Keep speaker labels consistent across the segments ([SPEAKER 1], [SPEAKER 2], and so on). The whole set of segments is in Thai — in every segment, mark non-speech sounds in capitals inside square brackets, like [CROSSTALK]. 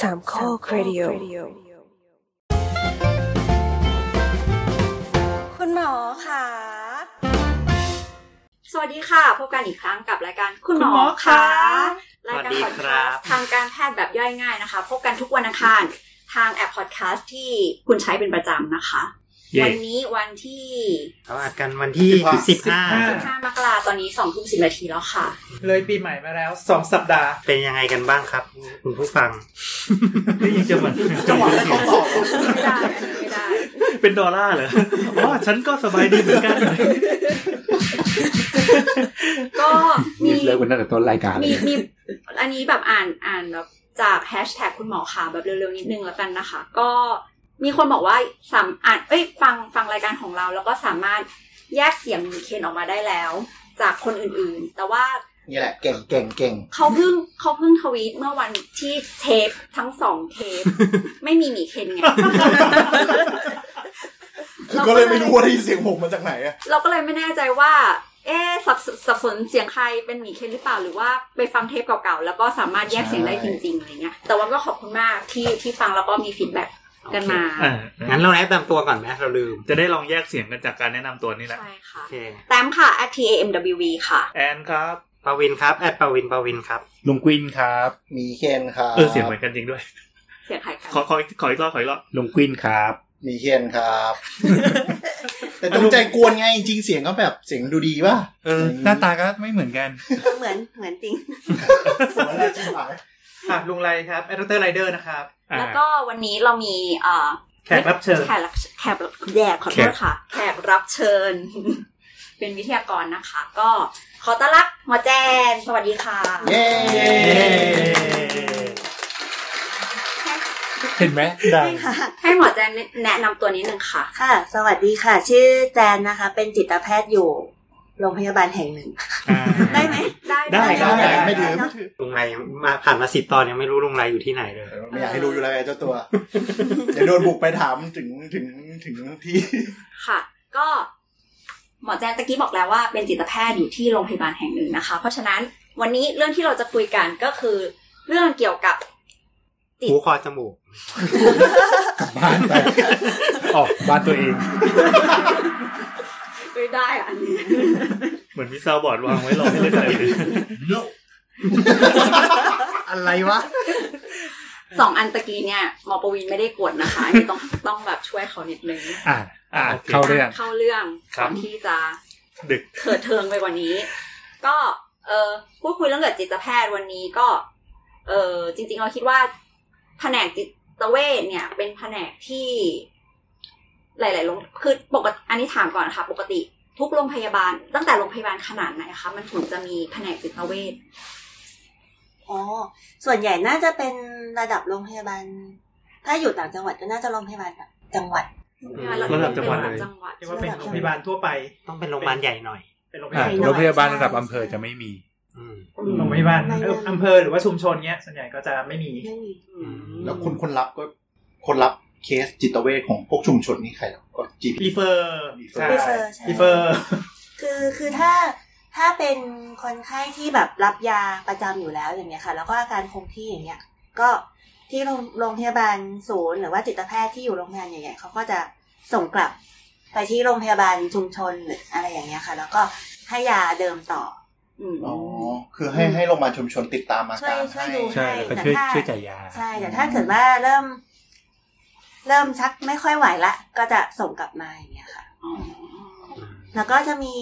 [SPEAKER 1] สามข้อครดิโอ
[SPEAKER 2] คุณหมอค่ะ สวัสดีค่ะ พบกันอีกครั้งกับรายการคุณหม
[SPEAKER 3] คุณหม
[SPEAKER 2] อ
[SPEAKER 3] อ
[SPEAKER 2] ค่ะ
[SPEAKER 3] ค่ะ
[SPEAKER 2] รายการ
[SPEAKER 3] สวัสดี
[SPEAKER 2] พอด
[SPEAKER 3] ค
[SPEAKER 2] แค
[SPEAKER 3] รั
[SPEAKER 2] ส
[SPEAKER 3] บ
[SPEAKER 2] ต์ทางการแพทย์แบบย่อยง่ายนะคะ พบกันทุกวันอังคารทางแอปพอดแคสต์ที่คุณใช้เป็นประจำนะคะ
[SPEAKER 3] เย่
[SPEAKER 2] วันนี้วันที่
[SPEAKER 3] เราอัดกันวันที่
[SPEAKER 4] สิ
[SPEAKER 3] สิบบ
[SPEAKER 4] ห้า
[SPEAKER 3] ห้า
[SPEAKER 2] 5มกราตอนนี้2ทุ่ม10นาทีแล้วค่ะ
[SPEAKER 4] เลยปีใหม่มาแล้วสองสัปดาห์
[SPEAKER 3] เป็นยังไงกันบ้างครับ คุณผู้ฟังนี่ยังจะเหมือน
[SPEAKER 4] จังหวะแล้วเขาตอบ
[SPEAKER 2] ไม่ได้ไม่ได้
[SPEAKER 3] เป็นดอลลาร์เหรออ๋อฉันก็สบายดีเหมือนกัน
[SPEAKER 2] ก็มี
[SPEAKER 5] นี่เลิกกันตั้งแต่ต้นรายการเล
[SPEAKER 2] มี
[SPEAKER 5] ย
[SPEAKER 2] มีอันนี้แบบอ่านอ่านแบบจากแฮชแท็กคุณหมอขาแบบเร็วๆนิดนึงแล้วกันนะคะ ก็มีคนบอกว่าสามอ่านเอ้ยฟังฟังรายการของเรา แล้วก็สามารถแยกเสียงหมีเคนออกมาได้แล้ว จากคนอื่นๆ แต่ว่า
[SPEAKER 6] นี่แหละเก่งเก่งเก่ง
[SPEAKER 2] เขาเพิ่งเขาเพิ่งทวีตเมื่อวันที่เทปทั้งสองเทป ไม่มีหมีเคนไง
[SPEAKER 6] [LAUGHS] คือก็เลยไม่รู้ว่าได้ยินเสียงผมมาจากไหนอะ
[SPEAKER 2] เราก็เลยไม่แน่ใจว่า เอ๊ะสับสสับสนเสียงใครเป็นหมีเคนหรือเปล่าหรือว่าไปฟังเทปเก่าๆ แล้วก็สามารถแยกเสียงได้จริงๆอะไรเงี้ยแต่ว่าก็ขอบคุณมากที่ที่ฟังแล้วก็มีฟีดแบ็กกันมา
[SPEAKER 3] อ่ะงั้นเราแนะนำตัวก่อนไหมเราลืม
[SPEAKER 7] จะได้ลองแยกเสียงกันจากการแนะนำตัวนี่แหละ
[SPEAKER 2] ใช่ค่ะ
[SPEAKER 3] โอเค
[SPEAKER 2] แต้มค่ะ at t a m w v ค่ะ
[SPEAKER 7] แอนครับ
[SPEAKER 3] ปาวินครับแอดปาวินปาวินครับ
[SPEAKER 5] ลุงกวินครับ
[SPEAKER 6] มีเคนครับ
[SPEAKER 7] เออเสียงเหมือนกันจริงด้วย
[SPEAKER 2] เสียงใครกัน
[SPEAKER 7] ขอขอขออีกรอบขออีกรอบ
[SPEAKER 5] ลุงกวินครับ
[SPEAKER 6] มีเคนครับ แต่จงใจกวนไงจริงๆเสียงก็แบบเสียงดูดีป่ะ
[SPEAKER 5] เออ หน้าตาก็ไม่เหมือนกัน
[SPEAKER 2] เหมือนเหมือนจริง
[SPEAKER 6] สวยแล้วจริงหาย
[SPEAKER 4] อ่ะลุงไรครับแอดเตอร์ไรเดอร์นะครับ
[SPEAKER 7] อ่า
[SPEAKER 2] แล้วก็วันนี้เรามีเอ่อ
[SPEAKER 4] แขกรับเชิญ
[SPEAKER 2] แขกรับแขกรับแขกขอโทษค่ะ แขกรับเชิญ [LAUGHS] เป็นวิทยากรนะคะ ก็ขอต้อนรับหมอแจนสวัสดีค่ะ
[SPEAKER 6] เย้
[SPEAKER 5] เห็นไหมดัง
[SPEAKER 2] ให้หมอแจนแนะนำตัวนิดนึงค่ะ
[SPEAKER 8] ค่ะ สวัสดีค่ะ ชื่อแจนนะคะ เป็นจิตแพทย์อยู่ โรงพยาบาลแห่งหนึ่ง
[SPEAKER 7] อ่า
[SPEAKER 8] ได้ไหม
[SPEAKER 2] ได้
[SPEAKER 7] ได้
[SPEAKER 6] ไม่ได้ไม่ถือ
[SPEAKER 8] ได้
[SPEAKER 6] ไม่ถือ
[SPEAKER 3] ลุงไรยังมาผ่านมาสิบตอนยังไม่รู้ลุงไรอยู่ที่ไหนเลย
[SPEAKER 6] ไม่อยากให้รู้อยู่แล้วไอ้เจ้า [LAUGHS] ตัวเดี๋ยวโดนบุกไปถามถึงถึงถึงที่
[SPEAKER 2] ค่ะ ก็หมอแจนตะกี้บอกแล้วว่าเป็นจิตแพทย์อยู่ที่โรงพยาบาลแห่งหนึ่งนะคะ เพราะฉะนั้นวันนี้เรื่องที่เราจะคุยกันก็คือ เรื่องเกี่ยวกับ
[SPEAKER 3] หูคอจมูก
[SPEAKER 5] กลับบ้านไปออกบ้านตัวเอง
[SPEAKER 2] ไม่ได้อะอันนี้ [LAUGHS]
[SPEAKER 7] เหมือนมีซาวด์บอร์ดวางไว้รอให้เล่นอะไรเลย
[SPEAKER 6] อะไรวะ
[SPEAKER 2] สองอันตะกี้เนี่ยหมอประวินไม่ได้กดนะคะอันนี้ต้องต้องแบบช่วยเขานิดนึง
[SPEAKER 5] อ่ะ
[SPEAKER 7] อ่า
[SPEAKER 5] เข้าเรื่อง
[SPEAKER 2] เข้าเรื่อง
[SPEAKER 7] ค
[SPEAKER 2] ก่
[SPEAKER 7] รั
[SPEAKER 2] อบ นที่จะ
[SPEAKER 7] ดึก
[SPEAKER 2] เถิดเทิงไปกว่านี้ ก็เออพูดคุยเรื่องเกี่ยวกับจิตแพทย์วันนี้ก็ เออจริง ๆ เราคิดว่า แผนกจิตเวชเนี่ย เป็นแผนกที่ หลายๆโรงคือปกติอันนี้ถามก่อนค่ะ ปกติ ทุกโรงพยาบาล ตั้งแต่โรงพยาบาลขนาดไหนคะมันถึงจะมีแผนกจิตเวช
[SPEAKER 8] อ๋อ ส่วนใหญ่น่าจะเป็นระดับโรงพยาบาล ถ้าอยู่ต่างจังหวัดก็น่าจะโรงพยาบาลแบบจังหวัด
[SPEAKER 3] อืม
[SPEAKER 7] ระดับจังหวัดเล
[SPEAKER 2] ป็นระ
[SPEAKER 7] ย
[SPEAKER 2] ดับจังหวัด
[SPEAKER 4] เรียกว่าเป็นโรงพยาบาลทั่วไป
[SPEAKER 3] ต้องเป็นโรงพยาบาลใหญ่หน่อย
[SPEAKER 4] เป็นโรงพยา
[SPEAKER 5] อ่ะ
[SPEAKER 4] บาล
[SPEAKER 8] ใช่
[SPEAKER 5] โรงพยาบาลระดับอำเภอจะไม่มี
[SPEAKER 3] อืม
[SPEAKER 4] โรงพยาบาลเอ่ออำเภอหรือว่าชุมชนเงี้ยส่วนใหญ่ก็จะไม่มี
[SPEAKER 8] ไม่มี
[SPEAKER 2] อืม
[SPEAKER 6] แล้วคนคนรับก็คนรับเคสจิตเวชของพวกชุมชนนี่ใครล่ะก็จีพี
[SPEAKER 4] รีเฟอร์ใช่
[SPEAKER 8] รีเฟอร์ใช่
[SPEAKER 4] รีเฟอร์
[SPEAKER 8] คือคือถ้าถ้าเป็นคนไข้ที่แบบรับยาประจำอยู่แล้วอย่างเงี้ยค่ะ แล้วก็อาการคงที่อย่างเงี้ย ก็ที่โรงโรงพยาบาลศูนย์หรือว่าจิตแพทย์ที่อยู่โรงพยาบาลใหญ่ๆเขาก็จะส่งกลับไปที่โรงพยาบาลชุมชนหรืออะไรอย่างเงี้ยค่ะ แล้วก็ให้ยาเดิมต่อ
[SPEAKER 2] อืม
[SPEAKER 6] อ๋อ คือให้ให้โรงพยาบาลชุมชนติดตามอา
[SPEAKER 8] ช่ว
[SPEAKER 6] การ
[SPEAKER 8] ยช่วย
[SPEAKER 6] ให้
[SPEAKER 8] ดู
[SPEAKER 5] ใช่
[SPEAKER 8] ให้
[SPEAKER 5] แล้วก็
[SPEAKER 8] แต่
[SPEAKER 5] ช่วย
[SPEAKER 8] ถ้า
[SPEAKER 5] ช่วยจ่ายยา
[SPEAKER 8] ใช่แต่ถ้าเกิดว่าเริ่ม เริ่มชักไม่ค่อยไหวละ ก็จะส่งกลับมาอย่างเงี้ยค่ะ
[SPEAKER 2] อ๋อ
[SPEAKER 8] แล้วก็จะมี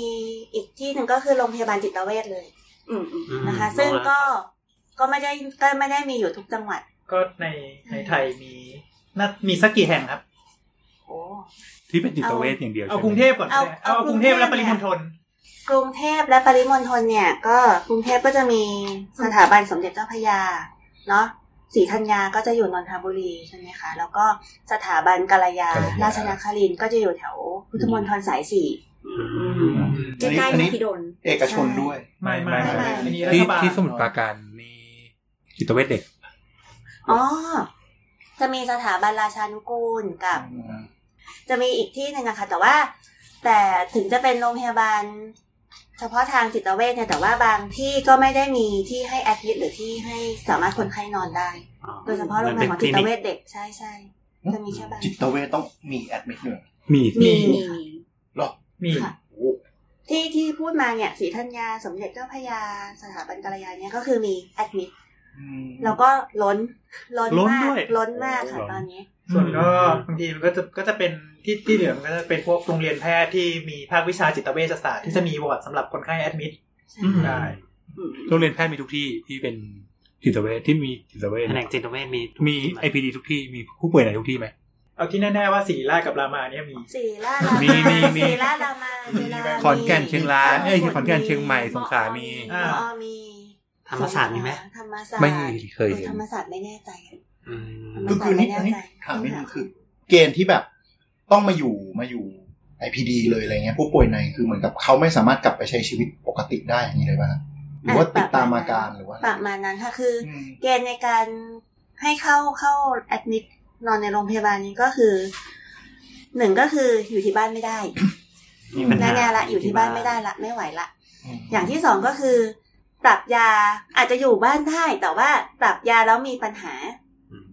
[SPEAKER 8] อีกที่หนึ่งก็คือโรงพยาบาลจิตเวชเลย
[SPEAKER 2] อืมอืม
[SPEAKER 3] อืม
[SPEAKER 8] นะคะ ซึ่งก็ก็ไม่ได้ก็ไม่ได้มีอยู่ทุกจังหวัด
[SPEAKER 4] ก็ในในไทยมีน่ามีสักกี่แห่งครับ
[SPEAKER 8] โอ้
[SPEAKER 5] ที่เป็นจิตเวชอย่างเดียว
[SPEAKER 4] เอา
[SPEAKER 5] ใช่ไหม
[SPEAKER 4] กรุงเทพก่อนก็ได้
[SPEAKER 8] เอา
[SPEAKER 4] เอา
[SPEAKER 8] ก
[SPEAKER 4] ก
[SPEAKER 8] รุ
[SPEAKER 4] รุ
[SPEAKER 8] ง
[SPEAKER 4] ง
[SPEAKER 8] เท
[SPEAKER 4] เท
[SPEAKER 8] พ
[SPEAKER 4] พและปริมณฑล
[SPEAKER 8] กรุงเทพและปริมณฑลเนี่ย ก็กรุงเทพก็จะมีสถาบันสมเด็จเจ้าพระยาเนาะศรีธัญญาก็จะอยู่นนทบุรีใช่ไหมคะ แล้วก็สถาบันกาลยา ราชนาครินทร์ก็จะอยู่แถวพุทธมณฑลสายสี่
[SPEAKER 2] อื
[SPEAKER 3] อื
[SPEAKER 2] ม
[SPEAKER 3] ม
[SPEAKER 2] ใกล้ๆ
[SPEAKER 6] อัน
[SPEAKER 2] ม
[SPEAKER 6] นี้
[SPEAKER 2] หิดล
[SPEAKER 6] เอกชนด้วย
[SPEAKER 4] ไม่ไม่
[SPEAKER 8] ไม่
[SPEAKER 4] อันนี้รั
[SPEAKER 5] ที่
[SPEAKER 4] ฐบาล
[SPEAKER 5] ที่สมุทรปราการนี่จิตเวชเด็ก
[SPEAKER 8] อ๋อ จะมีสถาบันราชานุกูลกับ จะมีอีกที่หนึ่งอะค่ะ แต่ว่า แต่ถึงจะเป็นโรงพยาบาล เฉพาะทางจิตเวชเนี่ยแต่ว่าบางที่ก็ไม่ได้มีที่ให้แอดมิดหรือที่ให้สามารถคนไข้นอนได้ โดยเฉพาะโรงพยาบาลของจิตเวชเด็กใช่ใช่จะมีแค่บาง
[SPEAKER 6] จิตเวชต้องมีแอดมิดหนึ่ง
[SPEAKER 5] มี
[SPEAKER 8] มี
[SPEAKER 2] มีมี
[SPEAKER 6] หรอ
[SPEAKER 4] มี
[SPEAKER 8] ค่ะ ที่ที่พูดมาเนี่ยศรีธัญญาสมเด็จเจ้าพระยาสถาบันกัลยาเนี่ยก็คือมีแอดมิด
[SPEAKER 6] อืม
[SPEAKER 8] แล้วก็ล้นล้น
[SPEAKER 7] ล้น
[SPEAKER 8] มาก
[SPEAKER 7] ด้วย
[SPEAKER 8] ล้นมากค่ะตอนนี้
[SPEAKER 4] ส่วนก็บางทีมันก็จะก็จะเป็นที่ที่เหลือมันก็จะเป็นพวกโรงเรียนแพทย์ที่มีภาควิชาจิตเวชศาสตร์ที่จะมีวอร์ดสำหรับคนไข้แอดมิดได้
[SPEAKER 2] อืม
[SPEAKER 5] โรงเรียนแพทย์มีทุกที่ที่เป็นจิตเวชที่มีจิตเวช
[SPEAKER 1] แผนกจิตเวชมีทุก
[SPEAKER 5] มี
[SPEAKER 1] ที่ไห
[SPEAKER 5] IPD ทุกที่มีผู้ป่วยไหนทุกที่ไหม
[SPEAKER 4] เอาที่แน่ๆว่าสีราชกับรามาเนี่ยมี
[SPEAKER 8] สีล่ารา
[SPEAKER 5] มี
[SPEAKER 8] ม
[SPEAKER 5] มี
[SPEAKER 8] า
[SPEAKER 5] มี
[SPEAKER 8] สีล่ารามาจุฬามี
[SPEAKER 5] ขอนแก่นเชียงรายเอ้ยขอนแก่นเชียงใหม่สงขลามี
[SPEAKER 8] มอมี
[SPEAKER 1] ธรรมศาสตร์มีไหม
[SPEAKER 8] ธรรมศาสตร์
[SPEAKER 5] ไม่เคย
[SPEAKER 8] อ
[SPEAKER 5] เห็
[SPEAKER 8] อน ธรรมศาสตร์ไม่แน่ใจ
[SPEAKER 1] อืม
[SPEAKER 8] มั
[SPEAKER 6] คื
[SPEAKER 8] นแบบ
[SPEAKER 6] อคือนี่
[SPEAKER 8] ไม่แน่ใจ
[SPEAKER 6] อันนี้ถามนิดนึงคือ เกณฑ์ที่แบบต้องมาอยู่มาอยู่ IPD เลยอะไรเงี้ยผู้ป่วยในคือเหมือนกับเขาไม่สามารถกลับไปใช้ชีวิตปกติได้อย่างนี้เลยป่ะฮะหรือว่าติดตามอาการหรือว่า
[SPEAKER 8] ประมาณนั้นค่ะคืออ
[SPEAKER 6] อืม
[SPEAKER 8] เกณฑ์ในการให้เข้าเข้าแอดมิดนอนในโรงพยาบาลนี้ก็คือหนึ่งก็คืออยู่ที่บ้านไม่ได้
[SPEAKER 1] มีปัญหา
[SPEAKER 8] แน่ๆละอยู่ที่บ้านไม่ได้ละไม่ไหวละ
[SPEAKER 6] อืม
[SPEAKER 8] อย่างที่สองก็คือ ปรับยาอาจจะอยู่บ้านได้ แต่ว่าปรับยาแล้วมีปัญหา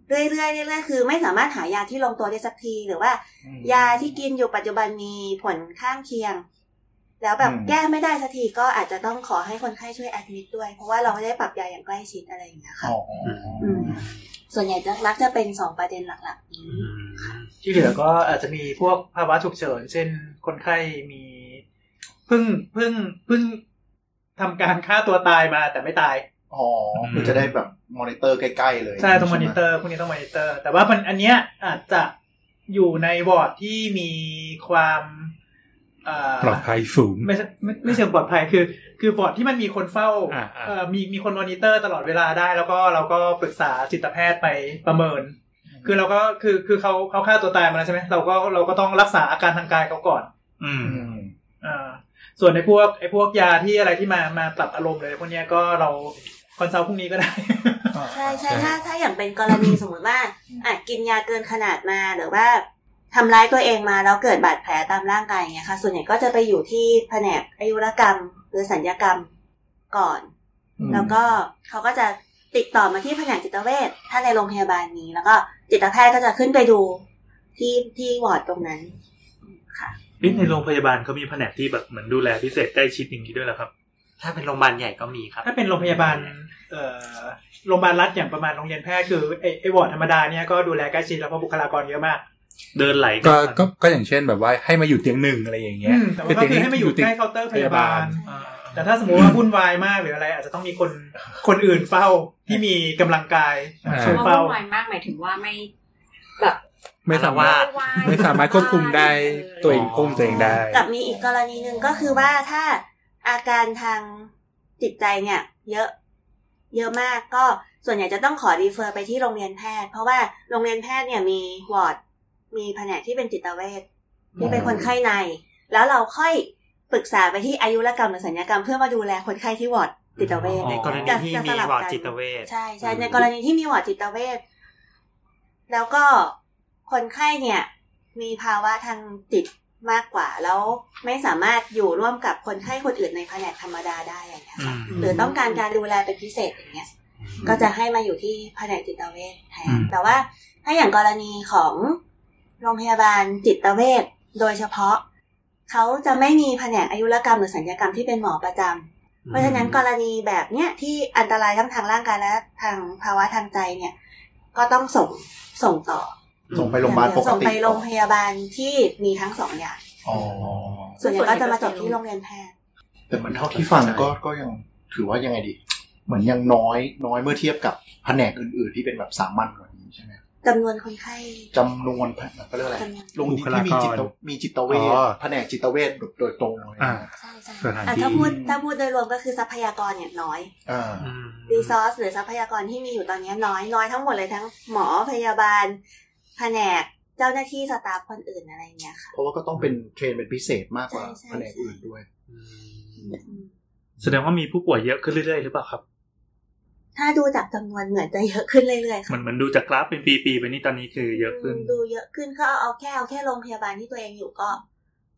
[SPEAKER 8] เรื่อยๆเรื่อยๆคือ ไม่สามารถหายาที่ลงตัวได้สักทีหรือว่า
[SPEAKER 6] อืม
[SPEAKER 8] ยาที่กินอยู่ปัจจุบันมีผลข้างเคียง แล้วแบบ
[SPEAKER 6] อืม
[SPEAKER 8] แก้ไม่ได้สักทีก็อาจจะต้องขอให้คนไข้ช่วยแอดมิดด้วย เพราะว่าเราไม่ได้ปรับยาอย่างใกล้ชิดอะไรอย่างเงี้ยค่ะ
[SPEAKER 6] อ๋ออ
[SPEAKER 8] อืม ส่วนใหญ่จะรักจะเป็นสองประเด็นหลักๆนี้
[SPEAKER 1] อืม
[SPEAKER 4] ที่เหลือก็อาจจะมีพวกภาวะฉุกเฉิน เช่นคนไข้มีเพิ่งเพิ่งเพิ่งทำการฆ่าตัวตายมาแต่ไม่ตาย
[SPEAKER 6] อ๋อคือจะได้แบบมอนิเตอร์ใกล้ๆเลย
[SPEAKER 4] ใช่ต้องมอนิเตอ
[SPEAKER 6] ใช่ไห
[SPEAKER 4] ร์พวกนี้ต้องมอนิเตอร์ แต่ว่ามันอันเนี้ยอาจจะอยู่ในวอร์ดที่มีความเอ่อ
[SPEAKER 5] ปลอดภัยสูง
[SPEAKER 4] ไม่ใช่ไม่ไม่เชิงปลอดภัยคือ คือบอร์ดที่มันมีคนเฝ้า
[SPEAKER 5] อ่าอ่า
[SPEAKER 4] เอ่อมีมีคนมอนิเตอร์ตลอดเวลาได้ แล้วก็เราก็ปรึกษาจิตแพทย์ไปประเมิน คือเราก็คือคือเขาเขาฆ่าตัวตายมาแล้วใช่ไหมเราก็เราก็ต้องรักษาอาการทางกายเขาก่อน
[SPEAKER 5] อืม
[SPEAKER 6] อืม
[SPEAKER 4] อ่าส่วนในพวกไอ้พวกยาที่อะไรที่มามาปรับอารมณ์เลยพวกเนี้ยก็เราคอนซัลท์พรุ่งนี้ก็ได้
[SPEAKER 8] [LAUGHS] ใช่ใช่ถ้าถ้าอย่างเป็นกรณีสมมติว่าอาจกินยาเกินขนาดมาหรือว่าทำร้ายตัวเองมาแล้วเกิดบาดแผลตามร่างกายอย่างเงี้ยค่ะ ส่วนใหญ่ก็จะไปอยู่ที่แผนกอายุรกรรม หรือสัญญกรรมก่อน
[SPEAKER 6] อืม
[SPEAKER 8] แล้วก็เขาก็จะติดต่อมาที่แผนกจิตเวชถ้าในโรงพยาบาลนี้ แล้วก็จิตแพทย์ก็จะขึ้นไปดูที่ที่วอร์ดตรงนั้นค่ะ
[SPEAKER 7] เอ๊ะในโรงพยาบาลเขามีแผนกที่แบบเหมือนดูแลพิเศษใกล้ชิดอย่างนี้ด้วยเหรอครับ
[SPEAKER 1] ถ้าเป็นโรงพยาบาลใหญ่ก็มีครับ
[SPEAKER 4] ถ้าเป็นโรงพยาบาลเอ่อโรงพยาบาลรัฐอย่างประมาณโรงเรียนแพทย์คือไอ้ไอ้วอร์ดธรรมดาเนี่ยก็ดูแลใกล้ชิดแล้วเพราะบุคลากรเยอะมาก
[SPEAKER 7] เดินไหล
[SPEAKER 5] ก็
[SPEAKER 7] น
[SPEAKER 5] ก็ก็อย่างเช่นแบบว่าให้มาอยู่เตียงหนึ่งอะไรอย่างเงี้ย
[SPEAKER 4] อืมแต่ว่าก็คือให้มาอยู่ใกล้เคาน์เตอร์พยาบาล
[SPEAKER 8] พยาบาล
[SPEAKER 4] อ่าแต่ถ้าสมมติว่าวุ่นวายมากหรืออะไร อาจจะต้องมีคนคนอื่นเฝ้าที่มีกำลังกายมาช่วย
[SPEAKER 2] เพราะ
[SPEAKER 4] เฝ้า
[SPEAKER 2] วุ่นวายมากหมายถึงว่าไม่แบบ
[SPEAKER 5] ไม่สามารถ ไม่สามารถควบคุมได้ตัวเองควบคุมตัวเองได้
[SPEAKER 8] กับมีอีกกรณีหนึ่งก็คือว่าถ้าอาการทางจิตใจเนี่ย เยอะ เยอะมากก็ส่วนใหญ่จะต้องขอรีเฟอร์ไปที่โรงเรียนแพทย์ เพราะว่าโรงเรียนแพทย์เนี่ยมีวอร์ด มีแผนกที่เป็นจิตเวชที่เป็นคนไข้ใน แล้วเราค่อยปรึกษาไปที่อายุรกรรมหรือสัญญกรรมเพื่อมาดูแลคนไข้ที่วอร์ดจิตเวช
[SPEAKER 1] ในกรณีที่มีวอร์ดจิตเวช
[SPEAKER 8] ใช่ใช่ในกรณีที่มีวอร์ดจิตเวชแล้วก็คนไข้เนี่ย มีภาวะทางจิตมากกว่า แล้วไม่สามารถอยู่ร่วมกับคนไข้คนอื่นในแผนกธรรมดาได้อย่างเงี้ยค่ะ
[SPEAKER 1] อืม
[SPEAKER 8] หรือต้องการการดูแลเป็นพิเศษอย่างเงี้ย ก็จะให้มาอยู่ที่แผนกจิตเวชแทนแต่ว่าถ้าอย่างกรณีของโรงพยาบาลจิตเวชโดยเฉพาะ เขาจะไม่มีแผนกอายุรกรรมหรือสัญญกรรมที่เป็นหมอประจำ เพราะฉะนั้นกรณีแบบเนี้ยที่อันตรายทั้งทางร่างกายและทางภาวะทางใจเนี่ย ก็ต้องส่งส่งต่อ
[SPEAKER 6] ส่งไปโรงพยาบาลปก
[SPEAKER 8] ส่ง
[SPEAKER 6] ติ
[SPEAKER 8] ไปโรงพยาบาลที่มีทั้งสองอย่าง
[SPEAKER 6] อ๋อ
[SPEAKER 8] ส่วนใหญ่ก็จะมาจบที่โรงเรียนแพทย์
[SPEAKER 6] แต่เหมือนเท่าที่ฟังก็ก็ยังถือว่ายังไงดี เหมือนยังน้อยน้อยเมื่อเทียบกับแผนกอื่นๆที่เป็นแบบสามัญกว่านี้ใช่ไหม
[SPEAKER 8] จำนวนคนไข้
[SPEAKER 6] จำนวนแผนกก็เรียกอะไร
[SPEAKER 8] จำนวน
[SPEAKER 6] โรงพยาบาลที่มีจิตมีจิตเวช
[SPEAKER 5] อ๋อ
[SPEAKER 6] แผนกจิตเวชโดยตรงเลยนะ
[SPEAKER 8] ใช่ใช่
[SPEAKER 5] สถาน
[SPEAKER 8] อ่ะ
[SPEAKER 5] ที่
[SPEAKER 8] ถ้าพูดถ้าพูดโดยรวมก็คือทรัพยากรเนี่ยน้อย
[SPEAKER 6] อ่า
[SPEAKER 1] อืม
[SPEAKER 8] รีซอสหรือทรัพยากรที่มีอยู่ตอนเนี้ยน้อยน้อยทั้งหมดเลยทั้งหมอพยาบาล แผนกเจ้าหน้าที่สตาฟคนอื่นอะไรเงี้ยค่ะ
[SPEAKER 6] เพราะว่าก็ต้องเป็นเทรนเป็นพิเศษมากกว่า
[SPEAKER 8] ใช่ใช่
[SPEAKER 6] แผนกอื่นด้วย
[SPEAKER 1] อืม
[SPEAKER 7] แสดงว่ามีผู้ป่วยเยอะขึ้นเรื่อยๆหรือเปล่าครับ
[SPEAKER 8] ถ้าดูจากจำนวนเหมือนจะเยอะขึ้นเรื่อยๆค่ะ
[SPEAKER 7] มันมันดูจากกราฟเป็นปีๆไปนี่ตอนนี้คือเยอะขึ้น
[SPEAKER 8] ดูเยอะขึ้นก็เอาแค่เอาแค่โรงพยาบาลที่ตัวเองอยู่ก็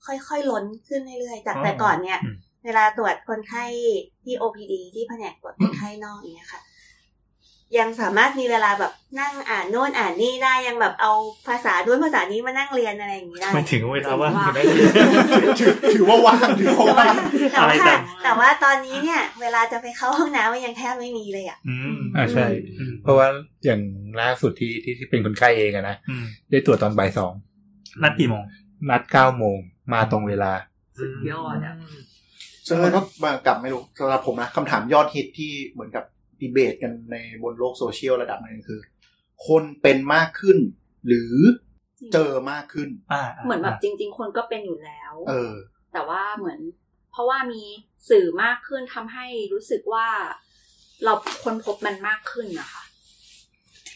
[SPEAKER 8] ค่อยๆล้นขึ้นเรื่อยๆจาก
[SPEAKER 7] อ๋อ
[SPEAKER 8] แต่ก่อนเนี่ย
[SPEAKER 7] อืม
[SPEAKER 8] เวลาตรวจคนไข้ที่ OPD ที่แผนกตรวจคนไข้นอกอย่างเงี้ยค่ะ ยังสามารถมีเวลาแบบนั่งอ่านโน่นอ่านนี่ได้ยังแบบเอาภาษาด้วยภาษานี้มานั่งเรียนอะไรอย่างงี้ได้
[SPEAKER 7] ไม่ถึงเวลาว่างถึงได้
[SPEAKER 6] ถือถือว่าว่างถือว่า
[SPEAKER 8] แต่ว่าแต่ว่า
[SPEAKER 7] อะไร
[SPEAKER 6] ว่าง
[SPEAKER 7] ต่าง
[SPEAKER 8] แต่ว่าตอนนี้เนี่ย เวลาจะไปเข้าห้องน้ำมันยังแทบไม่มีเลยอ่ะ
[SPEAKER 7] อืม
[SPEAKER 5] อ่าใช่
[SPEAKER 7] อืม
[SPEAKER 5] เพราะว่าอย่างล่าสุดที่ที่ที่เป็นคนไข้เองอะนะ
[SPEAKER 7] อืม
[SPEAKER 5] ได้ตรวจตอนบ่ายสอง
[SPEAKER 7] นัดกี่โมง
[SPEAKER 5] นัดเก้าโมงมาตรงเวลา
[SPEAKER 2] สุดยอดอะ
[SPEAKER 6] ซึ่งมันก็มากลับไม่รู้สำหรับผมนะคำถามยอดฮิตที่เหมือนกับดีเบตกันในบนโลกโซเชียลระดับหนึ่งคือ คนเป็นมากขึ้น หรือเจอมากขึ้น
[SPEAKER 7] อ่า
[SPEAKER 2] เหมือนแบบจริง ๆ คนก็เป็นอยู่แล้ว
[SPEAKER 6] เออ
[SPEAKER 2] แต่ว่าเหมือน เพราะว่ามีสื่อมากขึ้นทำให้รู้สึกว่า เราค้นพบมันมากขึ้นนะคะ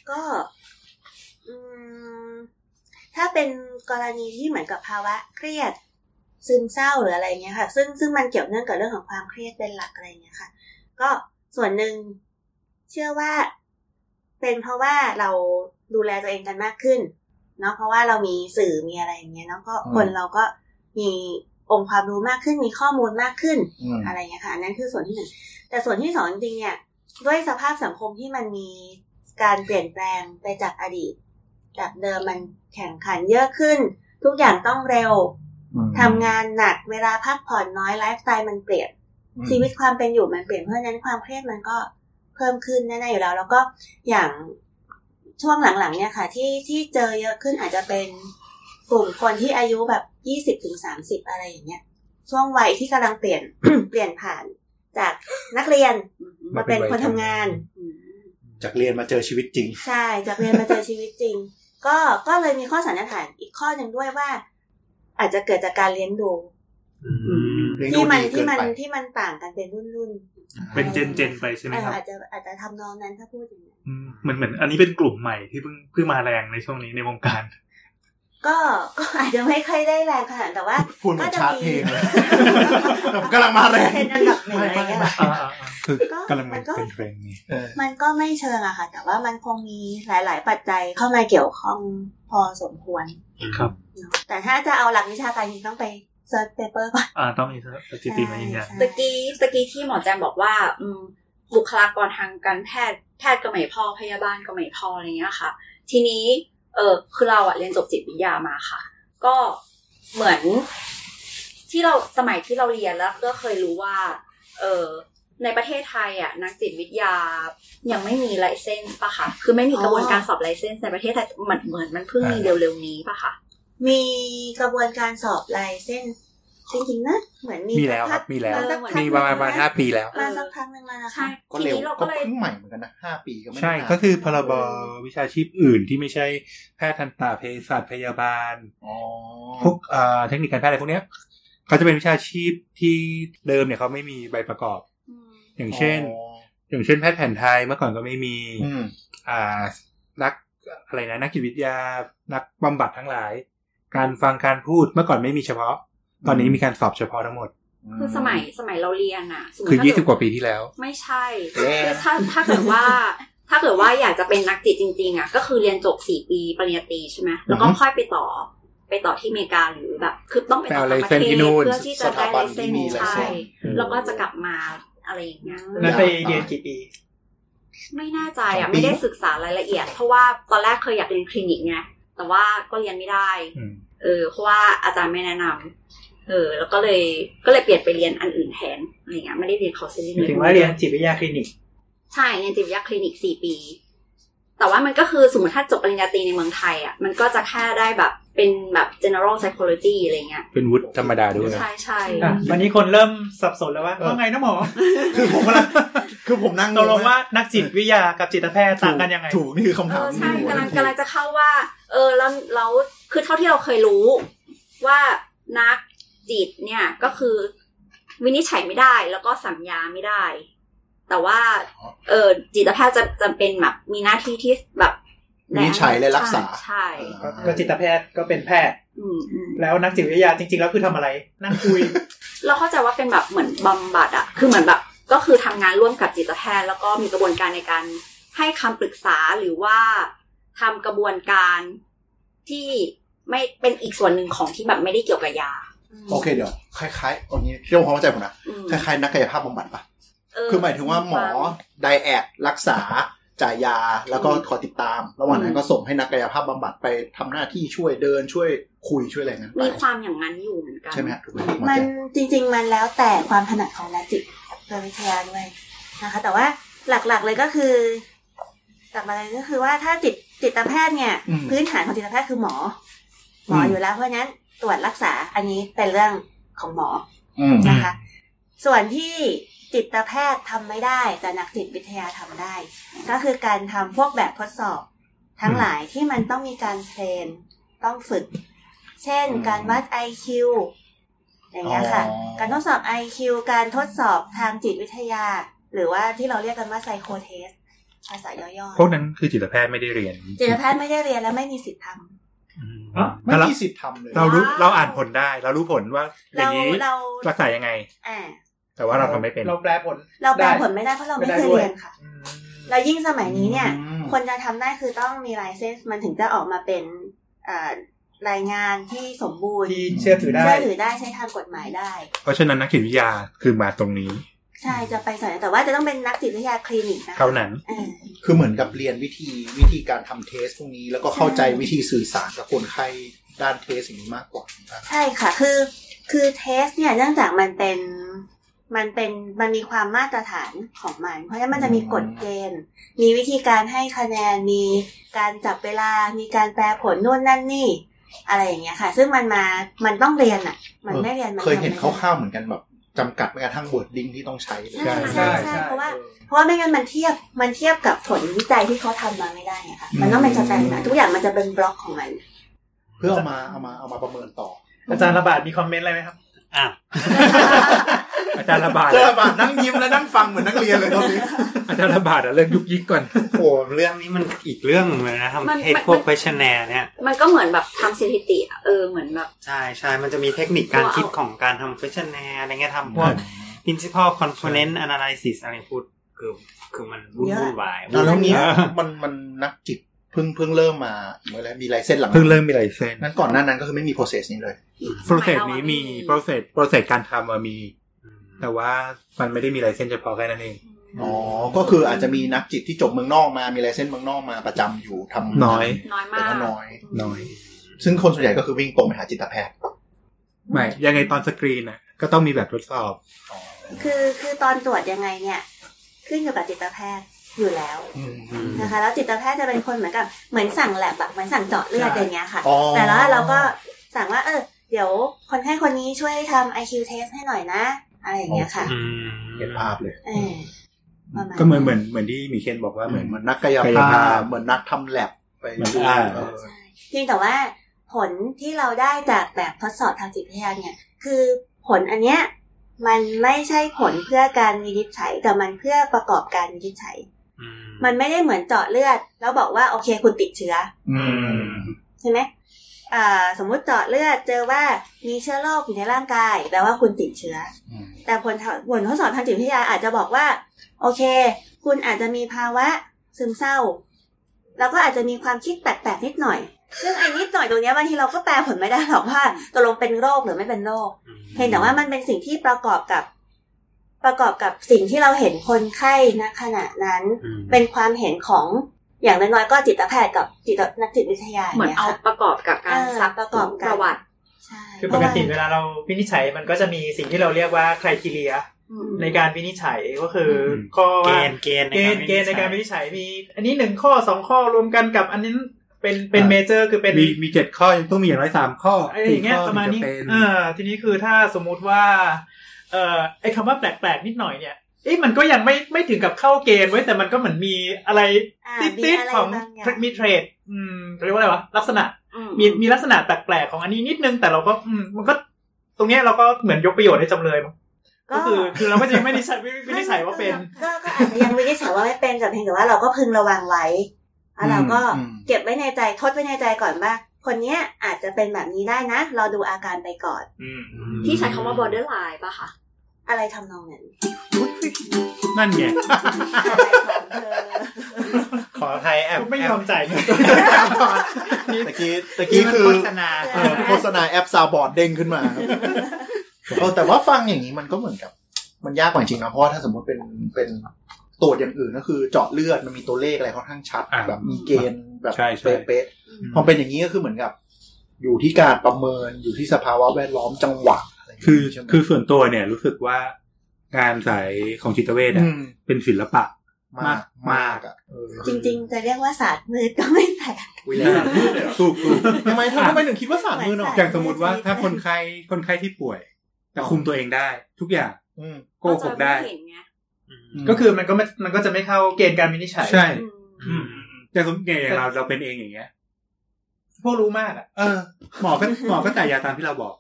[SPEAKER 8] ก็อืมถ้าเป็นกรณีที่เหมือนกับภาวะเครียด ซึมเศร้าหรืออะไรเงี้ยค่ะ ซึ่งซึ่งมันเกี่ยวเนื่องกับเรื่องของความเครียดเป็นหลักอะไรเงี้ยค่ะ ก็ส่วนหนึ่งเชื่อว่า เป็นเพราะว่าเราดูแลตัวเองกันมากขึ้นเนาะเพราะว่าเรามีสื่อมีอะไรอย่างเงี้ยเนาะก็
[SPEAKER 6] อืม
[SPEAKER 8] คนเราก็มีองค์ความรู้มากขึ้นมีข้อมูลมากขึ้น
[SPEAKER 6] อืม
[SPEAKER 8] อะไรอย่างเงี้ยค่ะอันนั้นคือส่วนที่หนึ่งแต่ส่วนที่สองจริงๆเนี่ย ด้วยสภาพสังคมที่มันมีการเปลี่ยนแปลงไปจากอดีต จากเดิมมันแข่งขันเยอะขึ้น ทุกอย่างต้องเร็วทำงานหนักเวลาพักผ่อนน้อยไลฟ์สไตล์มันเปลี่ยน
[SPEAKER 6] อืม
[SPEAKER 8] ชีวิตความเป็นอยู่มันเปลี่ยนเพราะฉะนั้นความเครียดมันก็เพิ่มขึ้นแน่ๆอยู่แล้ว แล้วก็อย่างช่วงหลังๆ เนี่ยค่ะ ที่ที่เจอเยอะขึ้นอาจจะเป็นกลุ่มคนที่อายุแบบยี่สิบถึงสามสิบอะไรอย่างเงี้ย ช่วงวัยที่กำลังเปลี่ยน [COUGHS] เปลี่ยนผ่านจากนักเรียนมาเป็นคนทำงาน
[SPEAKER 6] จากเรียนมาเจอชีวิตจริง
[SPEAKER 8] ใช่จากเรียนมาเจอชีวิตจริง [COUGHS] ก็ก็เลยมีข้อสันนิษฐานอีกข้อหนึ่งด้วยว่า อาจจะเกิดจากการเลี้ยงดู
[SPEAKER 7] อืม
[SPEAKER 6] เลี้ยงดู
[SPEAKER 8] ที่มั
[SPEAKER 6] ดีเกิ
[SPEAKER 8] ที่
[SPEAKER 6] น
[SPEAKER 8] มัน
[SPEAKER 6] ไป
[SPEAKER 8] ที่มันต่างกันเป็นรุ่นรุ่น
[SPEAKER 7] เป็นเจนเจนๆไปใช่ไหม
[SPEAKER 8] เออ
[SPEAKER 7] ครับ
[SPEAKER 8] อาจจะอาจจะทำนองนั้นถ้าพูดอย่างนั้น
[SPEAKER 7] อืมเหมือนเหมือนอันนี้เป็นกลุ่มใหม่ที่เพิ่งเพิ่งมาแรงในช่วงนี้ในวงการ
[SPEAKER 8] ก็ [LAUGHS] ก็อาจจะไม่ค่อยได้แรงขนาดแต่ว่า
[SPEAKER 6] พูดเหมือนชาร์จเพลง
[SPEAKER 8] [LAUGHS]
[SPEAKER 6] เลย
[SPEAKER 8] ก็จะมี
[SPEAKER 6] [LAUGHS] ผมกำลังมาแรง
[SPEAKER 8] เป็นอันดับหนึ่งอะไรเงี้ยเหรอ
[SPEAKER 7] อ่าอ่าอ่า
[SPEAKER 5] คือ
[SPEAKER 8] ก็
[SPEAKER 5] กำลัง
[SPEAKER 8] มันก็
[SPEAKER 5] เป็นเทรนด์นี่
[SPEAKER 6] เออ
[SPEAKER 8] มันก็ไม่เชิงอะค่ะ แต่ว่ามันคงมีหลาย ๆ ปัจจัยเข้ามาเกี่ยวข้องพอสมควร
[SPEAKER 7] ครับ
[SPEAKER 8] เนาะแต่ถ้าจะเอาหลักวิชาการจริงต้องไปเซิร์ชเปเปอร์ก่อน
[SPEAKER 7] อ่าต้องมีสถิติมายืนยัน
[SPEAKER 8] ใช่
[SPEAKER 2] ตะกี้ตะกี้ที่หมอแจมบอกว่า อืมบุคลากรทางการแพทย์แพทย์ก็ไม่พอพยาบาลก็ไม่พออะไรเงี้ยค่ะ ทีนี้ เออคือเราอะเรียนจบจิตวิทยามาค่ะ ก็เหมือนที่เราสมัยที่เราเรียนแล้วก็เคยรู้ว่า เออในประเทศไทยอะนักจิตวิทยายังไม่มีไลเซนส์ปะคะคือไม่มีกระบวนการสอบไลเซนส์ในประเทศไทยเหมือนเหมือนมันเพิ่งมีเร็วๆนี้ปะคะ
[SPEAKER 8] มีกระบวนการสอบลายเส้นจริง ๆ นะ เหมือนมี
[SPEAKER 5] มีแล้วครับ มีแล้ว
[SPEAKER 8] าสักพัก
[SPEAKER 5] มีประมาณประมาณ
[SPEAKER 8] น
[SPEAKER 5] ห้าปีแล้ว
[SPEAKER 8] มาสักพักหนึ่งแล้วนะคะ
[SPEAKER 2] ใช่
[SPEAKER 6] ก็
[SPEAKER 2] ที
[SPEAKER 6] เร็ว
[SPEAKER 2] นี้เรา
[SPEAKER 6] ก็
[SPEAKER 2] ก็เลย
[SPEAKER 6] เพิ่งใหม่เหมือนกันนะห้าปีก็ไม่
[SPEAKER 5] ใช่
[SPEAKER 6] นาน
[SPEAKER 5] ก็คือพรบวิชาชีพอื่นที่ไม่ใช่แพทย์ทันตาเภสัชพยาบาล
[SPEAKER 6] อ๋อ
[SPEAKER 5] พวกเอ่อเทคนิคการแพทย์อะไรพวกเนี้ยเขาจะเป็นวิชาชีพที่เดิมเนี่ยเขาไม่มีใบประกอบ อย่างเช่น อย่างเช่นแพทย์แผนไทยเมื่อก่อนก็ไม่มี
[SPEAKER 6] อืม
[SPEAKER 5] อ่านักอะไรนะนักจิตวิทยา นักบำบัดทั้งหลาย การฟังการพูดเมื่อก่อนไม่มีเฉพาะ ตอนนี้มีการสอบเฉพาะทั้งหมด
[SPEAKER 2] คือสมัยสมัยเราเรียนอะสมมุติ
[SPEAKER 5] คือ
[SPEAKER 2] ถ้เด
[SPEAKER 5] 20 กว่าปีที่แล้ว
[SPEAKER 2] ไม่ใช่
[SPEAKER 6] แย่
[SPEAKER 2] คือถ้าถ้าเกิดว่า ถ้าเกิดว่าอยากจะเป็นนักจิตจริง ๆอ่ะก็คือเรียนจบสี่ปีปริญญาตรีใช่ไหมแล้วก็ค่อยไปต่อ ไปต่อที่อเมริกาหรือแบบ คือต้องไปต่อ
[SPEAKER 5] ไปเอา
[SPEAKER 2] ต่างประเท
[SPEAKER 5] ไลเซนส์ที่
[SPEAKER 2] ศ
[SPEAKER 5] นู่น
[SPEAKER 2] เพื่อที่จะได้ไลเซนส์
[SPEAKER 6] สถาบันที่มีไลเซ
[SPEAKER 2] ใช่
[SPEAKER 6] นส์
[SPEAKER 2] แล้วก็จะกลับมาอะไรอย่างเงี้ย
[SPEAKER 4] นั่นไปเรียนกี่ปี
[SPEAKER 2] ไม่แน่ใจอ่ะไม่ได้ศึกษารายละเอียด เพราะว่าตอนแรกเคยอยากเรียนคลินิกไงแต่ว่าก็เรียนไม่ได้
[SPEAKER 5] อืม
[SPEAKER 2] เออเพราะว่าอาจารย์ไม่แนะนำเออ แล้วก็เลยก็เลยเปลี่ยนไปเรียนอันอื่นแทนอะไรเงี้ยไม่ได้เรียนคอร์สเล
[SPEAKER 4] หมาย ยถึงว่าเรียนจิตวิทยาคลินิก
[SPEAKER 2] ใช่เรียนจิตวิทยาคลินิกสี่ปี แต่ว่ามันก็คือสมมติถ้าจบปริญญาตรีในเมืองไทยอ่ะ มันก็จะแค่ได้แบบเป็นแบบ general psychology อะไรเงี้ย
[SPEAKER 5] เป็นวุฒิธรรมดาด้วย
[SPEAKER 2] ใช่ใช่
[SPEAKER 4] อ่ะวันนี้คนเริ่มสับสนแล้วว่าว่าไงนะหมอ
[SPEAKER 6] คือผมกำลังคือผมนั่ง
[SPEAKER 4] ตกลงว่านักจิตวิทยากับจิตแพทย์ต่างกันยังไง
[SPEAKER 6] ถูกนี่คือคำ
[SPEAKER 2] เอ
[SPEAKER 6] ถาม
[SPEAKER 2] อใช่
[SPEAKER 6] ที่อยู่
[SPEAKER 2] กำลัง
[SPEAKER 6] ใน
[SPEAKER 2] กำลังจะเข้าว่า เออแล้วแล้วคือเท่าที่เราเคยรู้ว่านักจิตเนี่ยก็คือวินิจฉัยไม่ได้แล้วก็สัญญาไม่ได้ แต่ว่า เออจิตแพทย์จะจะเป็นแบบมีหน้าที่ที่แบบ
[SPEAKER 6] วินิจฉัยและรักษา
[SPEAKER 2] ใช่
[SPEAKER 6] อ่า
[SPEAKER 4] ก็จิตแพทย์ก็เป็นแพทย์
[SPEAKER 2] อืมอืม
[SPEAKER 4] แล้วนักจิตวิทยาจริงๆแล้วคือทำอะไร นั่งคุย
[SPEAKER 2] เราเข้าใจว่าเป็นแบบเหมือนบำบัดอะคือเหมือนแบบก็คือทำงานร่วมกับจิตแพทย์ แล้วก็มีกระบวนการในการให้คำปรึกษาหรือว่าทำกระบวนการที่ไม่เป็นอีกส่วนหนึ่งของที่แบบไม่ได้เกี่ยวกับยา
[SPEAKER 6] โอเคเดี๋ยวคล้ายๆเอันนี้เที่ยวความเข้าใจผมนะ
[SPEAKER 2] อืม
[SPEAKER 6] คล้ายๆนักกายภาพบำบัดปะ
[SPEAKER 2] เ
[SPEAKER 6] คือหมายถึงว่าหมอไดแอดรักษาจ่ายยาแล้วก็ขอติดตาม ระหว่างนั้นก็ส่งให้นักกายภาพบำบัดไปทำหน้าที่ช่วยเดินช่วยคุยช่วยอะไรงั้นไป
[SPEAKER 2] มีความอย่างนั้นอยู่เหมือนกัน
[SPEAKER 6] ใช่ไหมฮะถูกไหมหมอ
[SPEAKER 8] มัน
[SPEAKER 6] แจ๊ค
[SPEAKER 8] จริง ๆ มันแล้วแต่ความถนัดของนักจิตวิทยาด้วยนะคะ แต่ว่าหลักๆเลยก็คือ หลักๆเลยก็คือว่าถ้าจิตจิตแพทย์เนี่ย
[SPEAKER 6] อืม
[SPEAKER 8] พื้นฐานของจิตแพทย์คือหมอ หมอ
[SPEAKER 6] ม
[SPEAKER 8] อยู่แล้วเพราะฉะนั้นตรวจรักษาอันนี้เป็นเรื่องของหมอ
[SPEAKER 6] อืม
[SPEAKER 8] นะคะ ส่วนที่จิตแพทย์ทำไม่ได้ แต่นักจิตวิทยาทำได้ ก็คือการทำพวกแบบทดสอบ ทั้งหลายที่มันต้องมีการเทรนต้องฝึก เช่น การวัด IQ อย่างเงี้ยค่ะ การทดสอบ IQ การทดสอบทางจิตวิทยา หรือว่าที่เราเรียกกันว่าไซโคเทสภาษาย่อ
[SPEAKER 5] พวกนั้นคือจิตแพทย์ไม่ได้เรียน
[SPEAKER 8] ๆจิตแพทย์ไม่ได้เรียนและไม่มีสิทธิ์ทำ
[SPEAKER 5] อ่ะ
[SPEAKER 6] ไม่
[SPEAKER 5] แต่เรา
[SPEAKER 6] มีสิทธิ์ทำเลย
[SPEAKER 5] เรารู้เราอ่านผลได้ เรารู้ผลว่าอย่า
[SPEAKER 8] เรา
[SPEAKER 5] งนี้
[SPEAKER 8] เรา
[SPEAKER 5] รักษายังไง
[SPEAKER 8] อ่า
[SPEAKER 5] แต่ว่าเราทำไม่เป็น
[SPEAKER 4] เราแปลผล
[SPEAKER 8] เราแปล
[SPEAKER 4] ได้
[SPEAKER 8] ผลไม่ได้เพราะเราไม่
[SPEAKER 4] ไม่
[SPEAKER 8] เค
[SPEAKER 4] ได้
[SPEAKER 8] ย
[SPEAKER 4] ด้วย
[SPEAKER 8] เรียนค่ะ
[SPEAKER 4] อืม
[SPEAKER 8] แล้วยิ่งสมัยนี้เนี่ย
[SPEAKER 6] อืม
[SPEAKER 8] คนจะทำได้คือต้องมีไลเซนส์มันถึงจะออกมาเป็นอ่ารายงานที่สมบูรณ์
[SPEAKER 4] ที่เชื่อถือได้
[SPEAKER 8] เชื่อถือได้ใช้ทางกฎหมายได้
[SPEAKER 5] เพราะฉะนั้นนักจิตวิทยาคือมาตรงนี้
[SPEAKER 8] ใช่จะไปสายแต่ว่าจะต้องเป็นนักจิตวิทยาคลินิกนะคะ
[SPEAKER 5] เท่านั้น
[SPEAKER 8] อ่า
[SPEAKER 6] คือเหมือนกับเรียนวิธีวิธีการทำเทสพวกนี้ แล้วก็เข้าใจวิธีสื่อสารกับคนไข้ด้านเทสอย่างนี้มากกว่านะครับ
[SPEAKER 8] ใช่ค่ะ คือ คือเทสเนี่ย เนื่องจากมันเป็น มันเป็น มันมีความมาตรฐานของมัน เพราะฉะนั้นมันจะมีกฎเกณฑ์ มีวิธีการให้คะแนน มีการจับเวลา มีการแปลผลนู่นนั่นนี่ อะไรอย่างเงี้ยค่ะ ซึ่งมันมา มันต้องเรียนอะมันไม่เรียนมัน
[SPEAKER 6] เคยเห็น
[SPEAKER 8] ทำ
[SPEAKER 6] ค
[SPEAKER 8] ไม่ได้
[SPEAKER 6] ร่าวๆเหมือนกันแบบจำกัดแม้กระทั่งบวดดิ้งที่ต้องใช้เลย
[SPEAKER 8] ใช่
[SPEAKER 4] ใช่
[SPEAKER 8] ใช่
[SPEAKER 4] ใช่
[SPEAKER 8] ใช่เพราะว่า เพราะว่าไม่งั้นมันเทียบ มันเทียบกับผลวิจัยที่เขาทำมาไม่ได้ไงค่ะ มันต้องเป็นสแตนดาร์ดทุกอย่างมันจะเป็นบล็อกของมัน
[SPEAKER 6] เพื่อเอามาเอามาเอามาประเมินต่อ
[SPEAKER 4] อาจารย์ระบาดมีคอมเมนต์อะไรไหมครับ
[SPEAKER 1] อ่ะ
[SPEAKER 5] อาจารย์ระบาด
[SPEAKER 6] เจอแบบนั่งยิ้มและนั่งฟังเหมือนนักเรียนเลยตอนนี้
[SPEAKER 5] อาจารย์ระบาดอะเรื่องยุกยิกก่อน
[SPEAKER 1] โอ้เรื่องนี้มันอีกเรื่องหนึ่งเลยนะทำให้พวก questionnaire เนี่ย
[SPEAKER 2] มันก็เหมือนแบบทำสถิติอะเออเหมือนแบบ
[SPEAKER 1] ใช่ใช่มันจะมีเทคนิคการคิดของการทำ questionnaire อะไรเงี้ยทำพวก principal component analysis อะไรพูดคือคือมันวุ่น
[SPEAKER 8] เยอะ
[SPEAKER 1] วุ่นวาย
[SPEAKER 6] แล้วเนี้ย
[SPEAKER 5] อ่า
[SPEAKER 6] มันมันนักจิตเพิ่งเพิ่งเริ่มมาเมื่อไหรมีลายเส้นหลัง
[SPEAKER 5] เพิ่งเริ่มมีลายเส้น
[SPEAKER 6] นั้นก่อนหน้านั้นก็คือไม่มี process นี้เลย
[SPEAKER 5] โปรเซสนี้มีโปรเซสโปรเซสการทำอะมี แต่ว่ามันไม่ได้มีลายเส้นเฉพาะแค่นั้นเอง
[SPEAKER 6] อ๋อ ก็คืออาจจะมีนักจิตที่จบเมืองนอกมา มีลายเส้นเมืองนอกมาประจำอยู่ทำ
[SPEAKER 5] น้อย
[SPEAKER 2] น้อย
[SPEAKER 6] แต่
[SPEAKER 2] มาก
[SPEAKER 6] ก็น้อย
[SPEAKER 5] น้อย
[SPEAKER 6] ซึ่งคนส่วนใหญ่ก็คือวิ่งตรงไปหาจิตแพทย์
[SPEAKER 5] ไม่ยังไงตอนสกรีนอะก็ต้องมีแบบทดสอบ
[SPEAKER 8] คือ คือตอนตรวจยังไงเนี่ย ขึ้นอยู่กับจิตแพทย์อยู่แล้ว นะคะแล้วจิตแพทย์จะเป็นคนเหมือนกับเหมือนสั่งแลบอะเหมือนสั่งเจาะเลือด
[SPEAKER 4] ใช่
[SPEAKER 8] อย่างเงี้ยค่ะ
[SPEAKER 6] อ๋อ
[SPEAKER 8] แต่แล้วเราก็สั่งว่าเออเดี๋ยวคนให้คนนี้ช่วยทำ IQ test ให้หน่อยนะ อะไรอย่างเงี้ยค่ะ
[SPEAKER 1] อืม
[SPEAKER 6] เห็นภาพเลย
[SPEAKER 8] เออประมาณ
[SPEAKER 5] ก็เหมือนเหมือนเหมือนที่มีเคนบอกว่า
[SPEAKER 6] เห
[SPEAKER 5] เห
[SPEAKER 6] มื
[SPEAKER 5] มื
[SPEAKER 6] อ
[SPEAKER 5] อนน
[SPEAKER 6] เหมือนนักกาย
[SPEAKER 5] กาย
[SPEAKER 6] ภา
[SPEAKER 5] ภา
[SPEAKER 6] พ
[SPEAKER 5] พ
[SPEAKER 6] เหมือนนักทำแลบไป
[SPEAKER 5] เหมือน
[SPEAKER 6] ดู
[SPEAKER 5] อ่า
[SPEAKER 6] เออ
[SPEAKER 8] ใช่เพียงแต่ว่าผลที่เราได้จากแบบทดสอบทางจิตวิทยาเนี่ย คือผลอันเนี้ยมันไม่ใช่ผลเพื่อการวินิจฉัยแต่มันเพื่อประกอบการวินิจฉัย มันไม่ได้เหมือนเจาะเลือด แล้วบอกว่าโอเคคุณติดเชื้อ
[SPEAKER 6] อืม
[SPEAKER 8] ใช่ไหมอ่าสมมุติเจาะเลือดเจอว่ามีเชื้อโรคอยู่ในร่างกายแปลว่าคุณติดเชื้อ แต่ผลทผลทดสอบทางจิตวิทยาอาจจะบอกว่า โอเค คุณอาจจะมีภาวะซึมเศร้า แล้วก็อาจจะมีความคิดแปลกๆนิดหน่อย ซึ่งไอ้นิดหน่อยตรงเนี้ยบางทีเราก็แปลผลไม่ได้หรอกว่าตกลงเป็นโรคหรือไม่เป็นโรค เพียงแต่ว่ามันเป็นสิ่งที่ประกอบกับ ประกอบกับสิ่งที่เราเห็นคนไข้ณขณะนั้น เป็นความเห็นของอย่างน้อยๆก็จิตแพทย์กับจิตนักจิตวิทยา
[SPEAKER 2] เหมือน
[SPEAKER 8] ย
[SPEAKER 2] เอา
[SPEAKER 8] ค่ะ
[SPEAKER 2] ประกอบกับการ
[SPEAKER 8] เออ
[SPEAKER 2] ซัก
[SPEAKER 8] ประกอบกัน
[SPEAKER 2] ประวัติ
[SPEAKER 8] ใช่
[SPEAKER 4] คือปกติเวลาเราวินิจฉัยมันก็จะมีสิ่งที่เราเรียกว่าใครทีเรีย
[SPEAKER 2] อืม
[SPEAKER 4] ในการวินิจฉัยก็คืออ
[SPEAKER 1] ม
[SPEAKER 4] ข้อ
[SPEAKER 1] เก
[SPEAKER 4] ว่า
[SPEAKER 1] ณฑ์เกณฑ์
[SPEAKER 4] เกณฑ์เกณฑ์ในการวิ
[SPEAKER 1] วิ
[SPEAKER 4] นิจฉัยมี อันนี้หนึ่งข้อสองข้อรวมกันกับอันนั้นเป็นเป็นเมเจอร์คือเป็น
[SPEAKER 5] มีมีเจ็ดข้อยังต้องมีอย่างน้อยสามข้อ
[SPEAKER 4] อะไรอย่างเงี้ย
[SPEAKER 5] สี่ข้อ
[SPEAKER 4] ประมาณนี้
[SPEAKER 5] ถึงจเป็น
[SPEAKER 4] เออทีนี้คือถ้าสมมุติว่าเอ่อไอ้คำว่าแปลกๆนิดหน่อยเนี่ยเอ๊ะมันก็ยังไม่ไม่ถึงกับเข้าเกณฑ์ไว้ยแต่มันก็เหมือนมีอะไร
[SPEAKER 8] อ่ามี
[SPEAKER 4] ติด
[SPEAKER 8] อะไร
[SPEAKER 4] ๆของ
[SPEAKER 8] บางอย่าง
[SPEAKER 4] มีเทรดอืมเขาเรียกว่าอะไรวะลักษณะ มีมีลักษณะแปลกๆของอันนี้นิดนึง แต่เราก็อืมมันก็ตรงเนี้ยเราก็เหมือนยกประโยชน์ให้จำเลยมั้ง
[SPEAKER 8] ก็
[SPEAKER 4] ก็คือคือเราก็จะยังไม่ได้ใช้ไม่ไม่ได้ใช้ว่าเป็น
[SPEAKER 8] ก็ก็อาจจะยังวินิจฉัยว่าไม่เป็นแต่เพียงแต่ว่าเราก็พึงระวังไว้แล้วเราก็
[SPEAKER 6] อืม
[SPEAKER 8] เก็บไว้ในใจทดไว้ในใจก่อนว่า คนเนี้ยอาจจะเป็นแบบนี้ได้นะ เราดูอาการไปก่อน
[SPEAKER 2] ที่ใช้คำว่า borderline ป่ะคะ
[SPEAKER 8] อะไรทำ
[SPEAKER 4] [LAUGHS]
[SPEAKER 8] นองนั้น
[SPEAKER 5] นั่นไง
[SPEAKER 8] อะไรของเธอ
[SPEAKER 6] ขอ
[SPEAKER 3] อภัยแอบ
[SPEAKER 4] ไม่ยอมจ่ายเงิน
[SPEAKER 6] ตะ [LAUGHS] กี้ตะ
[SPEAKER 3] นี่
[SPEAKER 6] กี้
[SPEAKER 3] มัน
[SPEAKER 6] คือ
[SPEAKER 3] โฆษณา
[SPEAKER 6] เออโฆษณาแอปซาวบอร์ดเด้งขึ้นมาครับเออแต่ว่าฟังอย่างนี้มันก็เหมือนกับ มันยากกว่าจริงนะเพราะว่าถ้าสมมติเป็นเป็นตรวจอย่างอื่นก็คือเจาะเลือดมันมีตัวเลขอะไรค่อนข้างชัด
[SPEAKER 5] อ่า
[SPEAKER 6] แบบมีเกณฑ์แบบ
[SPEAKER 5] ใช่ใช่
[SPEAKER 6] เป๊ะๆพอเป็นอย่างนี้ก็คือเหมือนกับ อยู่ที่การประเมินอยู่ที่สภาวะแวดล้อมจังหวะอะไรย่าง
[SPEAKER 5] คือ
[SPEAKER 6] นี้ใช่ไหม
[SPEAKER 5] คือส่วนตัวเนี่ยรู้สึกว่า งานสายของจิตเวชอะ
[SPEAKER 6] อืม
[SPEAKER 5] เป็นศิลปะ
[SPEAKER 6] มากมากอ่ะเออ
[SPEAKER 8] จริง ๆ จะเรียกว่าศาสตร์มืดก็ไม่แปลก
[SPEAKER 6] อุ๊ยแล้ว
[SPEAKER 5] ถูกถูก
[SPEAKER 6] ทำไมทำไมถึงคิดว่าสารมือหนอ
[SPEAKER 8] ใช่
[SPEAKER 5] อย่างสมมติว่าถ้าคนไข้คนไข้ที่ป่วย แต่คุมตัวเองได้ ทุกอย่าง
[SPEAKER 6] อืม
[SPEAKER 5] โกหกได้
[SPEAKER 2] ก็จะม่เห็นไง
[SPEAKER 4] ก็คือมันก็ไม่มันก็จะไม่เข้าเกณฑ์การวินิจฉัย
[SPEAKER 5] ใช่
[SPEAKER 2] อืม
[SPEAKER 7] อืม
[SPEAKER 5] แต่สมมติเนี่ยอย่างเราเราเป็นเองอย่างเงี้ย
[SPEAKER 4] พวกรู้มากอ่ะ
[SPEAKER 5] เออ หมอก็หมอก็จ่ายยาตามที่เราบอก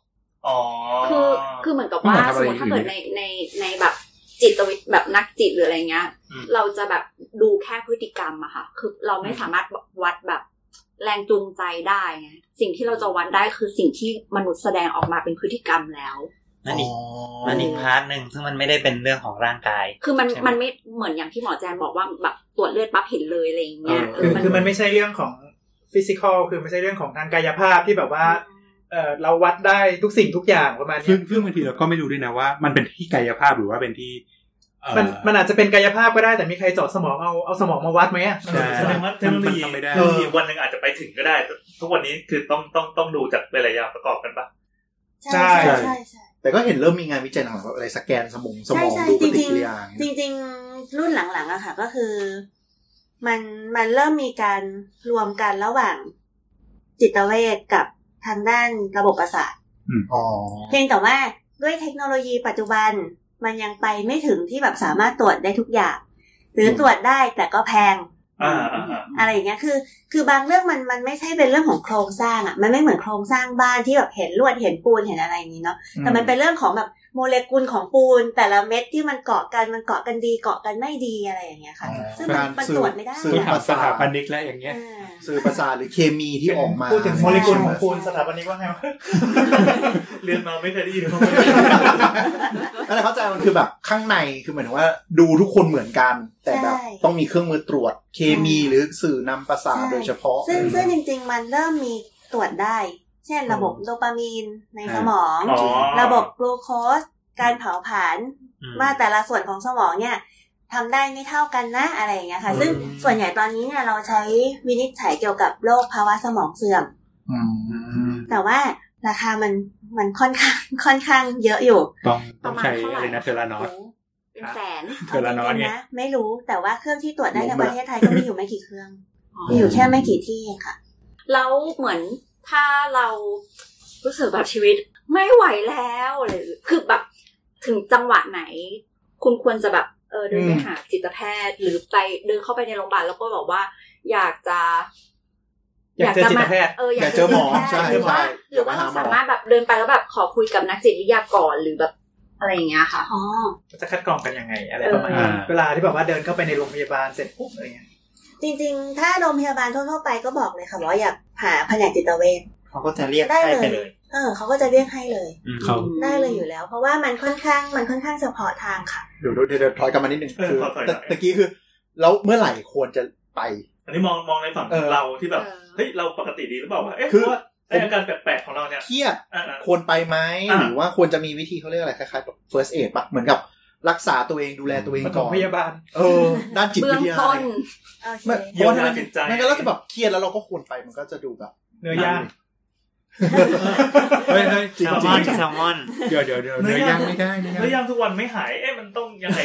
[SPEAKER 7] อ๋อ
[SPEAKER 2] คือคือเหมือนกับว่า
[SPEAKER 5] หมอ
[SPEAKER 2] ส
[SPEAKER 5] ทำอะ
[SPEAKER 2] มมติ
[SPEAKER 5] ไร
[SPEAKER 2] ถ้า
[SPEAKER 5] อยู่
[SPEAKER 2] เกิด
[SPEAKER 5] เนี่
[SPEAKER 2] ใน
[SPEAKER 5] ย
[SPEAKER 2] ในในแบบจิตวิทย์แบบนักจิตหรืออะไรเงี้ย เราจะแบบดูแค่พฤติกรรมอะค่ะ คือเราไม่สามารถวัดแบบแรงจูงใจได้ไงสิ่งที่เราจะวัดได้คือสิ่งที่มนุษย์แสดงออกมาเป็นพฤติกรรมแล้ว
[SPEAKER 1] นั่นอีกนั่นอีกพาร์ทหนึ่งซึ่งมันไม่ได้เป็นเรื่องของร่างกาย
[SPEAKER 2] คือมัน
[SPEAKER 1] ใช่ไหม
[SPEAKER 2] มันไม่เหมือนอย่างที่หมอแจนบอกว่าแบบตรวจเลือดปั๊บเห็นเลยอะไรอย่างเงี้ย
[SPEAKER 5] เออ
[SPEAKER 2] เ
[SPEAKER 4] คือคือมันไม่ใช่เรื่องของฟิสิกอลคือไม่ใช่เรื่องของทางกายภาพที่แบบว่าเออเราวัดได้ทุกสิ่งทุกอย่างประมาณ
[SPEAKER 5] ซึ่
[SPEAKER 4] เนี้
[SPEAKER 5] ง
[SPEAKER 4] ย
[SPEAKER 5] ซึ่งบางทีเราก็ไม่รู้ด้วยนะว่า มันเป็นที่กายภาพหรือว่าเป็นที่เอ่อ
[SPEAKER 4] มันมันอาจจะเป็นกายภาพก็ได้แต่มีใครเจาะสมองเอาเอาสมองมาวัดไหมอ่ะ
[SPEAKER 5] ใช่
[SPEAKER 7] แสดงว่าเทคโนโลยี
[SPEAKER 5] มันทำไม่ได้
[SPEAKER 7] เทคโนโลยีวันหนึ่งอาจจะไปถึงก็ได้แต่ทุกวันนี้คือต้องต้องต้องดูจากหลายๆอย่างประกอบกันปะ
[SPEAKER 8] ใช่ใช่ใช่ใช่
[SPEAKER 6] แต่ก็เห็นเริ่มมีงานวิจัยหลังๆแบบอะไรสแกนสมองสม
[SPEAKER 8] ใช่
[SPEAKER 6] อง
[SPEAKER 8] ใช่
[SPEAKER 6] ดูป
[SPEAKER 8] จริง
[SPEAKER 6] ฏิ
[SPEAKER 8] จริง
[SPEAKER 6] กิริยาอย่าง
[SPEAKER 8] จ
[SPEAKER 6] เงี้ย
[SPEAKER 8] ริง ๆ รุ่นหลังๆอะค่ะ ก็คือ มันมันเริ่มมีการรวมกันระหว่างจิตเวชกับทางด้านระบบประสาท
[SPEAKER 6] อ๋อ
[SPEAKER 8] เพียงแต่ว่าด้วยเทคโนโลยีปัจจุบันมันยังไปไม่ถึงที่แบบสามารถตรวจได้ทุกอย่าง หรือตรวจได้แต่ก็แพง
[SPEAKER 7] อ่าอ่าอ่า
[SPEAKER 8] อะไรอย่างเงี้ยคือ คือบางเรื่องมันมันไม่ใช่เป็นเรื่องของโครงสร้างอะมันไม่เหมือนโครงสร้างบ้านที่แบบเห็นลวดเห็นปูนเห็นอะไรอย่างนี้เนาะ แต่มันเป็นเรื่องของแบบโมเลกุลของปูน แต่ละเม็ดที่มันเกาะกันมันเกาะกันดีเกาะกันไม่ดีอะไรอย่างเงี้ยค่ะ ซึ่งมันมันตรวจไม่ได้
[SPEAKER 6] สื่อ
[SPEAKER 5] ต้อง
[SPEAKER 6] ป
[SPEAKER 5] ถาม
[SPEAKER 6] ระ
[SPEAKER 5] ส
[SPEAKER 6] สา
[SPEAKER 5] ถา
[SPEAKER 6] ท
[SPEAKER 5] ปนิกแล้วอย่างเงี้ย
[SPEAKER 8] อ่า
[SPEAKER 6] สื่อประสาทหรือเคมีที่ออกมา
[SPEAKER 4] พูดถึงโมเลกุลของคูณสถาปนิกว่าไงวะ
[SPEAKER 7] เรียนมาไม่เคยได้ยินเขา
[SPEAKER 6] นั่นแหละเข้าใจมันคือแบบข้างในคือเหมือนว่าดูทุกคนเหมือนกัน แต่แบบต้องมีเครื่องมือตรวจเคมีหรือสื่อนำประสาทโดยเฉพาะ
[SPEAKER 8] ซึ่งซึ่งจริง ๆ มันเริ่มมีตรวจได้ เช่นระบบโดปามีนในสมอง
[SPEAKER 7] อ๋อ
[SPEAKER 8] ระบบกลูโคส การเผาผลาญว่าแต่ละส่วนของสมองเนี่ยทำได้ไม่เท่ากันนะอะไรอย่างเงี้ยค่ะ ซึ่งส่วนใหญ่ตอนนี้เนี่ยเราใช้วินิจฉัยเกี่ยวกับโรคภาวะสมองเสื่อม
[SPEAKER 6] อืม
[SPEAKER 8] แต่ว่าราคามันมันค่อนข้าง [LAUGHS] ค่อนข้างเยอะอยู่
[SPEAKER 5] ต้อง
[SPEAKER 2] ป
[SPEAKER 5] ต้อ
[SPEAKER 2] ระ
[SPEAKER 5] ง
[SPEAKER 2] มาณ
[SPEAKER 5] ใช้
[SPEAKER 2] เท่าไหร่
[SPEAKER 5] อะไรนะเทอร์ลานอส
[SPEAKER 2] เป็นแสน
[SPEAKER 5] เทอร์ลานอส
[SPEAKER 8] เอาจ
[SPEAKER 5] ไง
[SPEAKER 8] ริงๆนะไม่รู้แต่ว่าเครื่องที่ตรวจได้ในประเทศไทยก็มีอยู่ไม่กี่เครื่อง
[SPEAKER 2] อ๋อ
[SPEAKER 8] มีอยู่แค่ไม่กี่ที่เองค่ะ
[SPEAKER 2] แล้วเหมือนถ้าเรารู้สึกแบบชีวิตไม่ไหวแล้วหรือคือแบบถึงจังหวะไหน คุณควรจะแบบเออเดินไปหาจิตแพทย์ หรือไปเดินเข้าไปในโรงพยาบาลแล้วก็บอกว่า อยากจะ
[SPEAKER 4] อยากเจอจิตแพทย์
[SPEAKER 2] เออ
[SPEAKER 6] อ
[SPEAKER 2] อาย
[SPEAKER 6] ยาก กเจอหมอ
[SPEAKER 2] จิตแพ
[SPEAKER 6] ใช่
[SPEAKER 2] ทย์หรือว่า
[SPEAKER 6] ใช่
[SPEAKER 2] หรือว่าเราสามารถแบบเดินไปแล้วแบบขอคุยกับนักจิตวิทยากรหรือแบบอะไรอย่างเงี้ยค่ะ
[SPEAKER 8] อ๋อ
[SPEAKER 4] จะคัดกรองกันยังไง อะไรประมาณ
[SPEAKER 5] อ่า
[SPEAKER 4] นี้เวลาที่แบบว่าเดินเข้าไปในโรงพยาบาลเสร็จปุ๊บอะไรเงี้ย
[SPEAKER 8] จริงๆ ถ้าโรงพยาบาลทั่วๆไปก็บอกเลยค่ะว่าอยากหาแผนกจิตเวช
[SPEAKER 1] เขาก็จะเรียก
[SPEAKER 8] ได้เลย
[SPEAKER 1] ให้ไปเลย
[SPEAKER 8] เออเขาก็จะเรียกให้เลย
[SPEAKER 5] เขา
[SPEAKER 8] ได้เลยอยู่แล้ว เพราะว่ามันค่อนข้างมันค่อนข้างเฉพาะทางค่ะ
[SPEAKER 6] เดี๋ยวเดี๋ยวเดี๋ยวถอยกลับมานิดนึงคือตะตะกี้คือ แล้วเมื่อไหร่ควรจะไป
[SPEAKER 7] อันนี้มองมองในฝั่ง
[SPEAKER 6] เออ
[SPEAKER 7] เราที่แบบ
[SPEAKER 2] เออ
[SPEAKER 7] เฮ้ยเราปกติดีหรือเปล่าวะเอ๊ะ
[SPEAKER 6] คือ
[SPEAKER 7] ว่าไออาการแปลกๆของเราเนี่ย
[SPEAKER 6] เครียด
[SPEAKER 7] อ่าอ่า
[SPEAKER 6] ควรไปไหม
[SPEAKER 7] อ่ะ
[SPEAKER 6] หรือว่าควรจะมีวิธีเขาเรียกอะไรคล้ายๆแบบ first aid ปะเหมือนกับรักษาตัวเองดูแลตัวเอง
[SPEAKER 4] ปฐ
[SPEAKER 6] ก่อ
[SPEAKER 4] ม
[SPEAKER 6] น
[SPEAKER 4] พยาบาล
[SPEAKER 6] เออ ด้านจิต
[SPEAKER 2] เบื้อง
[SPEAKER 6] วิทยา
[SPEAKER 2] ต้น
[SPEAKER 8] โอเค
[SPEAKER 6] ไม่เพ
[SPEAKER 7] เยียวยา
[SPEAKER 6] ราะว่าถ้ามัน
[SPEAKER 7] จิตใจ
[SPEAKER 6] ไม่งั้นเราจะแบบเครียดแล้วเราก็ควรไปมันก็จะดูแบบ [LAUGHS]
[SPEAKER 4] เนื้อย่าง
[SPEAKER 5] เฮ้ยเฮ้ยจริง
[SPEAKER 1] แซลมอนแซลมอน
[SPEAKER 5] เดี๋ยวเดี๋ยวเดี๋ยวเนื้อย่างไม่ได้นะ
[SPEAKER 7] เนื้อย่างทุกวันไม่หายเอ๊ะมันต้องยังไง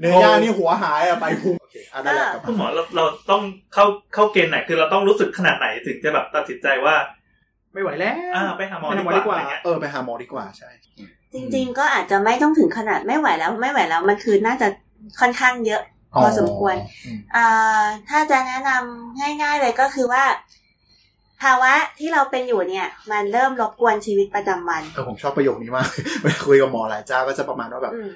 [SPEAKER 6] เนื้อย่างนี่หัวหายอะไปพุงโอเคอ่ะได้แหละกลับ
[SPEAKER 7] คุณหม
[SPEAKER 6] มา
[SPEAKER 7] อเราเราต้องเข้าเข้าเกณฑ์ไหนคือเราต้องรู้สึกขนาดไหนถึงจะแบบตัดสินใจว่า
[SPEAKER 4] ไม่ไหวแล้ว
[SPEAKER 7] อ่าไปหาหมอ
[SPEAKER 4] ไปหาหมอ
[SPEAKER 7] ดีกว่า
[SPEAKER 4] ดี
[SPEAKER 7] อะ
[SPEAKER 4] กว่า
[SPEAKER 7] ไรเงี้ย
[SPEAKER 6] เออไปหาหมอดีกว่าใช่
[SPEAKER 8] จริง ๆ ก็อาจจะไม่ต้องถึงขนาดไม่ไหวแล้วไม่ไหวแล้วมันคือน่าจะค่อนข้างเยอะ พอสมควร อ่าถ้าจะแนะนำง่าย ๆ เลยก็คือว่า ภาวะที่เราเป็นอยู่เนี่ย มันเริ่มรบกวนชีวิตประจำวัน
[SPEAKER 6] เออผมชอบประโยคนี้มาก [LAUGHS] เวลาคุยกับหมอหลายเจ้าก็จะประมาณว่าแบบ
[SPEAKER 8] อืม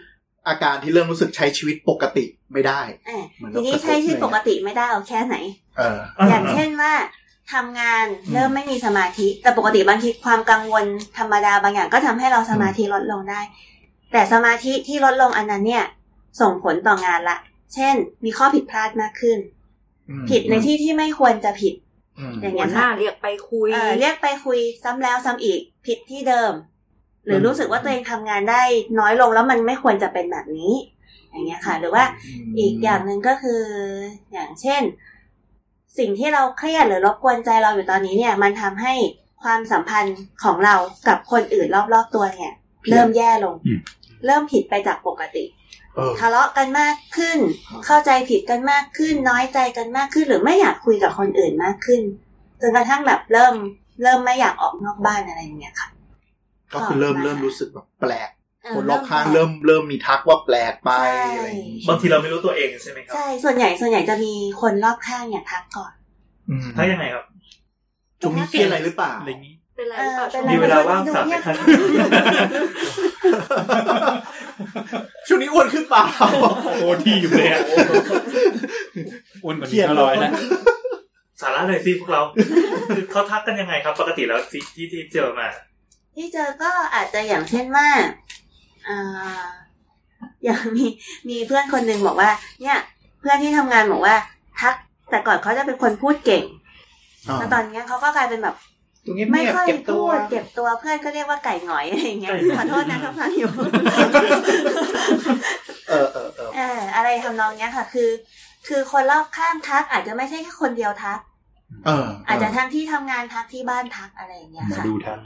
[SPEAKER 6] อาการที่เริ่มรู้สึกใช้ชีวิตปกติไม่ได้
[SPEAKER 8] อ่า
[SPEAKER 6] เหมือน
[SPEAKER 8] ทีนี้
[SPEAKER 6] เรากระทบ
[SPEAKER 8] ใช้ชีวิตปกติไม่ได้เอาแค่ไหน
[SPEAKER 6] เออ
[SPEAKER 8] อย่างเช่นว่าทำงานเริ่มไม่มีสมาธิ แต่ปกติบางทีความกังวลธรรมดาบางอย่างก็ทำให้เราสมาธิลดลงได้ แต่สมาธิที่ลดลงอันนั้นเนี่ย ส่งผลต่องานละ เช่น มีข้อผิดพลาดมากขึ้น
[SPEAKER 6] อืม
[SPEAKER 8] ผิดในที่ที่ไม่ควรจะผิด
[SPEAKER 6] อืม
[SPEAKER 8] อย่าง
[SPEAKER 2] หั
[SPEAKER 8] เงี้
[SPEAKER 2] วย หน้า
[SPEAKER 8] ค่ะ
[SPEAKER 2] เรียกไปคุย
[SPEAKER 8] เอ่อเรียกไปคุยซ้ำแล้วซ้ำอีกผิดที่เดิม หรือรู้สึกว่าตัวเองทำงานได้น้อยลงแล้วมันไม่ควรจะเป็นแบบนี้ อย่างเงี้ยค่ะ หรือว่า อีกอย่างหนึ่งก็คืออย่างเช่น สิ่งที่เราเครียดหรือรบกวนใจเราอยู่ตอนนี้เนี่ย มันทำให้ความสัมพันธ์ของเรากับคนอื่นรอบๆตัวเนี่ย เริ่มแย่ลง
[SPEAKER 5] อืม
[SPEAKER 8] เริ่มผิดไปจากปกติ
[SPEAKER 6] เออ
[SPEAKER 8] ทะเลาะกันมากขึ้น เข้าใจผิดกันมากขึ้น น้อยใจกันมากขึ้น หรือไม่อยากคุยกับคนอื่นมากขึ้นจนกระทั่งแบบเริ่ม เริ่มไม่อยากออกนอกบ้านอะไรอย่างเงี้ยค่ะ
[SPEAKER 6] ก็คือเริ่ม
[SPEAKER 8] ต่อมา
[SPEAKER 6] เริ่มรู้สึกแบบแปลก คนรอบข้างเริ่มเริ่มมีทักว่าแปลกไปอะไรอย่างงี้
[SPEAKER 7] บางทีเราไม่รู้ตัวเองใช่ไหมครับ
[SPEAKER 8] ใช่ส่วนใหญ่ส่วนใหญ่จะมีคนรอบข้างเนี่ยทักก่อน
[SPEAKER 7] ถ้ายังไงครับ
[SPEAKER 6] จุงนี้เป็นอะไรหรือเปล่า
[SPEAKER 5] อะไรอย่างนี้
[SPEAKER 2] เป็นไร
[SPEAKER 8] เอ
[SPEAKER 2] หรื
[SPEAKER 8] อเป็นไร
[SPEAKER 2] อเปล่าช่วง
[SPEAKER 7] มีเวลาว่างสามสิบครั้ง
[SPEAKER 6] [LAUGHS] ช่วงนี้อ้วนขึ้นเปล่า
[SPEAKER 5] โอ้ที่อยู่เลยอะอ้วนกว่านี้ก็ร้อยนะ
[SPEAKER 7] สาระเลยสิพวกเรา [LAUGHS] คือเขาทักกันยังไงครับ ปกติแล้วที่ที่ที่เจอมา
[SPEAKER 8] ที่เจอก็อาจจะอย่างเช่นว่าอ่าอย่าง [LAUGHS] มีมีเพื่อนคนหนึ่งบอกว่า เนี่ย เพื่อนที่ทำงานบอกว่า ทัก แต่ก่อนเขาจะเป็นคนพูดเก่งแล้วตอนเนี้ยเขาก็กลายเป็นแบบ
[SPEAKER 4] ตรงนี้
[SPEAKER 8] ไม่ค่อย
[SPEAKER 4] เก็บตั
[SPEAKER 8] พู
[SPEAKER 4] ว
[SPEAKER 8] ดเก็บตัวเพื่อนก็เรียกว่าไก่หงอยอะไรอย่างเงี้ย
[SPEAKER 7] ไก่หงอย
[SPEAKER 8] ขอโทษนะทุกท่านอยู่
[SPEAKER 6] เออเออเออ
[SPEAKER 8] เอออะไรทำนองเนี้ยค่ะ คือ คือคนรอบข้างทัก อาจจะไม่ใช่แค่คนเดียวทัก
[SPEAKER 6] เออ
[SPEAKER 8] อาจจะทั้งที่ทำงานทักที่บ้านทักอะไรอย่างเงี้ย
[SPEAKER 5] หมา
[SPEAKER 8] ค่ะ
[SPEAKER 5] ดูทัน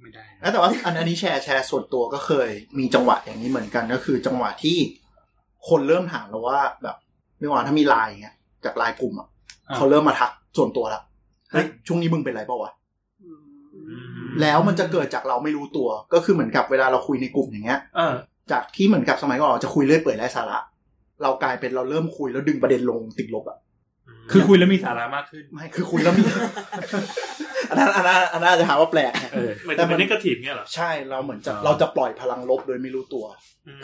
[SPEAKER 5] ไม่ได้นะ
[SPEAKER 6] แล้วแต่ว่าอันอันนี้แชร์แชร์ส่วนตัวก็เคย มีจังหวะอย่างนี้เหมือนกันก็คือ จังหวะที่ คนเริ่มถามเราว่าแบบไม่ว่าถ้ามีไลน์อย่างเงี้ยจากไลน์กลุ่มอ่ะเขาเริ่มมาทักส่วนตัวละเฮ้ยช่วงนี้มึงเป็นไรเปล่าวะ แล้วมันจะเกิดจากเราไม่รู้ตัว ก็คือเหมือนกับเวลาเราคุยในกลุ่มอย่างเงี้ย
[SPEAKER 4] เออ
[SPEAKER 6] จากที่เหมือนกับสมัยก่อนเราจะคุยเรื่อยเปื่อยไร้สาระ เรากลายเป็นเราเริ่มคุยแล้วดึงประเด็นลงติดลบอะ
[SPEAKER 5] คือคุยแล้วมีสาระมากขึ้น
[SPEAKER 6] ไม่คือคุยแล้วมี [LAUGHS] อันนั้นอันนั้นอันนั้นอาจจะหาว่าแปลกไง
[SPEAKER 5] เออ
[SPEAKER 7] เหมือน
[SPEAKER 6] แต่
[SPEAKER 7] จะเป็
[SPEAKER 6] มั
[SPEAKER 7] น นนิกทีฟเนี่ยเหรอ
[SPEAKER 6] ใช่เราเหมือนจะ
[SPEAKER 5] อ๋อ
[SPEAKER 6] เราจะปล่อยพลังลบโดยไม่รู้ตัว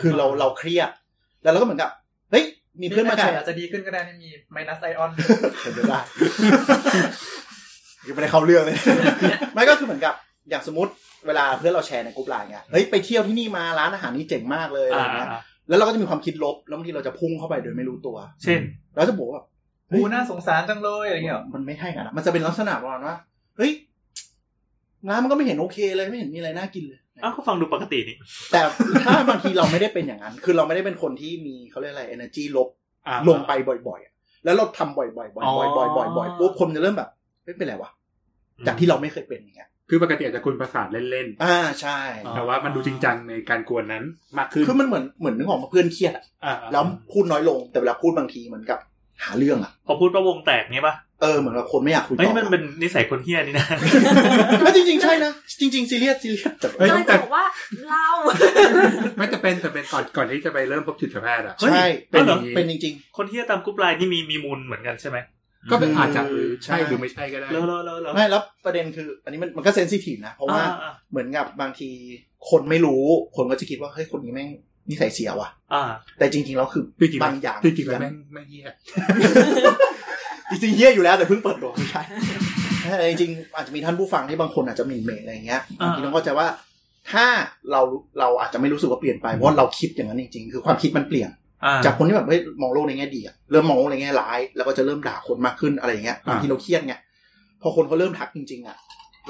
[SPEAKER 6] คือเราเราเครียด แล้วเราก็เหมือนกับเฮ้ยมี
[SPEAKER 4] มี
[SPEAKER 6] เพื่
[SPEAKER 4] เพื่
[SPEAKER 6] อ
[SPEAKER 4] อน
[SPEAKER 6] มา
[SPEAKER 4] นมา
[SPEAKER 6] แช
[SPEAKER 4] แช
[SPEAKER 6] ร์
[SPEAKER 4] อาจจะดีขึ้นก็ได้ไม่มีไมนัสไอออน
[SPEAKER 6] เป็นไปได้ [LAUGHS] ยังไม่ได้เข้าเรื่องเลย ไม่ก็คือเหมือนกับ อย่างสมมติเวลาเพื่อนเราแชร์ในกลุ่มไลน์ไงเฮ้ยไปเที่ยวที่นี่มาร้านอาหารนี้เจ๋งมากเลยอะไรเงี้ยแล้วเราก็จะมีความคิดลบแล้วบางทีเราจะพุ่งเข้าไปโดยไม่รู้ตัว
[SPEAKER 7] เช่น
[SPEAKER 6] เราจะบอกว่า เฮ้ย
[SPEAKER 4] กูน่าสงสารจังเลยอะไรเงี้ยเหรอ
[SPEAKER 6] มันไม่ใช่กันนะมันจะเป็นลักษณะประมาณว่า เฮ้ยร้านมันก็ไม่เห็นโอเคเลยไม่เห็นมีอะไรน่ากินเลย
[SPEAKER 7] อ้าวก็ฟังดูปกตินี่
[SPEAKER 6] แต่ถ้าบางทีเราไม่ได้เป็นอย่างนั้น คือเราไม่ได้เป็นคนที่มีเขาเรียกอะไร energy ลบ
[SPEAKER 5] อ่ะ
[SPEAKER 6] ลงไปบ่อยๆอ่ะแล้วเราทำบ่อยๆบ่อย
[SPEAKER 5] อ๋อ
[SPEAKER 6] ๆบ่อยๆบ่อยๆปุ๊บคนจะเริ่มแบบเฮ้ยเป็นไรวะ จากที่เราไม่เคยเป็นอย่างเงี้ย
[SPEAKER 5] คือปกติอาจจะกวนประสาทเล่น
[SPEAKER 6] อ่าใช่
[SPEAKER 5] ๆ แต่ว่ามันดูจริงจังในการกวนนั้นมากขึ้น
[SPEAKER 6] คือมันเหมือนเหมือนนึกออกมาเพื่อนเครียดอะ
[SPEAKER 5] อ่ะ
[SPEAKER 6] แล้วพูดน้อยลง แต่เวลาพูดบางทีเหมือนกับ หาเรื่องอ่ะ
[SPEAKER 7] พอพูดว่าวงแตกเนี้ยป่ะ
[SPEAKER 6] เออเหมือนกับคนไม่อยากคุยต่
[SPEAKER 7] เฮ้ย
[SPEAKER 6] อ
[SPEAKER 7] มันเป็นนิสัยคนเฮี้ยนี่นะ [LAUGHS]
[SPEAKER 6] เอ้ยจริงๆใช่นะจริงๆซีเรียสซีเรียสแต่
[SPEAKER 5] เฮ้ย
[SPEAKER 2] กำลังจะ
[SPEAKER 5] แต่
[SPEAKER 2] บอกว่าเล่า
[SPEAKER 5] ไม่แต่เป็นแต่เป็นก่อนก่อนที่จะไปเริ่มพบจิตแพทย์อ่ะ
[SPEAKER 6] ใช่
[SPEAKER 5] เป็
[SPEAKER 6] เป็น
[SPEAKER 5] นอย่
[SPEAKER 6] อา
[SPEAKER 5] ย่าง งนี้
[SPEAKER 6] เป็นจริง
[SPEAKER 7] คนเฮี้ยตามกรุ๊ปไลน์นี่มีมีมูลเหมือนกันใช่ไหม
[SPEAKER 5] ก็เป็นอาจจะหรือ
[SPEAKER 6] ใช่
[SPEAKER 5] ใช่หรือไม่ใช่ก็ได้
[SPEAKER 7] แล้วแล้วแล้วแล้ว
[SPEAKER 6] ๆไม่แล้วประเด็นคือ อันนี้มันมันก็เซนซิทีฟนะ เพราะว่า
[SPEAKER 7] อ่า
[SPEAKER 6] เหมือนกับบางทีคนไม่รู้ คนก็จะคิดว่าเฮ้ยคนนี้แม่งนิสัยเสียว่ะ
[SPEAKER 7] อ่า
[SPEAKER 6] แต่จริงๆแล้วคือ
[SPEAKER 5] จริงๆ
[SPEAKER 6] บางอย่าง
[SPEAKER 5] จริงๆแล้วแม่งแม่งเหี้ย
[SPEAKER 6] [LAUGHS] จริงๆเฮี้ยอยู่แล้วแต่เพิ่งเปิดตัวไม่ใช่แต่จริงๆอาจจะมีท่านผู้ฟังที่บางคนอาจจะหมีเหม่อะไรอย่างเงี้ยบางทีต้องเข้าใจว่า ถ้าเราเราอาจจะไม่รู้สึกว่าเปลี่ยนไปเพราะเราคิดอย่างนั้นจริงๆคือความคิดมันเปลี่ยน
[SPEAKER 7] อ่า
[SPEAKER 6] จากคนที่แบบเฮ้ยมองโลกในแง่ดีอะเริ่มมองโลกในแง่ร้าย แล้วก็จะเริ่มด่าคนมากขึ้นอะไรอย่างเงี้ยบางทีเราเครียดไงพอคนเขาเริ่มทักจริง ๆอะ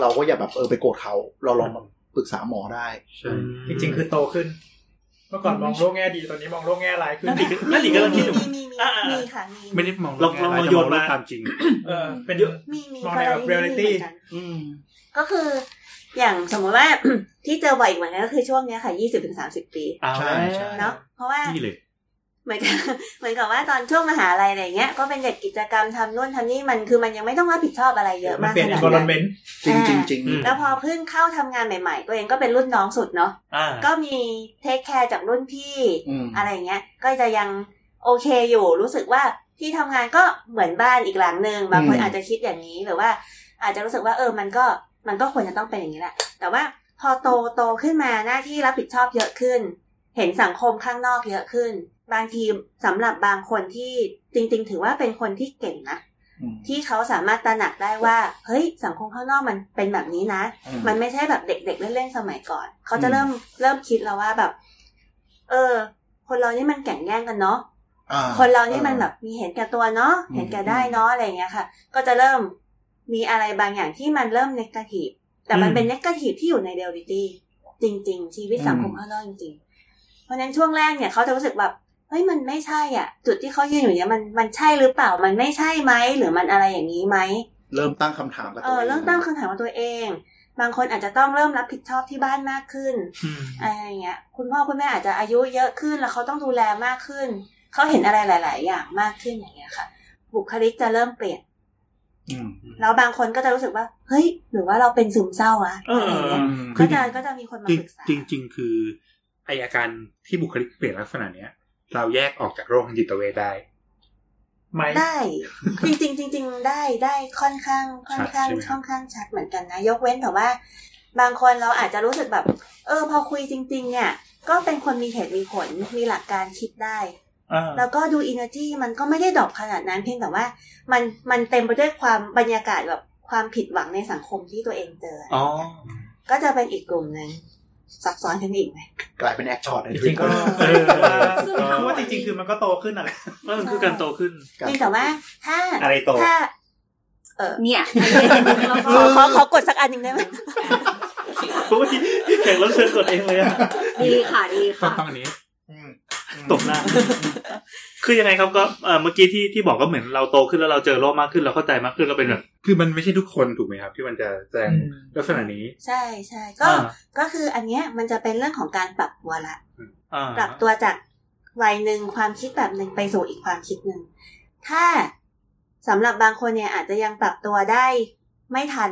[SPEAKER 6] เราก็อย่าแบบเออไปโกรธเขาเราลองมาปรึกษาหมอได้
[SPEAKER 5] ใช่
[SPEAKER 4] จริง ๆ คือโตขึ้น เมื่อก่อนมองโลกแง่ดีตอนนี้มองโลกแง่ร้ายขึ้น
[SPEAKER 7] นั่นดินั่นดิกำลังคิดอยู่
[SPEAKER 8] มีมีมี
[SPEAKER 7] อ่าอ่า
[SPEAKER 8] มีค่ะมี
[SPEAKER 5] ไม่ได้มอง
[SPEAKER 7] ลองลอง
[SPEAKER 5] แง่ร้
[SPEAKER 7] โยน
[SPEAKER 5] แต่มองโล
[SPEAKER 7] มา
[SPEAKER 5] กตามจริง
[SPEAKER 4] เออเป็น
[SPEAKER 8] มีมี
[SPEAKER 4] มองในแบบ
[SPEAKER 8] กรณีนี้
[SPEAKER 4] reality
[SPEAKER 8] เหมือนกันก็คือ อย่างสมมติว่า [COUGHS] ที่เจอบ่อยอีกเหมือนกันก็คือช่วงเนี้ยค่ะยี่สิบถึงสามสิบปี
[SPEAKER 7] เอา
[SPEAKER 6] ใช่ใช่
[SPEAKER 8] เนาะเพราะว่า
[SPEAKER 7] นี่เลย
[SPEAKER 8] เหมือนกับ [LAUGHS] เหมือนกับว่าตอนช่วงมหาลัยอะไรเงี้ยก็เป็นเด็กกิจกรรมทำนู่นทำนี่มันคือมันยังไม่ต้องรับผิดชอบอะไรเยอะ
[SPEAKER 4] มัน
[SPEAKER 8] มาก
[SPEAKER 4] เปลี่ย
[SPEAKER 8] ข
[SPEAKER 4] น
[SPEAKER 8] นาด
[SPEAKER 4] บอล
[SPEAKER 8] นั้น
[SPEAKER 4] เมนต์
[SPEAKER 6] จริงจริงจริง
[SPEAKER 7] อืม
[SPEAKER 8] แล้วพอเพิ่งเข้าทำงานใหม่ๆ ตัวเองก็เป็นรุ่นน้องสุดเนาะ
[SPEAKER 7] อ่า
[SPEAKER 8] ก็มีเทคแคร์จากรุ่นพี่
[SPEAKER 6] อืม
[SPEAKER 8] อะไรเงี้ยก็จะยังโอเคอยู่รู้สึกว่าที่ทำงานก็เหมือนบ้านอีกหลังหนึ่งบางคนอาจจะคิดอย่างนี้หรือว่า อาจจะรู้สึกว่าเออมันก็มันก็ควรจะต้องเป็นอย่างนี้แหละ แต่ว่าพอโตโตขึ้นมาหน้าที่รับผิดชอบเยอะขึ้น เห็นสังคมข้างนอกเยอะขึ้น บางทีสำหรับบางคนที่จริง ๆ ถือว่าเป็นคนที่เก่งนะ
[SPEAKER 6] อืม
[SPEAKER 8] ที่เขาสามารถตระหนักได้ว่า เฮ้ยสังคมข้างนอกมันเป็นแบบนี้นะ มันไม่ใช่แบบเด็กๆเล่นๆสมัยก่อน เขาจะเริ่มเริ่มคิดแล้วว่าแบบ เออ คนเรานี่มันแข่งแย่งกันเนาะ
[SPEAKER 6] อ่า
[SPEAKER 8] คนเรานี่มันแบบมีเห็นแก่ตัวเนาะเห็นแก่ได้เนาะอะไรอย่างเงี้ยค่ะ ก็จะเริ่มมีอะไรบางอย่างที่มันเริ่มเนกาทีฟแต่มันเป็นเนกาทีฟที่อยู่ในเรียลิตี้จริง ๆ ชีวิตสังคมข้างนอกจริงๆ เพราะฉะนั้นช่วงแรกเนี่ยเขาจะรู้สึกแบบเฮ้ยมันไม่ใช่อ่ะ จุดที่เขายืนอยู่เนี่ยมันมันใช่หรือเปล่ามันไม่ใช่ไหมหรือมันอะไรอย่างนี้ไหม
[SPEAKER 6] เริ่มตั้งคำถามกับ
[SPEAKER 8] เอ
[SPEAKER 6] ตัว
[SPEAKER 8] อ
[SPEAKER 6] เอง
[SPEAKER 8] เริ่มตั้งคำถามกับตัวเอง บางคนอาจจะต้องเริ่มรับผิดชอบที่บ้านมากขึ้นอะไรอย่างเงี้ย คุณพ่อคุณแม่อาจจะอายุเยอะขึ้นแล้วเขาต้องดูแลมากขึ้น เขาเห็นอะไรหลาย ๆ อย่างมากขึ้นอย่างเงี้ยค่ะ บุคลิกจะเริ่มเปลี่ยน
[SPEAKER 6] อืม
[SPEAKER 8] แล้วบางคนก็จะรู้สึกว่า เฮ้ย หรือว่าเราเป็นซึมเศร้าอะ
[SPEAKER 7] เอ
[SPEAKER 8] อะไร
[SPEAKER 7] อ
[SPEAKER 8] อย่างเงี้ย
[SPEAKER 5] คื
[SPEAKER 8] ก็
[SPEAKER 5] อ
[SPEAKER 8] จะก็จะมีคนมา
[SPEAKER 5] จริง
[SPEAKER 8] ปรึกษา
[SPEAKER 5] จริงจริงคือไออาการที่บุคลิกเปลี่ยนลักษณะเนี้ย เราแยกออกจากโรคทางจิตเวชได้
[SPEAKER 4] ไหม
[SPEAKER 8] ได้ จริงๆจริงจได้ได้ค่อนข้างค่อนข้าง
[SPEAKER 5] ชัดใช่ไหม
[SPEAKER 8] ค่อนข้างชัดเหมือนกันนะ ยกเว้นแต่ว่า บางคนเราอาจจะรู้สึกแบบ เออ พอคุยจริง ๆ เนี่ย ก็เป็นคนมีเหตุมีผลมีหลักการคิดได้
[SPEAKER 4] อ่า
[SPEAKER 8] แล้วก็ดูอินเนอร์จีมันก็ไม่ได้ดรอปขนาดนั้นเพียงแต่ว่ามันมันเต็มไปด้วยความบรรยากาศแบบความผิดหวังในสังคมที่ตัวเองเจออ
[SPEAKER 1] อ๋อ
[SPEAKER 8] ก็จะเป็นอีกกลุ่มหนึ่งซับซ้อนขึ้นไปอีกไหม
[SPEAKER 6] กลายเป็นแอคช็อตใน
[SPEAKER 4] จ
[SPEAKER 6] ทวิ
[SPEAKER 4] ริ
[SPEAKER 6] ต
[SPEAKER 4] ง
[SPEAKER 6] เต
[SPEAKER 4] ๆก็
[SPEAKER 6] อร์
[SPEAKER 4] เออว่าว่าจริงๆ คือมันก็โตขึ้นอะไร
[SPEAKER 7] เออมันคือการโตขึ้น
[SPEAKER 8] เพียงแต่ว่าถ้า
[SPEAKER 1] อะไรโต
[SPEAKER 8] ถ้า
[SPEAKER 2] เนี่ย
[SPEAKER 8] [LAUGHS] ข
[SPEAKER 2] แล้วก็
[SPEAKER 8] อขอขอกดสักอันหนึ่งได้ไหม
[SPEAKER 7] ผมว่าที่แขกรับเชิญกดเองเลยอะ
[SPEAKER 2] [LAUGHS] ดีค่ะดี
[SPEAKER 5] ต้อ
[SPEAKER 2] ค่ะ
[SPEAKER 5] งต้องอันนี้
[SPEAKER 6] อืม
[SPEAKER 7] ตบหน้า คือยังไงครับก็เอ่อเมื่อกี้ที่ที่บอกก็เหมือนเราโตขึ้นแล้วเราเจอโลกมากขึ้นเราเข้าใจมากขึ้นเราเป็นแบบ
[SPEAKER 5] คือมันไม่ใช่ทุกคนถูกไหมครับ ที่มันจะแสดงลักษณะนี้
[SPEAKER 8] ใช่ใช่ก็
[SPEAKER 7] อ่า
[SPEAKER 8] ก็คืออันเนี้ยมันจะเป็นเรื่องของการปรับตัวละ
[SPEAKER 7] อ่า
[SPEAKER 8] ปรับตัวจากวัยหนึ่งความคิดแบบหนึ่งไปสู่อีกความคิดหนึ่ง ถ้าสำหรับบางคนเนี่ยอาจจะยังปรับตัวได้ไม่ทัน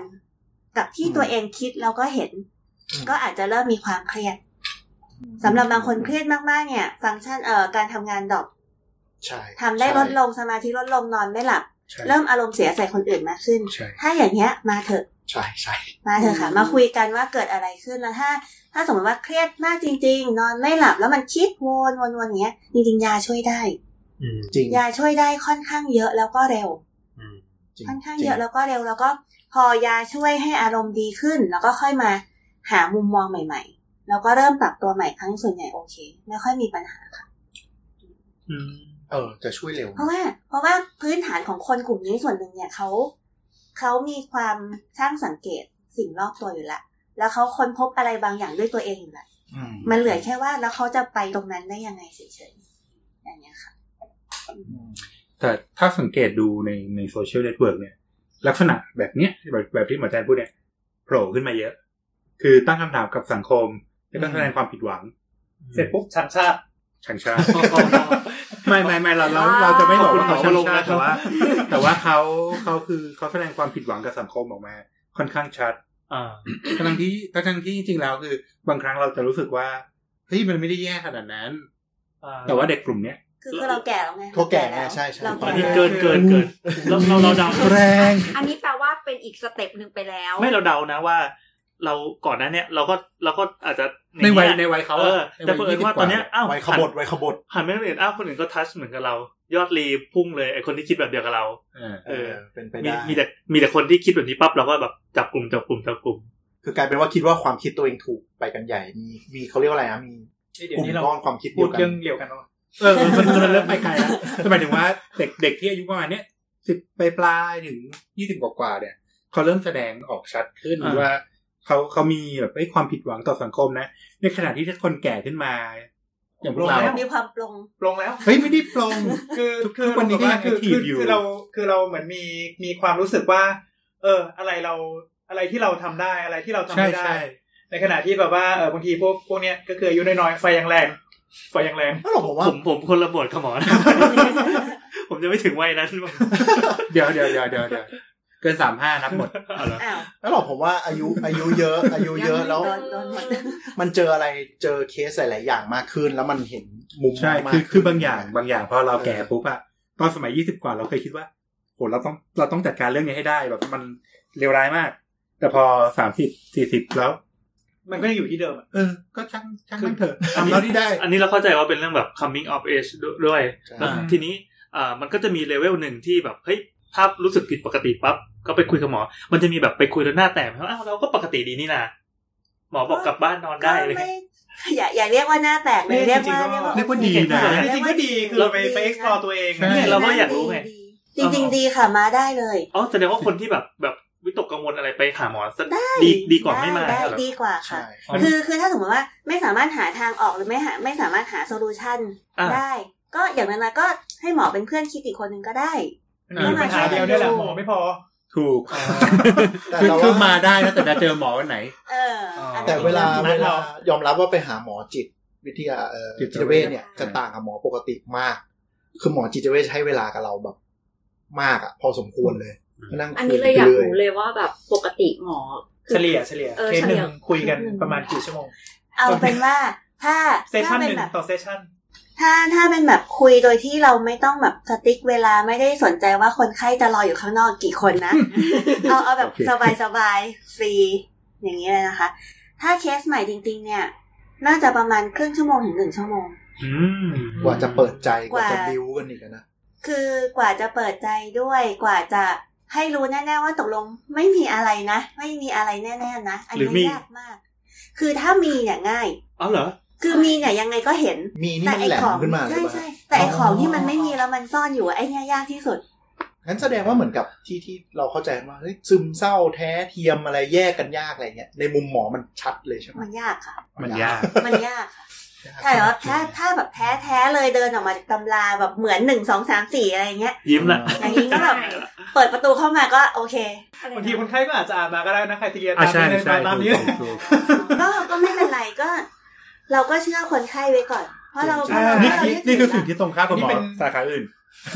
[SPEAKER 8] กับที่ตัวเองคิดแล้วก็เห็น ก็อาจจะเริ่มมีความเครียดสำหรับบางคนเครียดมากๆเนี่ย ฟังก์ชันเอ่อการทำงานดรอป
[SPEAKER 6] ใช่
[SPEAKER 8] ทำได้ลด
[SPEAKER 6] ใช่
[SPEAKER 8] ลงสมาธิลดลงนอนไม่หลับ
[SPEAKER 5] ใช่
[SPEAKER 8] เริ่มอารมณ์เสียใส่คนอื่นมากขึ้น
[SPEAKER 5] ใช่
[SPEAKER 8] ถ้าอย่างเงี้ยมาเถอะ
[SPEAKER 6] ใช่ใช่
[SPEAKER 8] มาเถอะค่ะ
[SPEAKER 2] อืม
[SPEAKER 8] มาคุยกันว่าเกิดอะไรขึ้นแล้วถ้า ถ้าสมมติว่าเครียดมากจริง ๆ นอนไม่หลับแล้วมันคิดวนวนวนอย่างเงี้ยจริงๆยาช่วยได้
[SPEAKER 6] จริง
[SPEAKER 8] ยาช่วยได้ค่อนข้างเยอะแล้วก็เร็ว
[SPEAKER 6] จริ
[SPEAKER 8] ค่อนข้าง
[SPEAKER 6] จริ
[SPEAKER 8] เยอะแล้วก็เร็วแล้วก็พอยาช่วยให้อารมณ์ดีขึ้น แล้วก็ค่อยมาหามุมมองใหม่ ๆ แล้วก็เริ่มปรับตัวใหม่ครั้งส่วนใหญ่โอเค ไม่ค่อยมีปัญหา
[SPEAKER 7] อืม
[SPEAKER 6] เออ จะช่วยเร็ว
[SPEAKER 8] เพราะว่า เพราะว่าพื้นฐานของคนกลุ่มนี้ส่วนหนึ่งเนี่ยเขาเขามีความช่างสังเกตสิ่งรอบตัวอยู่ละ แล้วเขาค้นพบอะไรบางอย่างด้วยตัวเองอยู่ละ
[SPEAKER 6] อืม
[SPEAKER 8] มันเหลือแค่ว่าแล้วเขาจะไปตรงนั้นได้ยังไงเฉยๆอย่างเงี้ยค่ะ
[SPEAKER 5] แต่ถ้าสังเกตดูในในโซเชียลเน็ตเวิร์กเนี่ย ลักษณะแบบเนี้ยแบบแบบที่หมอแจนพูดเนี่ยโผล่ขึ้นมาเยอะ คือตั้งคำถามกับสังคม แล้วก็แสดงความผิดหวัง
[SPEAKER 4] เสร็จปุ๊บชันชาติ
[SPEAKER 5] ชังชาติ
[SPEAKER 7] [LAUGHS]
[SPEAKER 5] ไม่ไม่ไม่เราเราเราจะไม่บอกว่าเขาช่างชาติแต่ว่า แต่ว่าเขาเขาคือเขาแสดงความผิดหวังกับสังคมออกมา ค่อนข้างชัด
[SPEAKER 7] อ่า
[SPEAKER 5] ทั้งที่ทั้งที่จริงๆแล้วคือบางครั้งเราจะรู้สึกว่าเฮ้ยมันไม่ได้แย่ขนาดนั้น แต่ว่าเด็กกลุ่มเนี้ย
[SPEAKER 8] คือคือเราแก่แล้วไง
[SPEAKER 6] เขาแก่
[SPEAKER 8] ร
[SPEAKER 6] ไงใช่ใช่
[SPEAKER 8] เรา
[SPEAKER 6] ตอ
[SPEAKER 8] แก่
[SPEAKER 6] น
[SPEAKER 8] แล้ว
[SPEAKER 7] เกินเกินเกินเราเราเราเดา
[SPEAKER 5] แรง
[SPEAKER 2] อันนี้แปลว่าเป็นอีกสเต็ปหนึ่งไปแล้ว
[SPEAKER 7] ไม่เราเดานะว่า เราก่อนหนั้านเนี่ยเราก็เราก็อาจจะ
[SPEAKER 5] ในวัย
[SPEAKER 7] แห
[SPEAKER 5] ใน
[SPEAKER 7] ละ
[SPEAKER 5] วัยเขา
[SPEAKER 7] เออ
[SPEAKER 5] อะ
[SPEAKER 7] แต่เผอิญว่าตอนเนี้ยอ้าว
[SPEAKER 6] ไว้ขบดไว้ขบด
[SPEAKER 7] หันไปคนอื่นอ้าวคนอื่นก็ทัชเหมือนกับเรา ยอดรีพุ่งเลยไอคนที่คิดแบบเดียวกับเรา
[SPEAKER 5] เออ
[SPEAKER 7] เออ
[SPEAKER 6] เป็นไป
[SPEAKER 7] มี
[SPEAKER 6] ได้
[SPEAKER 7] มีแต่มีแต่คนที่คิดแบบนี้ปั๊บเราก็แบบจับกลุ่มจับกลุ่มจับกลุ่ม
[SPEAKER 6] คือกลายเป็นว่าคิดว่าความคิดตัวเองถูกไปกันใหญ่ มีมีเขาเรียกว่าอะไรนะมี
[SPEAKER 4] นี่เดี๋ย
[SPEAKER 6] กลุ่
[SPEAKER 4] ว
[SPEAKER 6] ม
[SPEAKER 4] นี้เรา
[SPEAKER 6] ก้อนความคิด
[SPEAKER 4] พู
[SPEAKER 6] เดีย
[SPEAKER 4] ด
[SPEAKER 6] วกัน
[SPEAKER 4] เรื่องเดียวกันแล้ว
[SPEAKER 5] เออมันมันเริ่มไปไกลแล้วแต่หมายถึงว่าเด็กเด็กที่อายุประมาณเนี้ยสิบปลายปลายๆถึงยี่สิบกว่าๆเนี่ยเขาเริ่มแสดงออกชัดขึ้น
[SPEAKER 7] อ่า
[SPEAKER 5] ว่าเขาเขามีแบบไอ้ยความผิดหวังต่อสังคมนะ ในขณะที่ถ้าคนแก่ขึ้นมา อย่างพวกเรา
[SPEAKER 8] มีความปรง
[SPEAKER 4] ลงแล้ว
[SPEAKER 5] เฮ้ยไม่ได้ปลง
[SPEAKER 4] คือ
[SPEAKER 5] ทุก
[SPEAKER 4] คือ
[SPEAKER 5] ทุกวันนี้ก็ยัง
[SPEAKER 4] คือ
[SPEAKER 5] active
[SPEAKER 4] คือ
[SPEAKER 5] อยู่
[SPEAKER 4] คือเราคือเราเหมือนมีมีความรู้สึกว่า เออ อะไรเราอะไรที่เราทำได้อะไรที่เราทำ
[SPEAKER 5] ใช่
[SPEAKER 4] ไม่ได้
[SPEAKER 5] ใช่
[SPEAKER 4] ในขณะที่แบบว่าเออบางทีพวกพวกเนี้ยก็คืออายุน้อยๆไฟยังแรงไฟยังแรง
[SPEAKER 6] แล้วเราผมว่า
[SPEAKER 7] ผมผมคนละบทขมอนะ ผมจะไม่ถึงวัยนั้น
[SPEAKER 5] เดี๋ยวเดี๋ยวเดี๋ยวเดี๋ยวเดี๋ยวเกินสามห้านับหมด
[SPEAKER 7] เอาละ
[SPEAKER 8] อ้าว
[SPEAKER 6] แล้วเราผมว่าอายุอายุเยอะ อายุเยอะแล้ว
[SPEAKER 8] โดนโดนหมด
[SPEAKER 6] มันเจออะไรเจอเคสหลาย ๆ อย่างมากขึ้น แล้วมันเห็นมุม
[SPEAKER 5] ใช่
[SPEAKER 6] มก
[SPEAKER 5] คือ
[SPEAKER 6] ขึ้น
[SPEAKER 5] คือบางอย่างบางอย่างพอเราแก่ปุ๊บอะตอนสมัยยี่สิบกว่าเราเคยคิดว่าโหเราต้องเราต้องจัดการเรื่องนี้ให้ได้แบบมันเลวร้ายมาก แต่พอสามสิบสี่สิบแล้ว
[SPEAKER 4] มันก็ยังอยู่ที่เดิมอะ
[SPEAKER 5] เออ ก็ช่างช่างมันเถอะทำเท่าที่ได้
[SPEAKER 7] อันนี้เราเข้าใจว่าเป็นเรื่องแบบ coming of age ด้วยด้วยแล้ว
[SPEAKER 5] อ่า
[SPEAKER 7] ทีนี้อ่ามันก็จะมีเลเวลหนึ่งที่แบบเฮ้ยถ้ารู้สึกผิดปกติปั๊บก็ไปคุยกับหมอ มันจะมีแบบไปคุยแล้วหน้าแตกไหมว่าอ้าวเราก็ปกติดีนี่นาหมอบอกกลับบ้านนอนได้เลย
[SPEAKER 8] ไม่ อย่าอย่าเรียกว่าหน้าแตกเลย
[SPEAKER 4] เรี
[SPEAKER 8] เรี
[SPEAKER 4] ย
[SPEAKER 8] ย
[SPEAKER 4] ก
[SPEAKER 8] ก
[SPEAKER 4] จริง
[SPEAKER 8] ว่า
[SPEAKER 4] ๆก็
[SPEAKER 8] เรียกว่า
[SPEAKER 5] เรียกว่าดีนะ
[SPEAKER 4] จริงๆก็ดีคือเราไปไป explore ตัวเอง
[SPEAKER 5] ใช่
[SPEAKER 7] เราก็อยากรู้ไง
[SPEAKER 8] ดีจริง ๆ ดีค่ะมาได้เลย
[SPEAKER 7] อ๋อแสดงว่าคนที่แบบแบบวิตกกังวลอะไรไปหาหมอสัก
[SPEAKER 8] ได้
[SPEAKER 7] ดีดีกว่าไม่มา
[SPEAKER 8] ด้
[SPEAKER 7] เหรอ
[SPEAKER 8] ดีกว่าค่ะ
[SPEAKER 6] ใช่
[SPEAKER 8] คือคือถ้าสมมติว่าไม่สามารถหาทางออกหรือไม่หาไม่สามารถหาโซลูชัน
[SPEAKER 7] อ่า
[SPEAKER 8] ได้ ก็อย่างนั้นนะก็ให้หมอเป็นเพื่อนคิดอีกคนหนึ่งก็ได้
[SPEAKER 4] มีปัญหาเดียวเนี่ยแหละหมอไม่พอ
[SPEAKER 5] ถูก
[SPEAKER 6] แต่
[SPEAKER 5] [LAUGHS] คือ
[SPEAKER 6] เรา
[SPEAKER 5] คือ
[SPEAKER 6] ว่า
[SPEAKER 5] มาได้นะแต่จะเจอหมอวันไหน
[SPEAKER 8] เอออะไร
[SPEAKER 6] แต่เวลา
[SPEAKER 4] นั
[SPEAKER 6] เว
[SPEAKER 4] ดเรา
[SPEAKER 6] ลายอมรับว่าไปหาหมอจิตวิทยาเอ่อ
[SPEAKER 5] จิ
[SPEAKER 6] จิ
[SPEAKER 5] ต
[SPEAKER 6] ต
[SPEAKER 5] เว
[SPEAKER 6] เว
[SPEAKER 5] ช
[SPEAKER 6] ชเนี่ยจะต่างกับหมอปกติมาก คือหมอจิตเวชให้เวลากับเราแบบ มากอะพอสมควรเลยมานั่ง
[SPEAKER 2] อันนี้เลย
[SPEAKER 6] คุ
[SPEAKER 2] อยาก
[SPEAKER 6] ไป
[SPEAKER 2] รู้เลยว่าแบบปกติหมอคือ
[SPEAKER 4] เฉลี่ยเฉลี่ย
[SPEAKER 2] เออ
[SPEAKER 4] เคสห
[SPEAKER 2] เฉ
[SPEAKER 4] นึ่ง
[SPEAKER 2] ลี่ย
[SPEAKER 4] คุยกันประมาณกี่ชั่วโมง
[SPEAKER 8] เอาเป็นว่าถ้า
[SPEAKER 4] เซส
[SPEAKER 8] ถ้า
[SPEAKER 4] ชั่น
[SPEAKER 8] เป็น
[SPEAKER 4] หนึ่ง
[SPEAKER 8] แบบ
[SPEAKER 4] ต่อเซสชั่น
[SPEAKER 8] ถ้าถ้าเป็นแบบคุยโดยที่เราไม่ต้องแบบสติ๊กเวลาไม่ได้สนใจว่าคนไข้จะรออยู่ข้างนอกกี่คนนะ
[SPEAKER 7] [LAUGHS]
[SPEAKER 8] เอาเอาแบบ
[SPEAKER 5] โอเค
[SPEAKER 8] สบายสบายฟรีอย่างนี้เลยนะคะ ถ้าเคสใหม่จริง ๆ เนี่ย น่าจะประมาณครึ่งชั่วโมงถึงหนึ่งชั่วโมง
[SPEAKER 7] อืม
[SPEAKER 6] กว่าจะเปิดใจกว่าจะ
[SPEAKER 8] กว่า
[SPEAKER 6] ดิวกันอีกอะนะ
[SPEAKER 8] คือกว่าจะเปิดใจด้วยกว่าจะให้รู้แน่ๆว่าตกลงไม่มีอะไรนะ ไม่มีอะไรแน่ๆนะ อัน
[SPEAKER 7] หรือมี
[SPEAKER 8] นี้ยากมาก คือถ้ามีเนี่ยง่าย
[SPEAKER 7] อ๋อเหรอ
[SPEAKER 8] คือมีเนี่ยยังไงก็เห็น
[SPEAKER 6] มีนี่
[SPEAKER 8] แต่
[SPEAKER 6] มัน
[SPEAKER 8] ไอ้
[SPEAKER 6] แหลม
[SPEAKER 8] ของ
[SPEAKER 6] ขึ้นมาเล
[SPEAKER 8] ใช่
[SPEAKER 6] ยป่ะ
[SPEAKER 8] ใช่แต่ไอ้ของที่มันไม่มีแล้วมันซ่อนอยู่ไอ้เนี่ยยากที่สุด
[SPEAKER 6] งั้นแสดงว่าเหมือนกับที่ที่เราเข้าใจกันว่าเฮ้ยซึมเศร้าแท้เทียมอะไรแยกกันยากอะไรเงี้ยในมุมหมอมันชัดเลยใช่ไหม
[SPEAKER 8] มันยาก
[SPEAKER 6] [LAUGHS]
[SPEAKER 8] ค่ะ
[SPEAKER 5] มันยาก
[SPEAKER 8] มันยากค่ะใช่ว่าถ้าถ้าแบบแท้แท้ๆเลยเดินออกมาจากตำราแบบเหมือนหนึ่งสองสามสี่อะไรเงี้ย
[SPEAKER 7] ยิ้มละ
[SPEAKER 8] อย่างนี้ก็แบบเปิดประตูเข้ามาก็โอเค
[SPEAKER 4] บางทีคนไข้ก็อาจจะอ่านมาก็ได้นะใครที่เรียน
[SPEAKER 5] อ่ะ
[SPEAKER 4] ตาม
[SPEAKER 5] ใช่
[SPEAKER 4] นี้เลย
[SPEAKER 5] ใช่
[SPEAKER 4] ตาม
[SPEAKER 5] ถู
[SPEAKER 4] นี้
[SPEAKER 5] ก
[SPEAKER 4] เลย
[SPEAKER 5] ถูกถูก
[SPEAKER 8] ก็ก็ไม่เป็นไรก็ เราก็เชื่อคนไข้ไว้ก่อน เพราะเราเพราะเรา
[SPEAKER 5] นี่
[SPEAKER 8] เรา
[SPEAKER 5] นี่
[SPEAKER 8] ยึด
[SPEAKER 5] นี่คือ
[SPEAKER 8] ถื
[SPEAKER 5] สิ่งที่ตรงข้ามกับหมอ
[SPEAKER 4] นี่เป็น
[SPEAKER 5] สาขาอื่น
[SPEAKER 2] จริ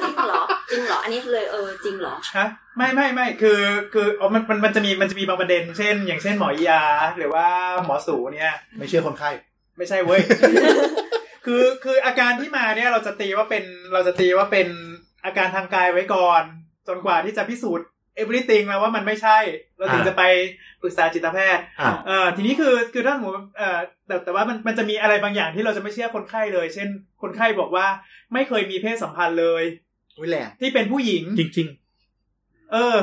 [SPEAKER 2] งเหรอจริงเหรออันนี้เลยเออจริงเหรอ
[SPEAKER 4] ฮะไม่ไม่ไม่คือคืออ๋อมันมันมันจะมีมันจะมีบางประเด็น เช่น อย่างเช่นหมอยา หรือว่าหมอสูเนี่ย
[SPEAKER 6] ไม่เชื่อคนไข้
[SPEAKER 4] ไม่ใช่เว้ย [LAUGHS] คือคืออาการที่มาเนี่ยเราจะตีว่าเป็นเราจะตีว่าเป็นอาการทางกายไว้ก่อน จนกว่าที่จะพิสูจน์ everything แล้วว่ามันไม่ใช่ เราถึง
[SPEAKER 5] อ่า
[SPEAKER 4] จะไปปรึกษาจิตแพทย์
[SPEAKER 5] อ่ะ
[SPEAKER 4] เอ่อทีนี้คือคือถ้าสมมติเอ่อแต่แต่ว่ามันมันจะมีอะไรบางอย่างที่เราจะไม่เชื่อคนไข้เลย เช่น คนไข้บอกว่าไม่เคยมีเพศสัมพันธ์เลย
[SPEAKER 6] วิแรง
[SPEAKER 4] ที่เป็นผู้หญิง
[SPEAKER 5] จริง
[SPEAKER 4] เออ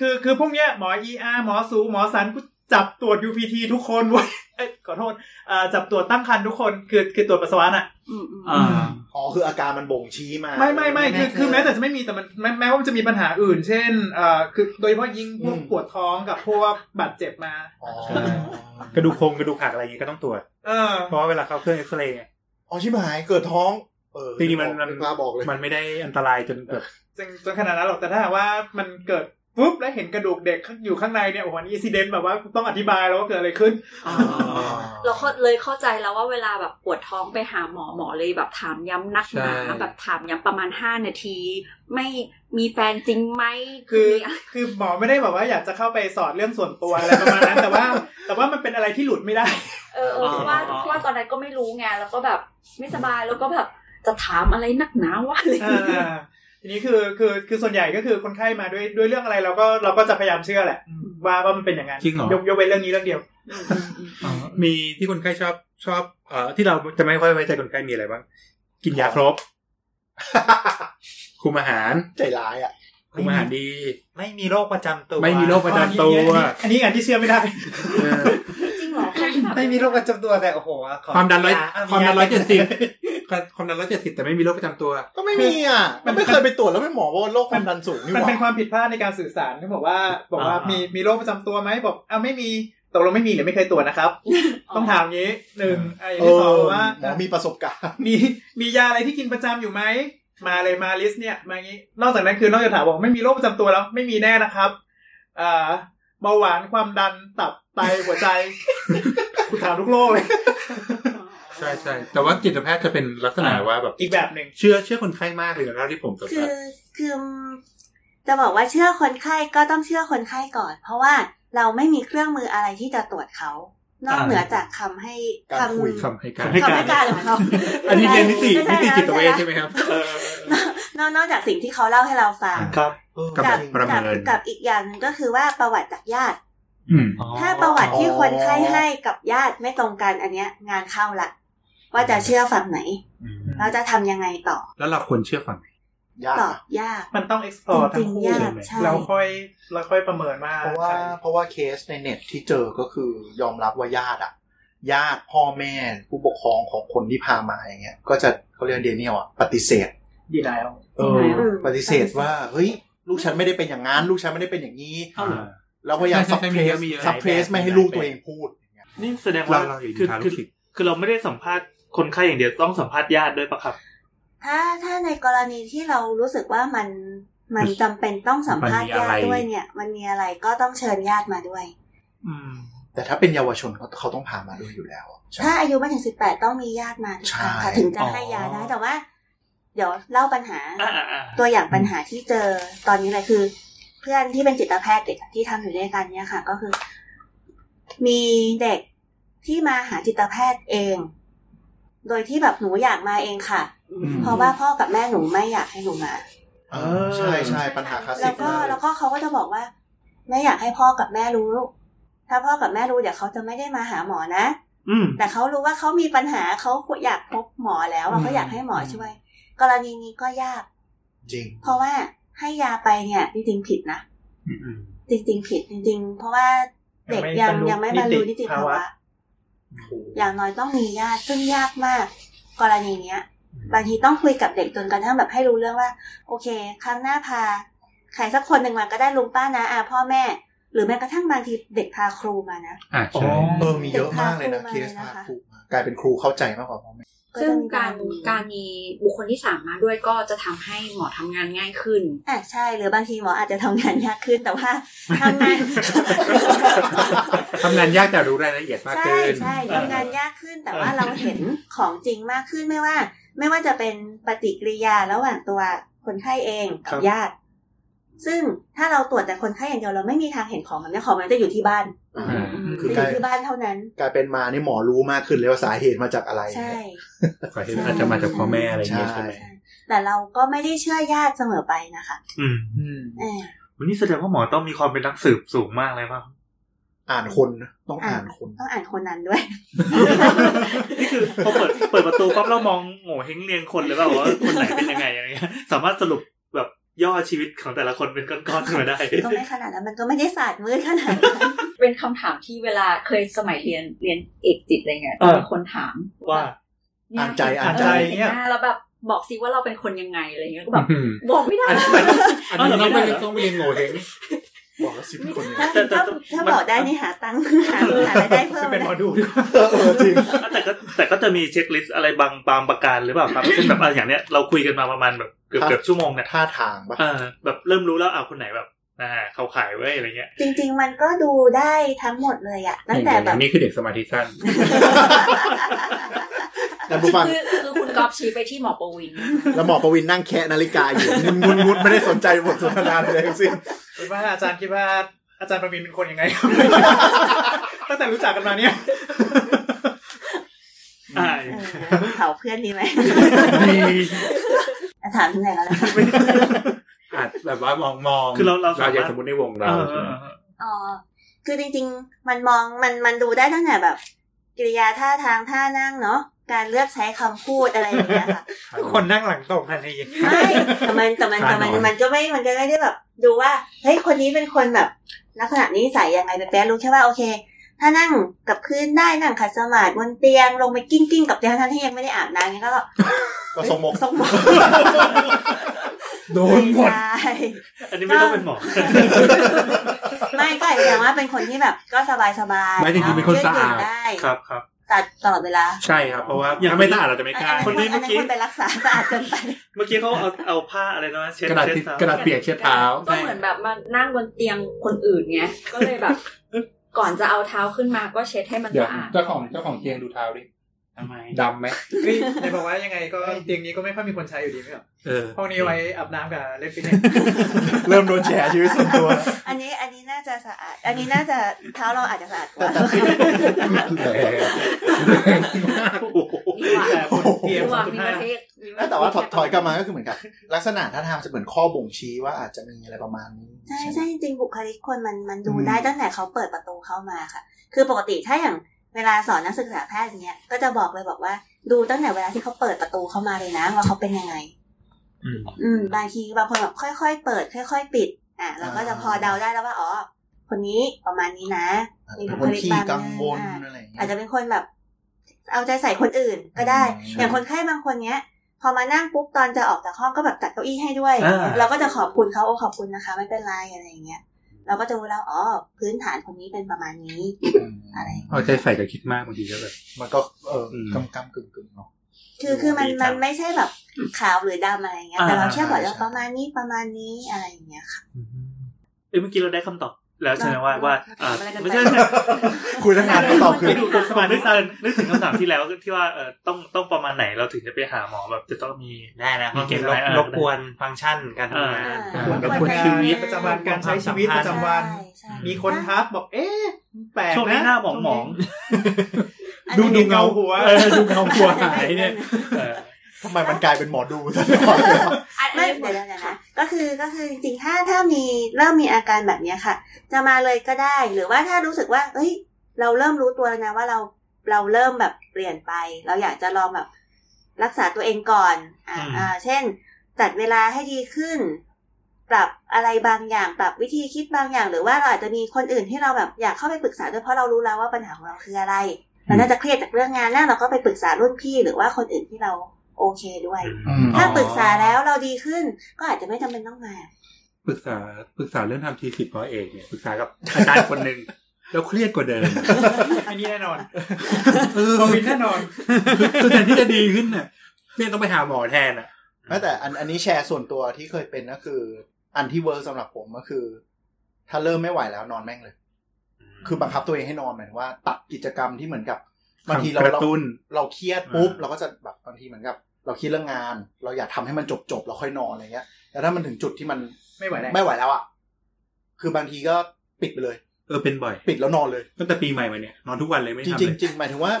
[SPEAKER 4] คือคือพวกเนี้ยหมอเออาหมอสูหมอสันกูจับตรวจ UPT ทุกคนเว้ย [LAUGHS] เอ้ยขอโทษเอ่อจับตรวจตั้งครรภ์ทุกคนคือคือตรวจปัสสาวะน่ะ
[SPEAKER 2] อืมอืม
[SPEAKER 7] อ่า
[SPEAKER 6] อ๋อคืออาการมันบ่งชี้มา
[SPEAKER 4] ไม่ไม่ไม่คือคือแม้แต่จะไม่มีแต่มันแม้แม้ว่ามันจะมีปัญหาอื่น เช่นเอ่อคือโดยเฉพาะยิงพวกปวดท้องกับพวกบาดเจ็บมา
[SPEAKER 6] อ๋อ
[SPEAKER 5] ใช่ ๆ กระดูกโครงกระดูกหักอะไรอย่างงี้ก็ต้องตรวจ
[SPEAKER 4] เออ
[SPEAKER 5] เพราะว่าเวลาเข้าเครื่องเอ็กซเรย์ไง
[SPEAKER 6] อ๋อชิบหายเกิดท้อง เออ
[SPEAKER 5] จริงๆมันมัน
[SPEAKER 6] กล้าบอกเลย
[SPEAKER 5] มันไม่ได้อันตรายจนแบบ
[SPEAKER 4] จนจนขนาดนั้นหรอกแต่ถ้าหากว่ามันเกิดปุ๊บแล้วเห็นกระดูกเด็กอยู่ข้างในเนี่ยโอ้โหอินซิเดนต์แบบว่าต้องอธิบายแล้วว่าเกิดอะไรขึ้น
[SPEAKER 2] เราเข้าเลยเข้าใจแล้วว่าเวลาแบบปวดท้องไปหาหมอหมอเลยแบบถามย้ำนักหนา
[SPEAKER 5] ใช่
[SPEAKER 2] แบบถามย้ำประมาณห้านาที ไม่มีแฟนจริงไหม
[SPEAKER 4] คือ
[SPEAKER 2] มีะ
[SPEAKER 4] คือหมอไม่ได้แบบว่าอยากจะเข้าไปสอดเรื่องส่วนตัวอะไรประมาณนั้น แต่ว่าแต่ว่ามันเป็นอะไรที่หลุดไม่ [LAUGHS] ได้
[SPEAKER 2] เออเออเพราะว่าเพราะว่าตอนนั้นก็ไม่รู้ไงแล้วก็แบบไม่สบายแล้วก็แบบจะถามอะไรนักหนาวะอะไรอย่าง
[SPEAKER 4] อ่า
[SPEAKER 2] เงี้ย
[SPEAKER 4] ทีนี้คือคือคือส่วนใหญ่ก็คือคนไข้มาด้วยด้วยเรื่องอะไรเราก็เราก็จะพยายามเชื่อแหละ ว่าว่ามันเป็นอย่างนั้น
[SPEAKER 5] จริงเหรอ
[SPEAKER 4] ยกยกเว้นเรื่องนี้เรื่องเดียว
[SPEAKER 5] มีที่คนไข้ชอบชอบเอ่อที่เราจะไม่ค่อยไว้ใจคนไข้มีอะไรบ้าง กินยาครบ คุมอาหาร
[SPEAKER 6] [LAUGHS] ใจร้ายอ่ะ
[SPEAKER 5] คุมอาหารดี
[SPEAKER 1] ไม่มีโรคประจำตัว
[SPEAKER 5] ไม่มีโรคประจำตัว
[SPEAKER 4] อันนี้อันนี้อันที่เชื่อไม่ได้
[SPEAKER 5] เออ
[SPEAKER 2] จริงเหรอคนที่แบบ
[SPEAKER 1] ไม่มีโรคประจำตัวแต่โอ้โหข
[SPEAKER 5] ความดันร้อย
[SPEAKER 1] ยะ
[SPEAKER 5] ความดันร้อยเจ็ดสิบความดันร้อยเจ็ดสิบแต่ไม่มีโรคประจำตัว
[SPEAKER 6] ก็ไม่มีอ่ะ
[SPEAKER 4] มั
[SPEAKER 6] มัน นไม่เคยไปตรวจแล้วเป็นหมอว่าโรคความดันสูงนี่ห
[SPEAKER 4] มัน
[SPEAKER 6] ว่า
[SPEAKER 4] เป็นความผิดพลาดในการสื่อสารที่บอกว่าบอกว่า
[SPEAKER 7] อ่ามี
[SPEAKER 4] มีมีโรคประจำตัวไหมบอกอ้าวไม่มีตกลงไม่มีหรือไม่เคยตรวจนะครับ ต้องถามอย่างนี้หนึ่งไอ้
[SPEAKER 6] เอ
[SPEAKER 4] ที่
[SPEAKER 6] อ
[SPEAKER 4] สองว่า
[SPEAKER 6] หมอมีประสบการณ์
[SPEAKER 4] มีมียาอะไรที่กินประจำอยู่ไหมมาเลยมาลิสต์เนี่ยมาอย่างนี้ นอกจากนั้นคือนอกจากถามบอกไม่มีโรคประจำตัวแล้วไม่มีแน่นะครับเอ่อเบาหวานความดันตับไตหัวใจ [LAUGHS] กูถามทุกโรคเลย
[SPEAKER 5] ใช่ใช่แต่ว่าจิตแพทย์จะเป็นลักษณะว่าแบบ
[SPEAKER 4] อีกแบบหนึ่ง
[SPEAKER 5] เชื่อเชื่อคนไข้มากเลยนะครับที่ผมสัม
[SPEAKER 8] คื
[SPEAKER 5] ผัส
[SPEAKER 8] อคือจะบอกว่าเชื่อคนไข้ก็ต้องเชื่อคนไข้ก่อน เพราะว่าเราไม่มีเครื่องมืออะไรที่จะตรวจเขา นอกเหนือจากคำให้คำ
[SPEAKER 5] คำให้การ
[SPEAKER 8] คำให้การของเขา
[SPEAKER 5] อันนี้เรียนนิติ
[SPEAKER 8] ไม่
[SPEAKER 5] นิ
[SPEAKER 8] ใช่
[SPEAKER 5] ติจิตเวช
[SPEAKER 8] นะ
[SPEAKER 5] ใช่ไหมครับ
[SPEAKER 7] เออน
[SPEAKER 8] อกนอกจากสิ่งที่เขาเล่าให้เราฟัง
[SPEAKER 7] ครับ
[SPEAKER 6] เออ
[SPEAKER 5] กับ
[SPEAKER 8] กั
[SPEAKER 6] จริง
[SPEAKER 5] ประเมิ
[SPEAKER 8] กัน กับอีกอย่างหนึ่งก็คือว่าประวัติจากญาติ
[SPEAKER 5] อืม
[SPEAKER 7] อ๋อ
[SPEAKER 8] ถ้าประวัติที่
[SPEAKER 6] อ๋อ
[SPEAKER 8] คนไข้ให้กับญาติไม่ตรงกันอันเนี้ย งานเข้าละ ว่าจะเชื่อฝั่งไหน เราจะทำยังไงต่อ
[SPEAKER 5] แล้วเราควรเชื่อฟังไหน
[SPEAKER 6] ยาก
[SPEAKER 8] ตอบ
[SPEAKER 6] นะ
[SPEAKER 8] ยาก
[SPEAKER 4] มันต้อง explore
[SPEAKER 8] จริ
[SPEAKER 4] ทั้
[SPEAKER 8] งๆ
[SPEAKER 4] งคู่
[SPEAKER 8] ยาก
[SPEAKER 4] ใช่ไหม
[SPEAKER 8] ใช่
[SPEAKER 4] เราค่อยเราค่อยประเมินว่า
[SPEAKER 6] เพราะว่า
[SPEAKER 4] ใคร
[SPEAKER 6] เพราะว่าเคสในเน็ตที่เจอก็คือยอมรับว่าญาติอ่ะ ญาติพ่อแม่ผู้ปกครองของคนที่พามาอย่างเงี้ย ก็จะเขาเรียกเดนิเอลอะปฏิเสธ
[SPEAKER 4] ดีแล้ว
[SPEAKER 6] เออ ปฏิเสธว่าเฮ้ย ลูกฉันไม่ได้เป็นอย่างนั้นลูกฉันไม่ได้เป็นอย่างนี้
[SPEAKER 7] เอาเหรอ
[SPEAKER 6] เราพยายาม
[SPEAKER 5] ใช่
[SPEAKER 6] ซับ
[SPEAKER 5] ใช่
[SPEAKER 6] เพ
[SPEAKER 5] มี
[SPEAKER 6] ร
[SPEAKER 5] เย
[SPEAKER 6] ส
[SPEAKER 5] อะมีเยอะ
[SPEAKER 6] ซับเพรสไม่ให้ลูกตัวเองพูดอย่างเงี้ย
[SPEAKER 7] นี่แสดง
[SPEAKER 5] เรา
[SPEAKER 7] ว่า
[SPEAKER 5] เราอยู่
[SPEAKER 7] คือ
[SPEAKER 5] ทาง
[SPEAKER 7] คือ
[SPEAKER 5] ลูกศิษย์
[SPEAKER 7] คือเราไม่ได้สัมภาษณ์คนไข้อย่างเดียวต้องสัมภาษณ์ญาติด้วยปะครับ
[SPEAKER 8] ถ้าถ้าในกรณีที่เรารู้สึกว่ามันมันจำเป็นต้องสัมภาษณ์ญาติด้วยเนี่ย มันมีอะไรก็ต้องเชิญญาติมาด้วย
[SPEAKER 7] อืม
[SPEAKER 6] แต่ถ้าเป็นเยาวชนเขาเขาต้องพามาด้วยอยู่แล้วอะใช่
[SPEAKER 8] ถ้าอายุไม่ถึงสิบแปดต้องมีญาติมาทุกครั้งค่ะ
[SPEAKER 6] ใช่
[SPEAKER 8] ถึงจะ
[SPEAKER 7] อ๋อ
[SPEAKER 8] ให้ยาได้แต่ว่า เดี๋ยวเล่าปัญหา
[SPEAKER 7] อ่าอ่าอ่า
[SPEAKER 8] ตัวอย่างปัญหาที่เจอตอนนี้เลยคือ เพื่อนที่เป็นจิตแพทย์เด็กที่ทำอยู่ด้วยกันเนี่ยค่ะ ก็คือ มีเด็กที่มาหาจิตแพทย์เอง โดยที่แบบหนูอยากมาเองค่ะ
[SPEAKER 6] อืม
[SPEAKER 8] เพราะว่าพ่อกับแม่หนูไม่อยากให้หนูมา
[SPEAKER 6] เออใช่ใช่ปัญหาคลาสสิ
[SPEAKER 8] แล้
[SPEAKER 6] ก
[SPEAKER 8] วก็
[SPEAKER 6] มาก
[SPEAKER 8] แล้วก็เขาก็จะบอกว่า ไม่อยากให้พ่อกับแม่รู้ ถ้าพ่อกับแม่รู้เดี๋ยวเขาจะไม่ได้มาหาหมอนะ
[SPEAKER 7] อืม
[SPEAKER 8] แต่เขารู้ว่าเขามีปัญหาเขาอยากพบหมอแล้วอะเขาอยากให้หมอช่วย กรณีนี้ก็ยาก
[SPEAKER 6] จริง
[SPEAKER 8] เพราะว่าให้ยาไปเนี่ยจริงๆผิดนะ จริงๆผิดจริง ๆ เพราะว่าเด็กยังยังไม่บรรลุนิติภาวะ อย่างน้อยต้องมีญาติซึ่งยากมาก กรณีเนี้ย บางทีต้องคุยกับเด็กจนกระทั่งแบบให้รู้เรื่องว่า โอเค ครั้งหน้าพาใครสักคนหนึ่งมาก็ได้ลุงป้านะอาพ่อแม่ หรือแม้กระทั่งบางทีเด็กพาครูมานะ
[SPEAKER 5] อ่าใช่
[SPEAKER 6] เออมีเยอะมากเลยนะเค
[SPEAKER 8] เด็ก
[SPEAKER 6] ส
[SPEAKER 8] พา
[SPEAKER 6] พาค
[SPEAKER 8] ครู
[SPEAKER 6] รู
[SPEAKER 8] มา
[SPEAKER 6] มากลายเป็นครูเข้าใจมากกว่าพ่อแม่
[SPEAKER 8] ก็
[SPEAKER 2] ซึ่ง
[SPEAKER 8] จะมี
[SPEAKER 2] การการมีบุคคลที่สามมาด้วยก็จะทำให้หมอทำงานง่ายขึ้น
[SPEAKER 8] อ่ะใช่หรือบางทีหมออาจจะทำงานยากขึ้นแต่ว่าทำ
[SPEAKER 2] [LAUGHS]
[SPEAKER 8] งาน [LAUGHS]
[SPEAKER 5] ทำงานยากแต่รู้รายละเอียดมาก
[SPEAKER 8] ใช่
[SPEAKER 5] ขึ้น
[SPEAKER 8] ใช่ทำงานยากขึ้นแต่ว่า
[SPEAKER 7] เออ
[SPEAKER 8] เราเห็นของจริงมากขึ้นไม่ว่า ไม่ว่าจะเป็นปฏิกิริยาระหว่างตัวคนไข้เอง
[SPEAKER 4] ครั
[SPEAKER 8] กับบ ญาติ ซึ่งถ้าเราตรวจแต่คนไข้อย่างเดียวเราไม่มีทางเห็นของมันนะของมันจะอยู่ที่บ้าน
[SPEAKER 5] อ่า
[SPEAKER 6] คือ
[SPEAKER 8] จะอก
[SPEAKER 6] ลาย
[SPEAKER 8] ยู่ที่บ้านเท่านั้น
[SPEAKER 6] กลายเป็นมานี่หมอรู้มากขึ้นเลยว่าสาเหตุมาจากอะไร
[SPEAKER 8] ใช่
[SPEAKER 5] สาเหตุอาจจะมาจากพ่อแม่อะไรอย่างเงี้ยใช่ไหม
[SPEAKER 6] ใช่
[SPEAKER 8] แต่เราก็ไม่ได้เชื่อญาติเสมอไปนะคะ
[SPEAKER 7] อืม
[SPEAKER 4] อืม
[SPEAKER 8] เออ
[SPEAKER 7] วันนี้แสดงว่าหมอต้องมีความเป็นนักสืบสูงมากเลยป่ะ
[SPEAKER 6] อ่านคนนะต้องอ่านคน
[SPEAKER 8] ต้องอ่านคนนั้นด้วย
[SPEAKER 7] นี่คือพอเปิดเปิดประตูปั๊บเรามองโง่เฮงเรียงคนเลยป่ะว่าคนไหนเป็นยังไงอะไรเงี้ยสามารถสรุปแบบย่อชีวิตของแต่ละคนเป็นก้อนๆขึ้นมาได้
[SPEAKER 8] ก็ไม่ขนาดนั้นมันก็ไม่ได้ศาสตร์มืดขนาดนั้น
[SPEAKER 2] เป็นคำถามที่เวลาเคยสมัยเรียนเรียนเอกจิตอะไรเงี้ย
[SPEAKER 7] เออ
[SPEAKER 2] มีคนถาม
[SPEAKER 7] ว่า
[SPEAKER 2] เย
[SPEAKER 6] อ่านใจอ่านใจ
[SPEAKER 2] เห็หาแล้วแบบบอกซิว่าเราเป็นคนยังไงอะไรเงี้ยก็แบบ
[SPEAKER 5] อืม
[SPEAKER 2] บอกไม่ได้
[SPEAKER 5] อันนี้ต้องไป
[SPEAKER 7] เอาเหรอ
[SPEAKER 5] ต้องไปเรียนโง่เฮง
[SPEAKER 6] บอกแล้วสิเป็นคนยังไง
[SPEAKER 8] ถ้าถ้าถ้าบอกได้นี่หาตังค์หาหารายได้เพิ่ม
[SPEAKER 4] เป็นหมอ
[SPEAKER 8] นะ
[SPEAKER 4] ดูด้วย
[SPEAKER 6] เออเออจริง
[SPEAKER 7] แต่ก็แต่ก็จะมีเช็คลิสต์อะไรบางบางประการหรือเปล่าครับเช่นแบบอะไรอย่างเนี้ยเราคุยกันมาประมาณแบบเกือบ
[SPEAKER 6] ครับ
[SPEAKER 7] เกือบชั่วโมงเนี่ย
[SPEAKER 6] ท่าทางปะ
[SPEAKER 7] เออแบบเริ่มรู้แล้วอ่าคนไหนแบบอ่าเขาขายไว้ยอะไรเงี้ย
[SPEAKER 8] จริง ๆ มันก็ดูได้ทั้งหมดเลยอะตั้งแต่แบบ
[SPEAKER 5] นี่คือเด็กสมาธิสั้น
[SPEAKER 6] แต่ผู้ฟัง
[SPEAKER 2] คือคือคุณก๊อฟชี้ไปที่หมอประวิน
[SPEAKER 6] แล้วหมอประวินนั่งแคะนาฬิกาอยู่งุนงุนงุนไม่ได้สนใจบทสนทนาเลยทั้งสิ้น
[SPEAKER 4] คิดว่าอาจารย์คิดว่าอาจารย์ประวินเป็นคน [LAUGHS] ยังไงครับ ตั้งแต่รู้จักกันมาเนี่ย
[SPEAKER 7] อ่า
[SPEAKER 8] เออเผาเพื่อนดีไหม อ่ะถามที่ไหนแล้วล่ะ
[SPEAKER 5] อาจแบบว่ามองมอง
[SPEAKER 7] คือเราเราสามารถ
[SPEAKER 5] อยากสมมติในวง
[SPEAKER 7] เอ
[SPEAKER 5] เรา
[SPEAKER 7] อ
[SPEAKER 5] ใช่ไหม
[SPEAKER 8] อ๋อ คือจริง ๆ มันมองมันมันดูได้ตั้งแต่แบบ กิริยาท่าทางท่านั่งเนาะ การเลือกใช้คำพูดอะไรอย่างเงี้ยค่ะ
[SPEAKER 1] คนนั่งหลังตรงอะไรอย่างเงี้ย
[SPEAKER 8] ไม่แต่มันแต่มันแต่มันมันก็ไม่ มันก็ไม่ได้แบบ ดูว่า เฮ้ย คนนี้เป็นคนแบบ ลักษณะนิสัยยังไงเป็นแป๊ะรู้แค่ว่าโอเค ถ้านั่งกับพื้นได้นั่งขัดสมาธิบนเตียงลงไปกิ้งกิ้งๆกับเตียงทั้งที่ยังไม่ได้อาบน้ำเงี้ยก็
[SPEAKER 6] ก็สมมก
[SPEAKER 8] สมอง
[SPEAKER 5] โด
[SPEAKER 8] ใช่
[SPEAKER 7] อันนี้ไม่ต้องเป็นหมอ
[SPEAKER 8] ไม่ก็อาจจะอย่างว่าเป็นคนที่แบบก็สบายสบาย
[SPEAKER 5] ไม่จริงๆเป็นคนสะอาด
[SPEAKER 8] ได้
[SPEAKER 7] ครับครับ
[SPEAKER 8] สะอาดตลอดเวลา
[SPEAKER 5] ใช่ครับเพราะว่า
[SPEAKER 7] อย่าง
[SPEAKER 5] ถ้าไม่สะอาดเราจะไม่กล้า
[SPEAKER 7] คนนี้เมื่อกี้
[SPEAKER 8] อันนั้นคนไปรักษาสะอาดเกินไป
[SPEAKER 7] [LAUGHS]
[SPEAKER 8] [LAUGHS]
[SPEAKER 7] เมื่อกี้เขาเอาเอาผ้าอะไรนะเช็ด
[SPEAKER 5] กระดาษ
[SPEAKER 7] เช็ด
[SPEAKER 5] ทิช
[SPEAKER 7] เท้าก
[SPEAKER 5] ระดาษเปียกเช็ดเท้า
[SPEAKER 2] ก็เหมือนแบบมานั่งบนเตียงคนอื่นไงก็เลยแบบ ก่อนจะเอาเท้าขึ้นมาก็เช็ดให้มัน
[SPEAKER 5] เดี๋ยว
[SPEAKER 2] สะอาด
[SPEAKER 5] เจ้าของเจ้าของเตียงดูเท้าดิ
[SPEAKER 7] ทำไม
[SPEAKER 5] ดำไหม
[SPEAKER 4] เฮ้ยไหนบอกว่ายังไงก็เตียงนี้ก็ไม่ค่อยมีคนใช้อยู่ดีไม่เหรอ
[SPEAKER 5] เออ
[SPEAKER 4] ห้องนี้ไว้อาบน้ำกับเล่นฟิตเนส
[SPEAKER 6] เริ่มโดนแฉชีวิตส่วนตัว
[SPEAKER 8] อันนี้อันนี้น่าจะสะอาด อันนี้น่าจะเท้าเราอาจจะสะอาดกว่า
[SPEAKER 5] แรงมาก
[SPEAKER 7] โอ้โห
[SPEAKER 2] ดีกว่า
[SPEAKER 4] แต่คนเตีย
[SPEAKER 2] ดี
[SPEAKER 4] ง
[SPEAKER 2] ก
[SPEAKER 4] ส
[SPEAKER 2] ว่า
[SPEAKER 4] องจุ
[SPEAKER 2] มี
[SPEAKER 4] ดห้า
[SPEAKER 2] ประเทศมีประเทศ
[SPEAKER 6] แต่ว่าถอดถอยกลับมาก็คือเหมือนกัน ลักษณะท่าทางจะเหมือนข้อบ่งชี้ว่าอาจจะมีอะไรประมาณนี้
[SPEAKER 8] ใช่ใช่จริงๆบุคลิกคนมันมันดู
[SPEAKER 6] อืม
[SPEAKER 8] ได้ตั้งแต่เขาเปิดประตูเข้ามาค่ะ คือปกติถ้าอย่างเวลาสอนนักศึกษาแพทย์อย่างเนี้ยก็จะบอกเลยบอกว่า ดูตั้งแต่เวลาที่เขาเปิดประตูเข้ามาเลยนะว่าเขาเป็นยังไง อืมบางทีบางคนแบบค่อยๆเปิด ค่อย ๆ ปิด อ่ะเราก็จะพอเดาได้แล้วว่าอ๋อค คนนี้ประมาณนี้นะมี
[SPEAKER 6] เป็น
[SPEAKER 8] บุ
[SPEAKER 6] ค
[SPEAKER 8] คน ลิก
[SPEAKER 6] ที่
[SPEAKER 8] แบบ
[SPEAKER 6] กังวล
[SPEAKER 8] อ่ะ
[SPEAKER 6] อะไรอย่างเงี้
[SPEAKER 8] อาจ
[SPEAKER 6] ย
[SPEAKER 8] จะเป็นคนแบบ เอาใจใส่คนอื่นก็ได้
[SPEAKER 6] อืม
[SPEAKER 8] อย่างคนไข้บางคนเนี้ย พอมานั่งปุ๊บตอนจะออกจากห้องก็แบบจัดเก้าอี้ให้ด้วย
[SPEAKER 7] อ่า
[SPEAKER 8] เราก็จะขอบคุณเขาโอ้ขอบคุณนะคะ ไม่เป็นไรอะไรอย่างเงี้ย เราก็จะรู้แล้วอ๋อพื้นฐานคนนี้เป็นประมาณนี้ อะไร
[SPEAKER 5] เอาใจใส่กับคิดมากบางทีก็แบบ
[SPEAKER 6] มันก็เอออ
[SPEAKER 5] ม
[SPEAKER 6] กำกำกึ่งกึ่งๆเนาะ
[SPEAKER 8] คือคือมัน
[SPEAKER 7] ดีจัง
[SPEAKER 8] มันไม่ใช่แบบขาวหรือดำอะไรอย่างเงี้ยแต่
[SPEAKER 7] อ่า
[SPEAKER 8] เราแค่บอกว่า
[SPEAKER 6] ใช่
[SPEAKER 8] ประมาณนี้ประมาณนี้อะไรอย่างเงี้ยค่ะ
[SPEAKER 7] เอ้ยเมื่อกี้เราได้คำตอบแล้วใช่ไหมว่าว่าอ่า
[SPEAKER 2] ไม่ได้
[SPEAKER 7] ไม่ใช่ไม่ใช่
[SPEAKER 6] คุ
[SPEAKER 1] [LAUGHS]
[SPEAKER 6] ยทั้งงานก็ตอบคือ
[SPEAKER 7] ไม่ดูตรงสมาธิสั้นนึกถึงคำถามที่แล้วที่ว่าเออต้องต้องประมาณไหนเราถึงจะไปหาหมอแบบจะต้องมี
[SPEAKER 1] ได้นะเพราะ
[SPEAKER 7] มีเก็
[SPEAKER 1] เก็
[SPEAKER 7] บบ ไว้เออ
[SPEAKER 1] รบกวนฟังก์ชันการทำงาน
[SPEAKER 8] อ่า
[SPEAKER 4] ควร
[SPEAKER 5] ควร
[SPEAKER 4] ทำงา
[SPEAKER 5] ชี
[SPEAKER 4] น
[SPEAKER 5] วิต
[SPEAKER 4] ประจำวันการใช้ชีวิตประจำวัน
[SPEAKER 8] ใช่ใช่
[SPEAKER 4] มีคนทักบอกเอ๊ะแปลกนะ
[SPEAKER 7] ช่วงนี้หน้าหมองหมอง
[SPEAKER 8] อัน
[SPEAKER 4] ดู
[SPEAKER 8] นี้
[SPEAKER 4] ดูเงาหัว
[SPEAKER 5] เออดูเงาหัวหายเนี่ย
[SPEAKER 7] เออ
[SPEAKER 6] ทำไมมันกลายเป็นหมอดูซะก่อนเลยวะ
[SPEAKER 2] อัน
[SPEAKER 8] ไม่
[SPEAKER 2] นี้
[SPEAKER 8] เดี๋ยวเดี๋ยวเดี๋ยวนะก็คือก็คือจริงๆถ้าถ้ามีเริ่มมีอาการแบบเนี้ยค่ะ จะมาเลยก็ได้ หรือว่าถ้ารู้สึกว่า เอ้ย เราเริ่มรู้ตัวแล้วนะว่าเราเราเริ่มแบบเปลี่ยนไป เราอยากจะลองแบบรักษาตัวเองก่อนอ่า
[SPEAKER 7] อืม
[SPEAKER 8] อ่า เช่น จัดเวลาให้ดีขึ้น ปรับอะไรบางอย่าง ปรับวิธีคิดบางอย่าง หรือว่าเราอาจจะมีคนอื่นที่เราแบบอยากเข้าไปปรึกษาด้วยเพราะเรารู้แล้วว่าปัญหาของเราคืออะไรเราน่าจะเครียดจากเรื่องงานนะเราก็ไปปรึกษารุ่นพี่ หรือว่าคนอื่นที่เราโอเคด้วย ถ้าปรึกษาแล้วเราดีขึ้นก็อาจจะไม่จำเป็นต้องมา
[SPEAKER 5] ปรึกษาปรึกษาเรื่องทำทีสิทธิ์ร้อยเอกเนี่ยปรึกษากับอาจารย์คนหนึ่งแล้วเครียดกว่าเดิม
[SPEAKER 4] อันนี้แน่นอน
[SPEAKER 5] เออ
[SPEAKER 4] โควิดแน่นอน
[SPEAKER 5] คือคือแทนที่จะดีขึ้นน่ะเนี่ยต้องไปหาหมอแทนอ่ะ
[SPEAKER 6] ไม่แต่อันอันนี้แชร์ส่วนตัวที่เคยเป็นก็คือ อันที่เวิร์กสำหรับผมก็คือ ถ้าเริ่มไม่ไหวแล้วนอนแม่งเลย คือบังคับตัวเองให้นอนหมายถึงว่า ตัดกิจกรรมที่เหมือนกับบางทีเรา
[SPEAKER 5] กระ
[SPEAKER 6] เรา
[SPEAKER 5] ตุ้น
[SPEAKER 6] เราเครียดปุ๊บเราก็จะแบบบางทีเหมือนกับ เราคิดเรื่องงาน เราอยากทำให้มันจบจบๆเราค่อยนอนอะไรเงี้ยแต่ถ้ามันถึงจุดที่มัน
[SPEAKER 4] ไม่ไหวแล้ว
[SPEAKER 6] ไม่ไหวแล้วอ่ะคือบางทีก็ปิดไปเลย
[SPEAKER 5] เออเป็นบ่อย
[SPEAKER 6] ปิดแล้วนอนเลย
[SPEAKER 5] ตั้งแต่ปีใหม่มาเนี่ยนอนทุกวันเลยไม่
[SPEAKER 6] จริง
[SPEAKER 5] ทำ
[SPEAKER 6] จริ
[SPEAKER 5] เล
[SPEAKER 6] ง
[SPEAKER 5] ย
[SPEAKER 6] จริงหมายถึงว่า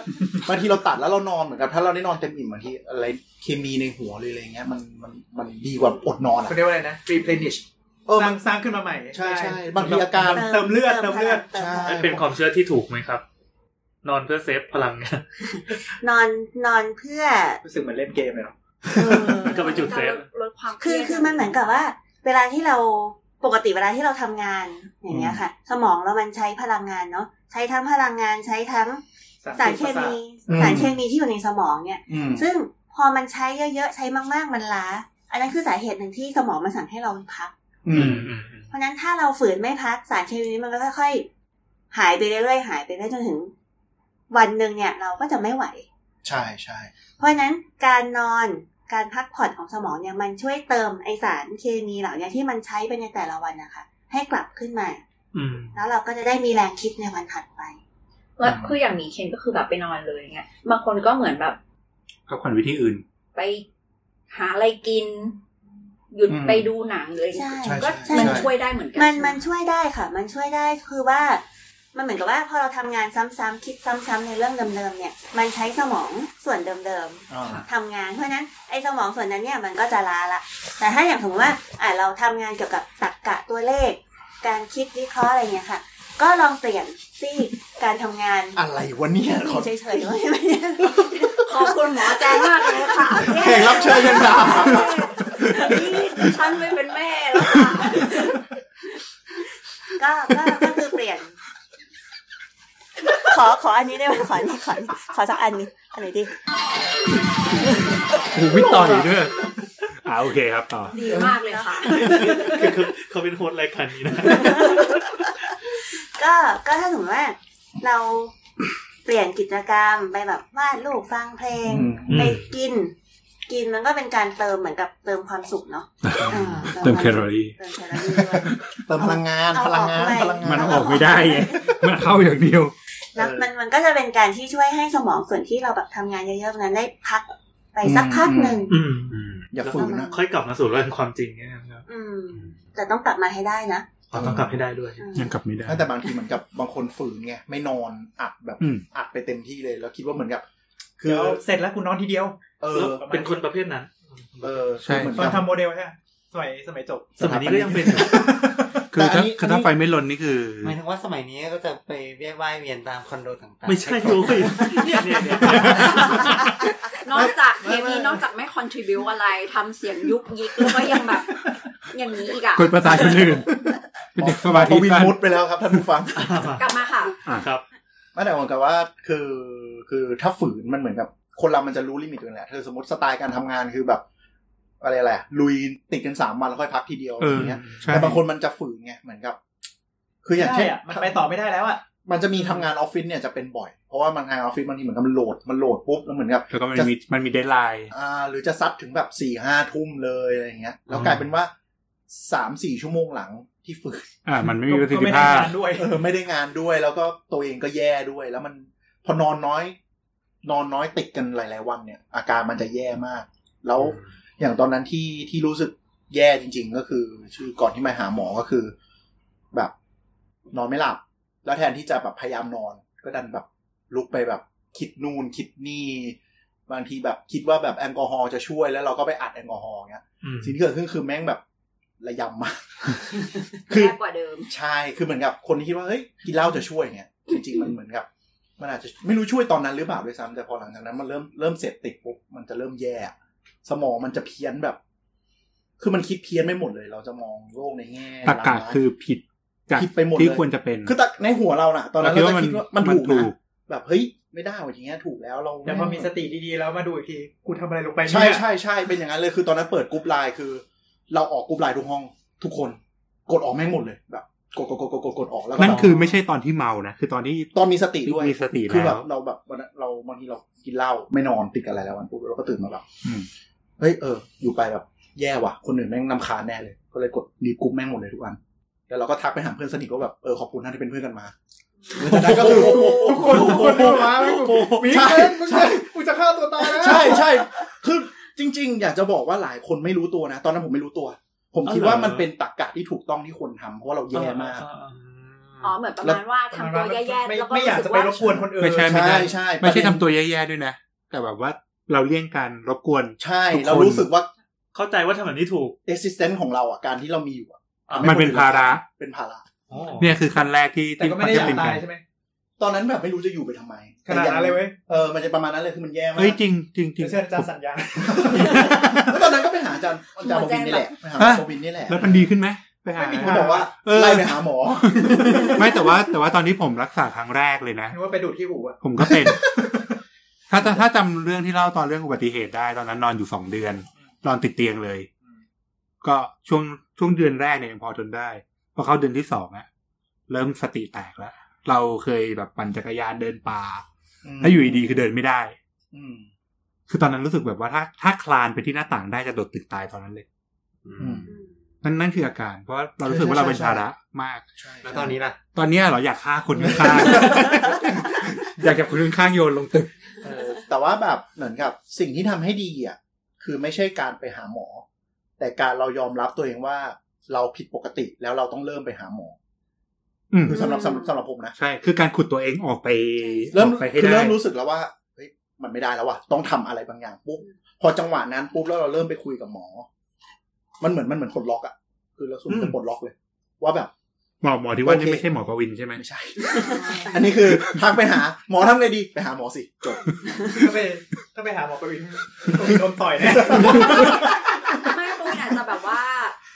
[SPEAKER 6] บางทีเราตัดแล้วเรานอนเหมือนกับถ้าเราได้นอนเต็มอิ่มบางทีอะไรเคมีในหัวเลยอะไรเงี้ยมันมันมันดีกว่าอดนอนอ่ะ
[SPEAKER 4] เขาเรียกว่าอะไรนะ replenish
[SPEAKER 6] เออ
[SPEAKER 4] ส
[SPEAKER 6] มั
[SPEAKER 4] ร้าน งสร้างขึ้นมาใหม่
[SPEAKER 6] ใช่ใช่บางทีอาการ
[SPEAKER 4] เติมเลือดเติมเลือด
[SPEAKER 8] เติมพ
[SPEAKER 6] ใช่
[SPEAKER 8] ลัง
[SPEAKER 7] อันเป็นความเชื่อที่ถูกไหมครับ นอนเพื่อเซฟพลัง
[SPEAKER 8] นอนนอนเพื่อ
[SPEAKER 4] รู้สึกเหมือนเล่นเกมเลยเนาะ
[SPEAKER 8] เออ
[SPEAKER 7] มันก็เป็นจุดเซฟ
[SPEAKER 2] ลดความเรี
[SPEAKER 8] คือย
[SPEAKER 2] ด
[SPEAKER 8] คือมันเหมือนกับว่า เวลาที่เราปกติเวลาที่เราทำงานอย่างเงี้ยค่ะ สมองเรามันใช้พลังงานเนาะใช้ทั้งพลังงานใช้ทั้งสารเคมี
[SPEAKER 6] อืม
[SPEAKER 8] สารเคมีที่อยู่ในสมองเนี่ย
[SPEAKER 6] อืม
[SPEAKER 8] ซึ่งพอมันใช้เยอะๆใช้มากๆมันล้า อันนั้นคือสาเหตุหนึ่งที่สมองมันสั่งให้เราพัก
[SPEAKER 6] อืม
[SPEAKER 8] เพราะฉะนั้นถ้าเราฝืนไม่พักสารเคมีนี้มันก็ค่อยๆหายไปเรื่อยๆหายไปเรื่อยจนถึง วันหนึ่งเนี่ยเราก็จะไม่ไหว
[SPEAKER 6] ใช่ใช่
[SPEAKER 8] เพราะฉะนั้นการนอนการพักผ่อนของสมองเนี่ยมันช่วยเติมไอสารเคมีเหล่าเนี้ที่มันใช้ไปในแต่ละวันนะคะให้กลับขึ้นมา
[SPEAKER 7] อืม
[SPEAKER 8] แล้วเราก็จะได้มีแรงคิดในวันถัดไป
[SPEAKER 2] แล้วคืออย่างนี้เคนก็คือแบบไปนอนเลยอย่างเงี้ยบางคนก็เหมือนแบบ
[SPEAKER 5] พักผ่อนวิธีอื่น
[SPEAKER 2] ไปหาอะไรกิน หยุดไปดูหนังหรืออะไร
[SPEAKER 8] ใช่
[SPEAKER 2] เงี้ย
[SPEAKER 6] ใช่
[SPEAKER 2] ก็
[SPEAKER 6] ใช่ใช่
[SPEAKER 2] มันช่วยได้เหมือนกั
[SPEAKER 8] มัน
[SPEAKER 2] ใช่ไห
[SPEAKER 8] มันช่วยได้ค่ะ มันช่วยได้คือว่า มันเหมือนกับว่าพอเราทำงานซ้ำๆคิดซ้ำๆในเรื่องเดิมๆเนี่ย มันใช้สมองส่วนเดิมๆ
[SPEAKER 6] อ่า
[SPEAKER 8] ทำงานเพราะฉะนั้นไอ้สมองส่วนนั้นเนี่ยมันก็จะล้าละ แต่ถ้าอย่างสมมติว่าอ่ะเราทำงานเกี่ยวกับตรรกะตัวเลข การคิดวิเคราะห์อะไรเนี่ยค่ะ ก็ลองเปลี่ยนซี่การทำงาน
[SPEAKER 6] อะไรวะเนี่ยขอ
[SPEAKER 8] เฉยๆว่าไม่ได้
[SPEAKER 2] ขอบคุณหมอแจ้งมากเลยค่ะ
[SPEAKER 6] แขกรับเชิญยังด่า
[SPEAKER 2] นี่ฉันไม่เป็นแม่แล้วค่ะ
[SPEAKER 8] ก็ก็ก็คือเปลี่ยน ขอขออันนี้ได้ไหมขออันนี้ขออันนี้ขอสักอันนี้อันไหนดี
[SPEAKER 5] โอ้ไม่ต่อยด้วยอ่าโอเคครับต่อ
[SPEAKER 2] ดีมากเลยค่ะ
[SPEAKER 7] คือคือเขาเป็นโฮสต์รายการนี้นะ
[SPEAKER 8] ก็ก็ถ้าสมมติว่าเราเปลี่ยนกิจกรรมไปแบบวาดรูปฟังเพลง
[SPEAKER 7] อืม
[SPEAKER 8] ไปกิน กินมันก็เป็นการเติมเหมือนกับเติมความสุขเนาะอ่า
[SPEAKER 5] เติมแคลอรี่
[SPEAKER 8] เติมแคลอรี่ด้วย
[SPEAKER 6] เติมพลังงาน
[SPEAKER 8] เอา
[SPEAKER 6] พลั
[SPEAKER 8] ออง
[SPEAKER 6] งาก น
[SPEAKER 8] ไป
[SPEAKER 6] พลังงาน
[SPEAKER 5] มันออกไม่ได้ไงมันเข้าอย่างเดียว
[SPEAKER 8] แล้วมันมันก็จะเป็นการที่ช่วยให้สมองส่วนที่เราแบบทำงานเยอะๆนั้นได้พักไปสักพักหนึ่ง
[SPEAKER 7] อืม
[SPEAKER 6] อย่าฝืนนะ
[SPEAKER 7] ค่อยกลับมาสู่เรื่องความจริงเนี่ยนะครับ
[SPEAKER 8] อืม แต่ต้องกลับมาให้ได้นะ
[SPEAKER 7] เราต้องกลับให้ได้ด้วย
[SPEAKER 8] อืม
[SPEAKER 5] ยังกลับไม่ได้
[SPEAKER 6] แต่บางทีเหมือนกับบางคนฝืนไงไม่นอนอัดแบบ
[SPEAKER 5] อืม
[SPEAKER 6] อัดไปเต็มที่เลยแล้วคิดว่าเหมือนกับ คื
[SPEAKER 4] เดี๋
[SPEAKER 6] อ
[SPEAKER 4] ยวเสร็จแล้วกูนอนทีเดียว
[SPEAKER 6] เออ
[SPEAKER 7] เป็นคนประเภทนั้น
[SPEAKER 6] เออ
[SPEAKER 5] ใช่
[SPEAKER 6] เหมือน
[SPEAKER 4] ตอน
[SPEAKER 6] กับ
[SPEAKER 4] ทำโมเดลใช่ไหมสมัยสมัยจบ
[SPEAKER 7] สมัยนี้ก็ยังเป็นอยู่
[SPEAKER 5] คือ
[SPEAKER 6] แต่อั
[SPEAKER 5] ถ้าน
[SPEAKER 6] นี้
[SPEAKER 5] คือถ้าไฟไม่ลนนี่คือ
[SPEAKER 1] หมายถึงว่าสมัยนี้ก็จะไปเวียกว่ายเวียนตามคอนโดต่างๆ
[SPEAKER 7] ไม่ใช่โยยเนี่ยเนี่ยเนี่ย
[SPEAKER 2] นอกจากเทปนี้นอกจากไม่คอนทริบิวอะไรทำเสียงยุกยิกแล้วก็ยังแบบ อย่างนี้อีกอะ
[SPEAKER 5] กดประสาทคนอื่น เป็นเด็กสมาธิ
[SPEAKER 6] วิน
[SPEAKER 5] สั้น
[SPEAKER 6] มุดไปแล้วครับท่านผู้ฟัง
[SPEAKER 2] กลับมาค่ะ
[SPEAKER 7] ครับ
[SPEAKER 6] ไม่แต่เหมือนกับว่าคือคือถ้าฝืนมันเหมือนกับ คนเรามันจะรู้ลิมิตตัวเองแหละเธอสมมติสไตล์การทำงานคือแบบ อะไรแหละลุยติดกันสามวันแล้วค่อยพักทีเดียว
[SPEAKER 5] เออ
[SPEAKER 6] อย่างเงี้ย
[SPEAKER 5] ใช่
[SPEAKER 6] แต่บางคนมันจะฝืนไงเหมือนกับ คืออย่าง
[SPEAKER 4] ใช่
[SPEAKER 6] เช่น
[SPEAKER 4] อ่ะมันไปต่อไม่ได้แล้วอ่ะ
[SPEAKER 6] มันจะมีทำงานออฟฟิศเนี่ยจะเป็นบ่อย เพราะว่ามันทำงานออฟฟิศบางทีเหมือนกับมันโหลดมันโหลดปุ๊บแล้วเหมือนกับ
[SPEAKER 5] แล้วก็มันมีมันมีเดทไลน์
[SPEAKER 6] อ่าหรือจะซัดถึงแบบสี่ห้าทุ่มเลยอะไรอย่างเงี้ย แล้วกลายเป็นว่าสามสี่ชั่วโมงหลังที่ฝึก
[SPEAKER 5] อ่า มันไม่มีประสิท
[SPEAKER 4] ก็
[SPEAKER 5] ธิ
[SPEAKER 4] ไม่ได้
[SPEAKER 5] ภาพ
[SPEAKER 4] งานด้วย
[SPEAKER 6] เออไม่ได้งานด้วยแล้วก็ตัวเองก็แย่ด้วย แล้วมันพอนอนน้อย นอนน้อยติดกันหลาย ๆ วันเนี่ย อาการมันจะแย่มาก แล้วอย่างตอนนั้นที่ที่รู้สึกแย่จริง ๆ ก็คือชื่อก่อนที่มาหาหมอก็คือ แบบนอนไม่หลับ แล้วแทนที่จะแบบพยายามนอน ก็ดันแบบลุกไปแบบคิดนูน่นคิดนี่ บางทีแบบคิดว่าแบบแอลกอฮอล์จะช่วยแล้วเราก็ไปอัดแอลกอฮอล์เงี้ย
[SPEAKER 7] อืม
[SPEAKER 6] สิ่งที่เกิดขึ้นคือแม่งแบบระยำมาก
[SPEAKER 2] แย่กว่าเดิม
[SPEAKER 6] ใช่ คือเหมือนกับคนที่คิดว่า เฮ้ย กินเหล้าจะช่วยเนี่ย จริงๆ มันเหมือนกับ มันอาจจะไม่รู้ช่วยตอนนั้นหรือเปล่าด้วยซ้ำแต่พอหลังจากนั้นมันเริ่มเริ่มเสพติดปุ๊บ มันจะเริ่มแย่ สมองมันจะเพี้ยนแบบ คือมันคิดเพี้ยนไม่หมดเลย เราจะมองโลกในแง่
[SPEAKER 5] ตรรกะ
[SPEAKER 6] ร้าย
[SPEAKER 5] คือผิดจาก
[SPEAKER 6] ผิดไปหมด
[SPEAKER 5] ที่
[SPEAKER 6] เลย
[SPEAKER 5] ควรจะเป็น
[SPEAKER 6] คือตักในหัวเราน่ะ ตอนนั้นเราจะคิดว่ามันถูกนะแบบเฮ้ย ไม่ได้ว่ะอย่างเงี้ยถูกแล้วเรา
[SPEAKER 4] แต่พอมีสติดีๆแล้วมาดูอีกทีกูทำอะไรลงไปเนี่ย
[SPEAKER 6] ใช่ใช่ใช่เป็นอย่างนั้นเลย คือตอนนั้นเปิดกรุ๊ปไลน์คือ เราออกกรุ๊ปไลน์ทุกห้อง ทุกคน กดออกแม่งหมดเลย แบบกดกดกดกดกดกดออกแล้วก็
[SPEAKER 5] นั่นคือไม่ใช่ตอนที่เมานะ คือตอนที่
[SPEAKER 6] ตอนมีสติด้วย
[SPEAKER 5] มีสติแล้ว
[SPEAKER 6] คือแบบเราแบบวันนั้นเราบางทีเรากินเหล้าไม่นอนติดกันอะไรแล้ววันปุ๊บเราก็ตื่นมาแบบ
[SPEAKER 5] อืม
[SPEAKER 6] เฮ้ยเออ อยู่ไปแบบแย่ว่ะ คนอื่นแม่งนำคาญแน่เลย ก็เลยกดรีบกรุ๊ปแม่งหมดเลยทุกวันแล้วเราก็ทักไปหาเพื่อนสนิทว่าแบบเออขอบคุณนะที่เป็นเพื่อนกันมาแต่นั้นก็คือ
[SPEAKER 4] ทุกคนทุกคนเข้ามาแล้วกูมี
[SPEAKER 6] ใช่
[SPEAKER 4] เงินมึงจะกูจะฆ่าตัวตายแล้ว
[SPEAKER 6] ใช่ใช่คือจริง ๆ อยากจะบอกว่าหลายคนไม่รู้ตัวนะ ตอนนั้นผมไม่รู้ตัว ผมคิดว่ามันเป็นตรรกะที่ถูกต้องที่ควรทำเพราะว่าเราแย่มาก
[SPEAKER 2] อ๋อ เหมือนประมาณว่าทำตัวแย่ๆ
[SPEAKER 4] ไม่
[SPEAKER 2] แล้วก็
[SPEAKER 4] ไม่
[SPEAKER 2] รู้
[SPEAKER 4] อยาก
[SPEAKER 2] สึ
[SPEAKER 4] จะ
[SPEAKER 2] ก
[SPEAKER 4] ไป
[SPEAKER 2] ว่าร
[SPEAKER 4] บกวนคนอื่น
[SPEAKER 5] ไม่ใช่ไม่
[SPEAKER 6] ใช่
[SPEAKER 5] ใช่
[SPEAKER 6] ใช่
[SPEAKER 5] ไม่ใช่
[SPEAKER 6] ประเด็น
[SPEAKER 5] ทำตัวแย่ๆด้วยนะ แต่แบบว่าเราเลี่ยงการรบกวน
[SPEAKER 6] ใช่
[SPEAKER 5] ทุกคน
[SPEAKER 6] เรารู้สึกว่า
[SPEAKER 7] เข้าใจว่าทำแบบนี้ถูก
[SPEAKER 6] existence ของเราอ่ะการที่เรามีอยู่อะ
[SPEAKER 7] อ่ะ
[SPEAKER 6] ทำให้
[SPEAKER 5] มันเป็น
[SPEAKER 6] ค
[SPEAKER 5] ภาระ
[SPEAKER 6] เป็นภาระ
[SPEAKER 5] เนี่ยคือขั้นแรกที่
[SPEAKER 4] แต่
[SPEAKER 5] ที่
[SPEAKER 4] ก็
[SPEAKER 5] มั
[SPEAKER 4] ไม่
[SPEAKER 5] น
[SPEAKER 4] ได้อ
[SPEAKER 5] จะ
[SPEAKER 4] ยาก
[SPEAKER 5] เป็น
[SPEAKER 4] ตา
[SPEAKER 5] กั
[SPEAKER 4] ย
[SPEAKER 5] น
[SPEAKER 4] ใช่ไหม
[SPEAKER 6] ตอนนั้นแบบไม่รู้จะอยู่ไปทำไม
[SPEAKER 4] ขนาดนั้นเลยเว้ย
[SPEAKER 6] เออ มันจะประมาณนั้นเลยคือมันแย่มาก
[SPEAKER 5] เฮ้ยจริงจริงจริง
[SPEAKER 4] เชิญอาจารย์สัญญา
[SPEAKER 6] แล้วตอนนั้นก็ไปหาอาจารย์อาจารย์โควินนี่แหละไปหา
[SPEAKER 5] ฮะ
[SPEAKER 6] โควินนี่แหละ
[SPEAKER 5] แล้วมันดีขึ้นไหมไปหา
[SPEAKER 4] ไม่มีท
[SPEAKER 6] เขา
[SPEAKER 4] ง
[SPEAKER 6] บอกว่า
[SPEAKER 5] เออ
[SPEAKER 6] ไล่ไปหาหมอ
[SPEAKER 5] ไม่แต่ว่าแต่ว่าตอนที่ผมรักษาครั้งแรกเลยนะ
[SPEAKER 4] นึกว่าไปดูดที่หู
[SPEAKER 5] [LAUGHS]
[SPEAKER 4] อ่ะ
[SPEAKER 5] ผมก็เป็น ถ้าจะถ้าจำเรื่องที่เล่าตอนเรื่องอุบัติเหตุได้ตอนนั้นนอนอยู่สองเดือน นอนติดเตียงเลย ก็ช่วงช่วงเดือนแรกเนี่ยยังพอทนได้พอเข้าเดือนที่สองอะเริ่มสติแตกแล้ว เราเคยแบบปั่นจักรยานเดินป่าแล้วอยู่ดีๆคือเดินไม่ได้
[SPEAKER 6] อืม
[SPEAKER 5] คือตอนนั้นรู้สึกแบบว่าถ้าถ้าคลานไปที่หน้าต่างได้จะโดดตึกตายตอนนั้นเลย
[SPEAKER 6] อืม
[SPEAKER 5] นั่นนั่นคืออาการ เพราะเรารู้สึกว่าเราเป็นภาระมาก
[SPEAKER 6] ใช่
[SPEAKER 1] แล้วตอนนี้ล่ะ
[SPEAKER 5] ตอนเนี้ยเหราอยากฆ่าคนข้างๆ [LAUGHS] อยากจับคนข้างๆโยนลงตึก
[SPEAKER 6] เออแต่ว่าแบบเหมือนกับ สิ่งที่ทำให้ดีอ่ะคือไม่ใช่การไปหาหมอ แต่การเรายอมรับตัวเองว่า เราผิดปกติแล้วเราต้องเริ่มไปหาหมอ
[SPEAKER 5] อืม
[SPEAKER 6] คือสำหรับสำหรับสำหรับผมนะ
[SPEAKER 5] ใช่ คือการขุดตัวเองออกไป
[SPEAKER 6] เริ่ม
[SPEAKER 5] ออกไปให้
[SPEAKER 6] คือ
[SPEAKER 5] ได้
[SPEAKER 6] เริ่มรู้สึกแล้วว่าเฮ้ยมันไม่ได้แล้วว่ะต้องทำอะไรบางอย่างปุ๊บพอจังหวะนั้นปุ๊บแล้วเราเริ่มไปคุยกับหมอ มันเหมือนมันเหมือนปลดล็อกอ่ะคือเราสุดจะปลดล็อกเลย ว่าแบบ
[SPEAKER 5] หมอหมอที่ว่า
[SPEAKER 6] โอ
[SPEAKER 5] นี่
[SPEAKER 6] เค
[SPEAKER 5] ไม่ใช่หมอกวินใช่ไหม
[SPEAKER 6] ไม่ใช่ อันนี้คือทักไปหาหมอทำอะไรดีไปหาหมอสิจบ
[SPEAKER 4] ถ้าไปถ้าไปหาหมอประวินประวินโดนต่อยแน่
[SPEAKER 2] ไม่ปูนอาจจะแบบว่า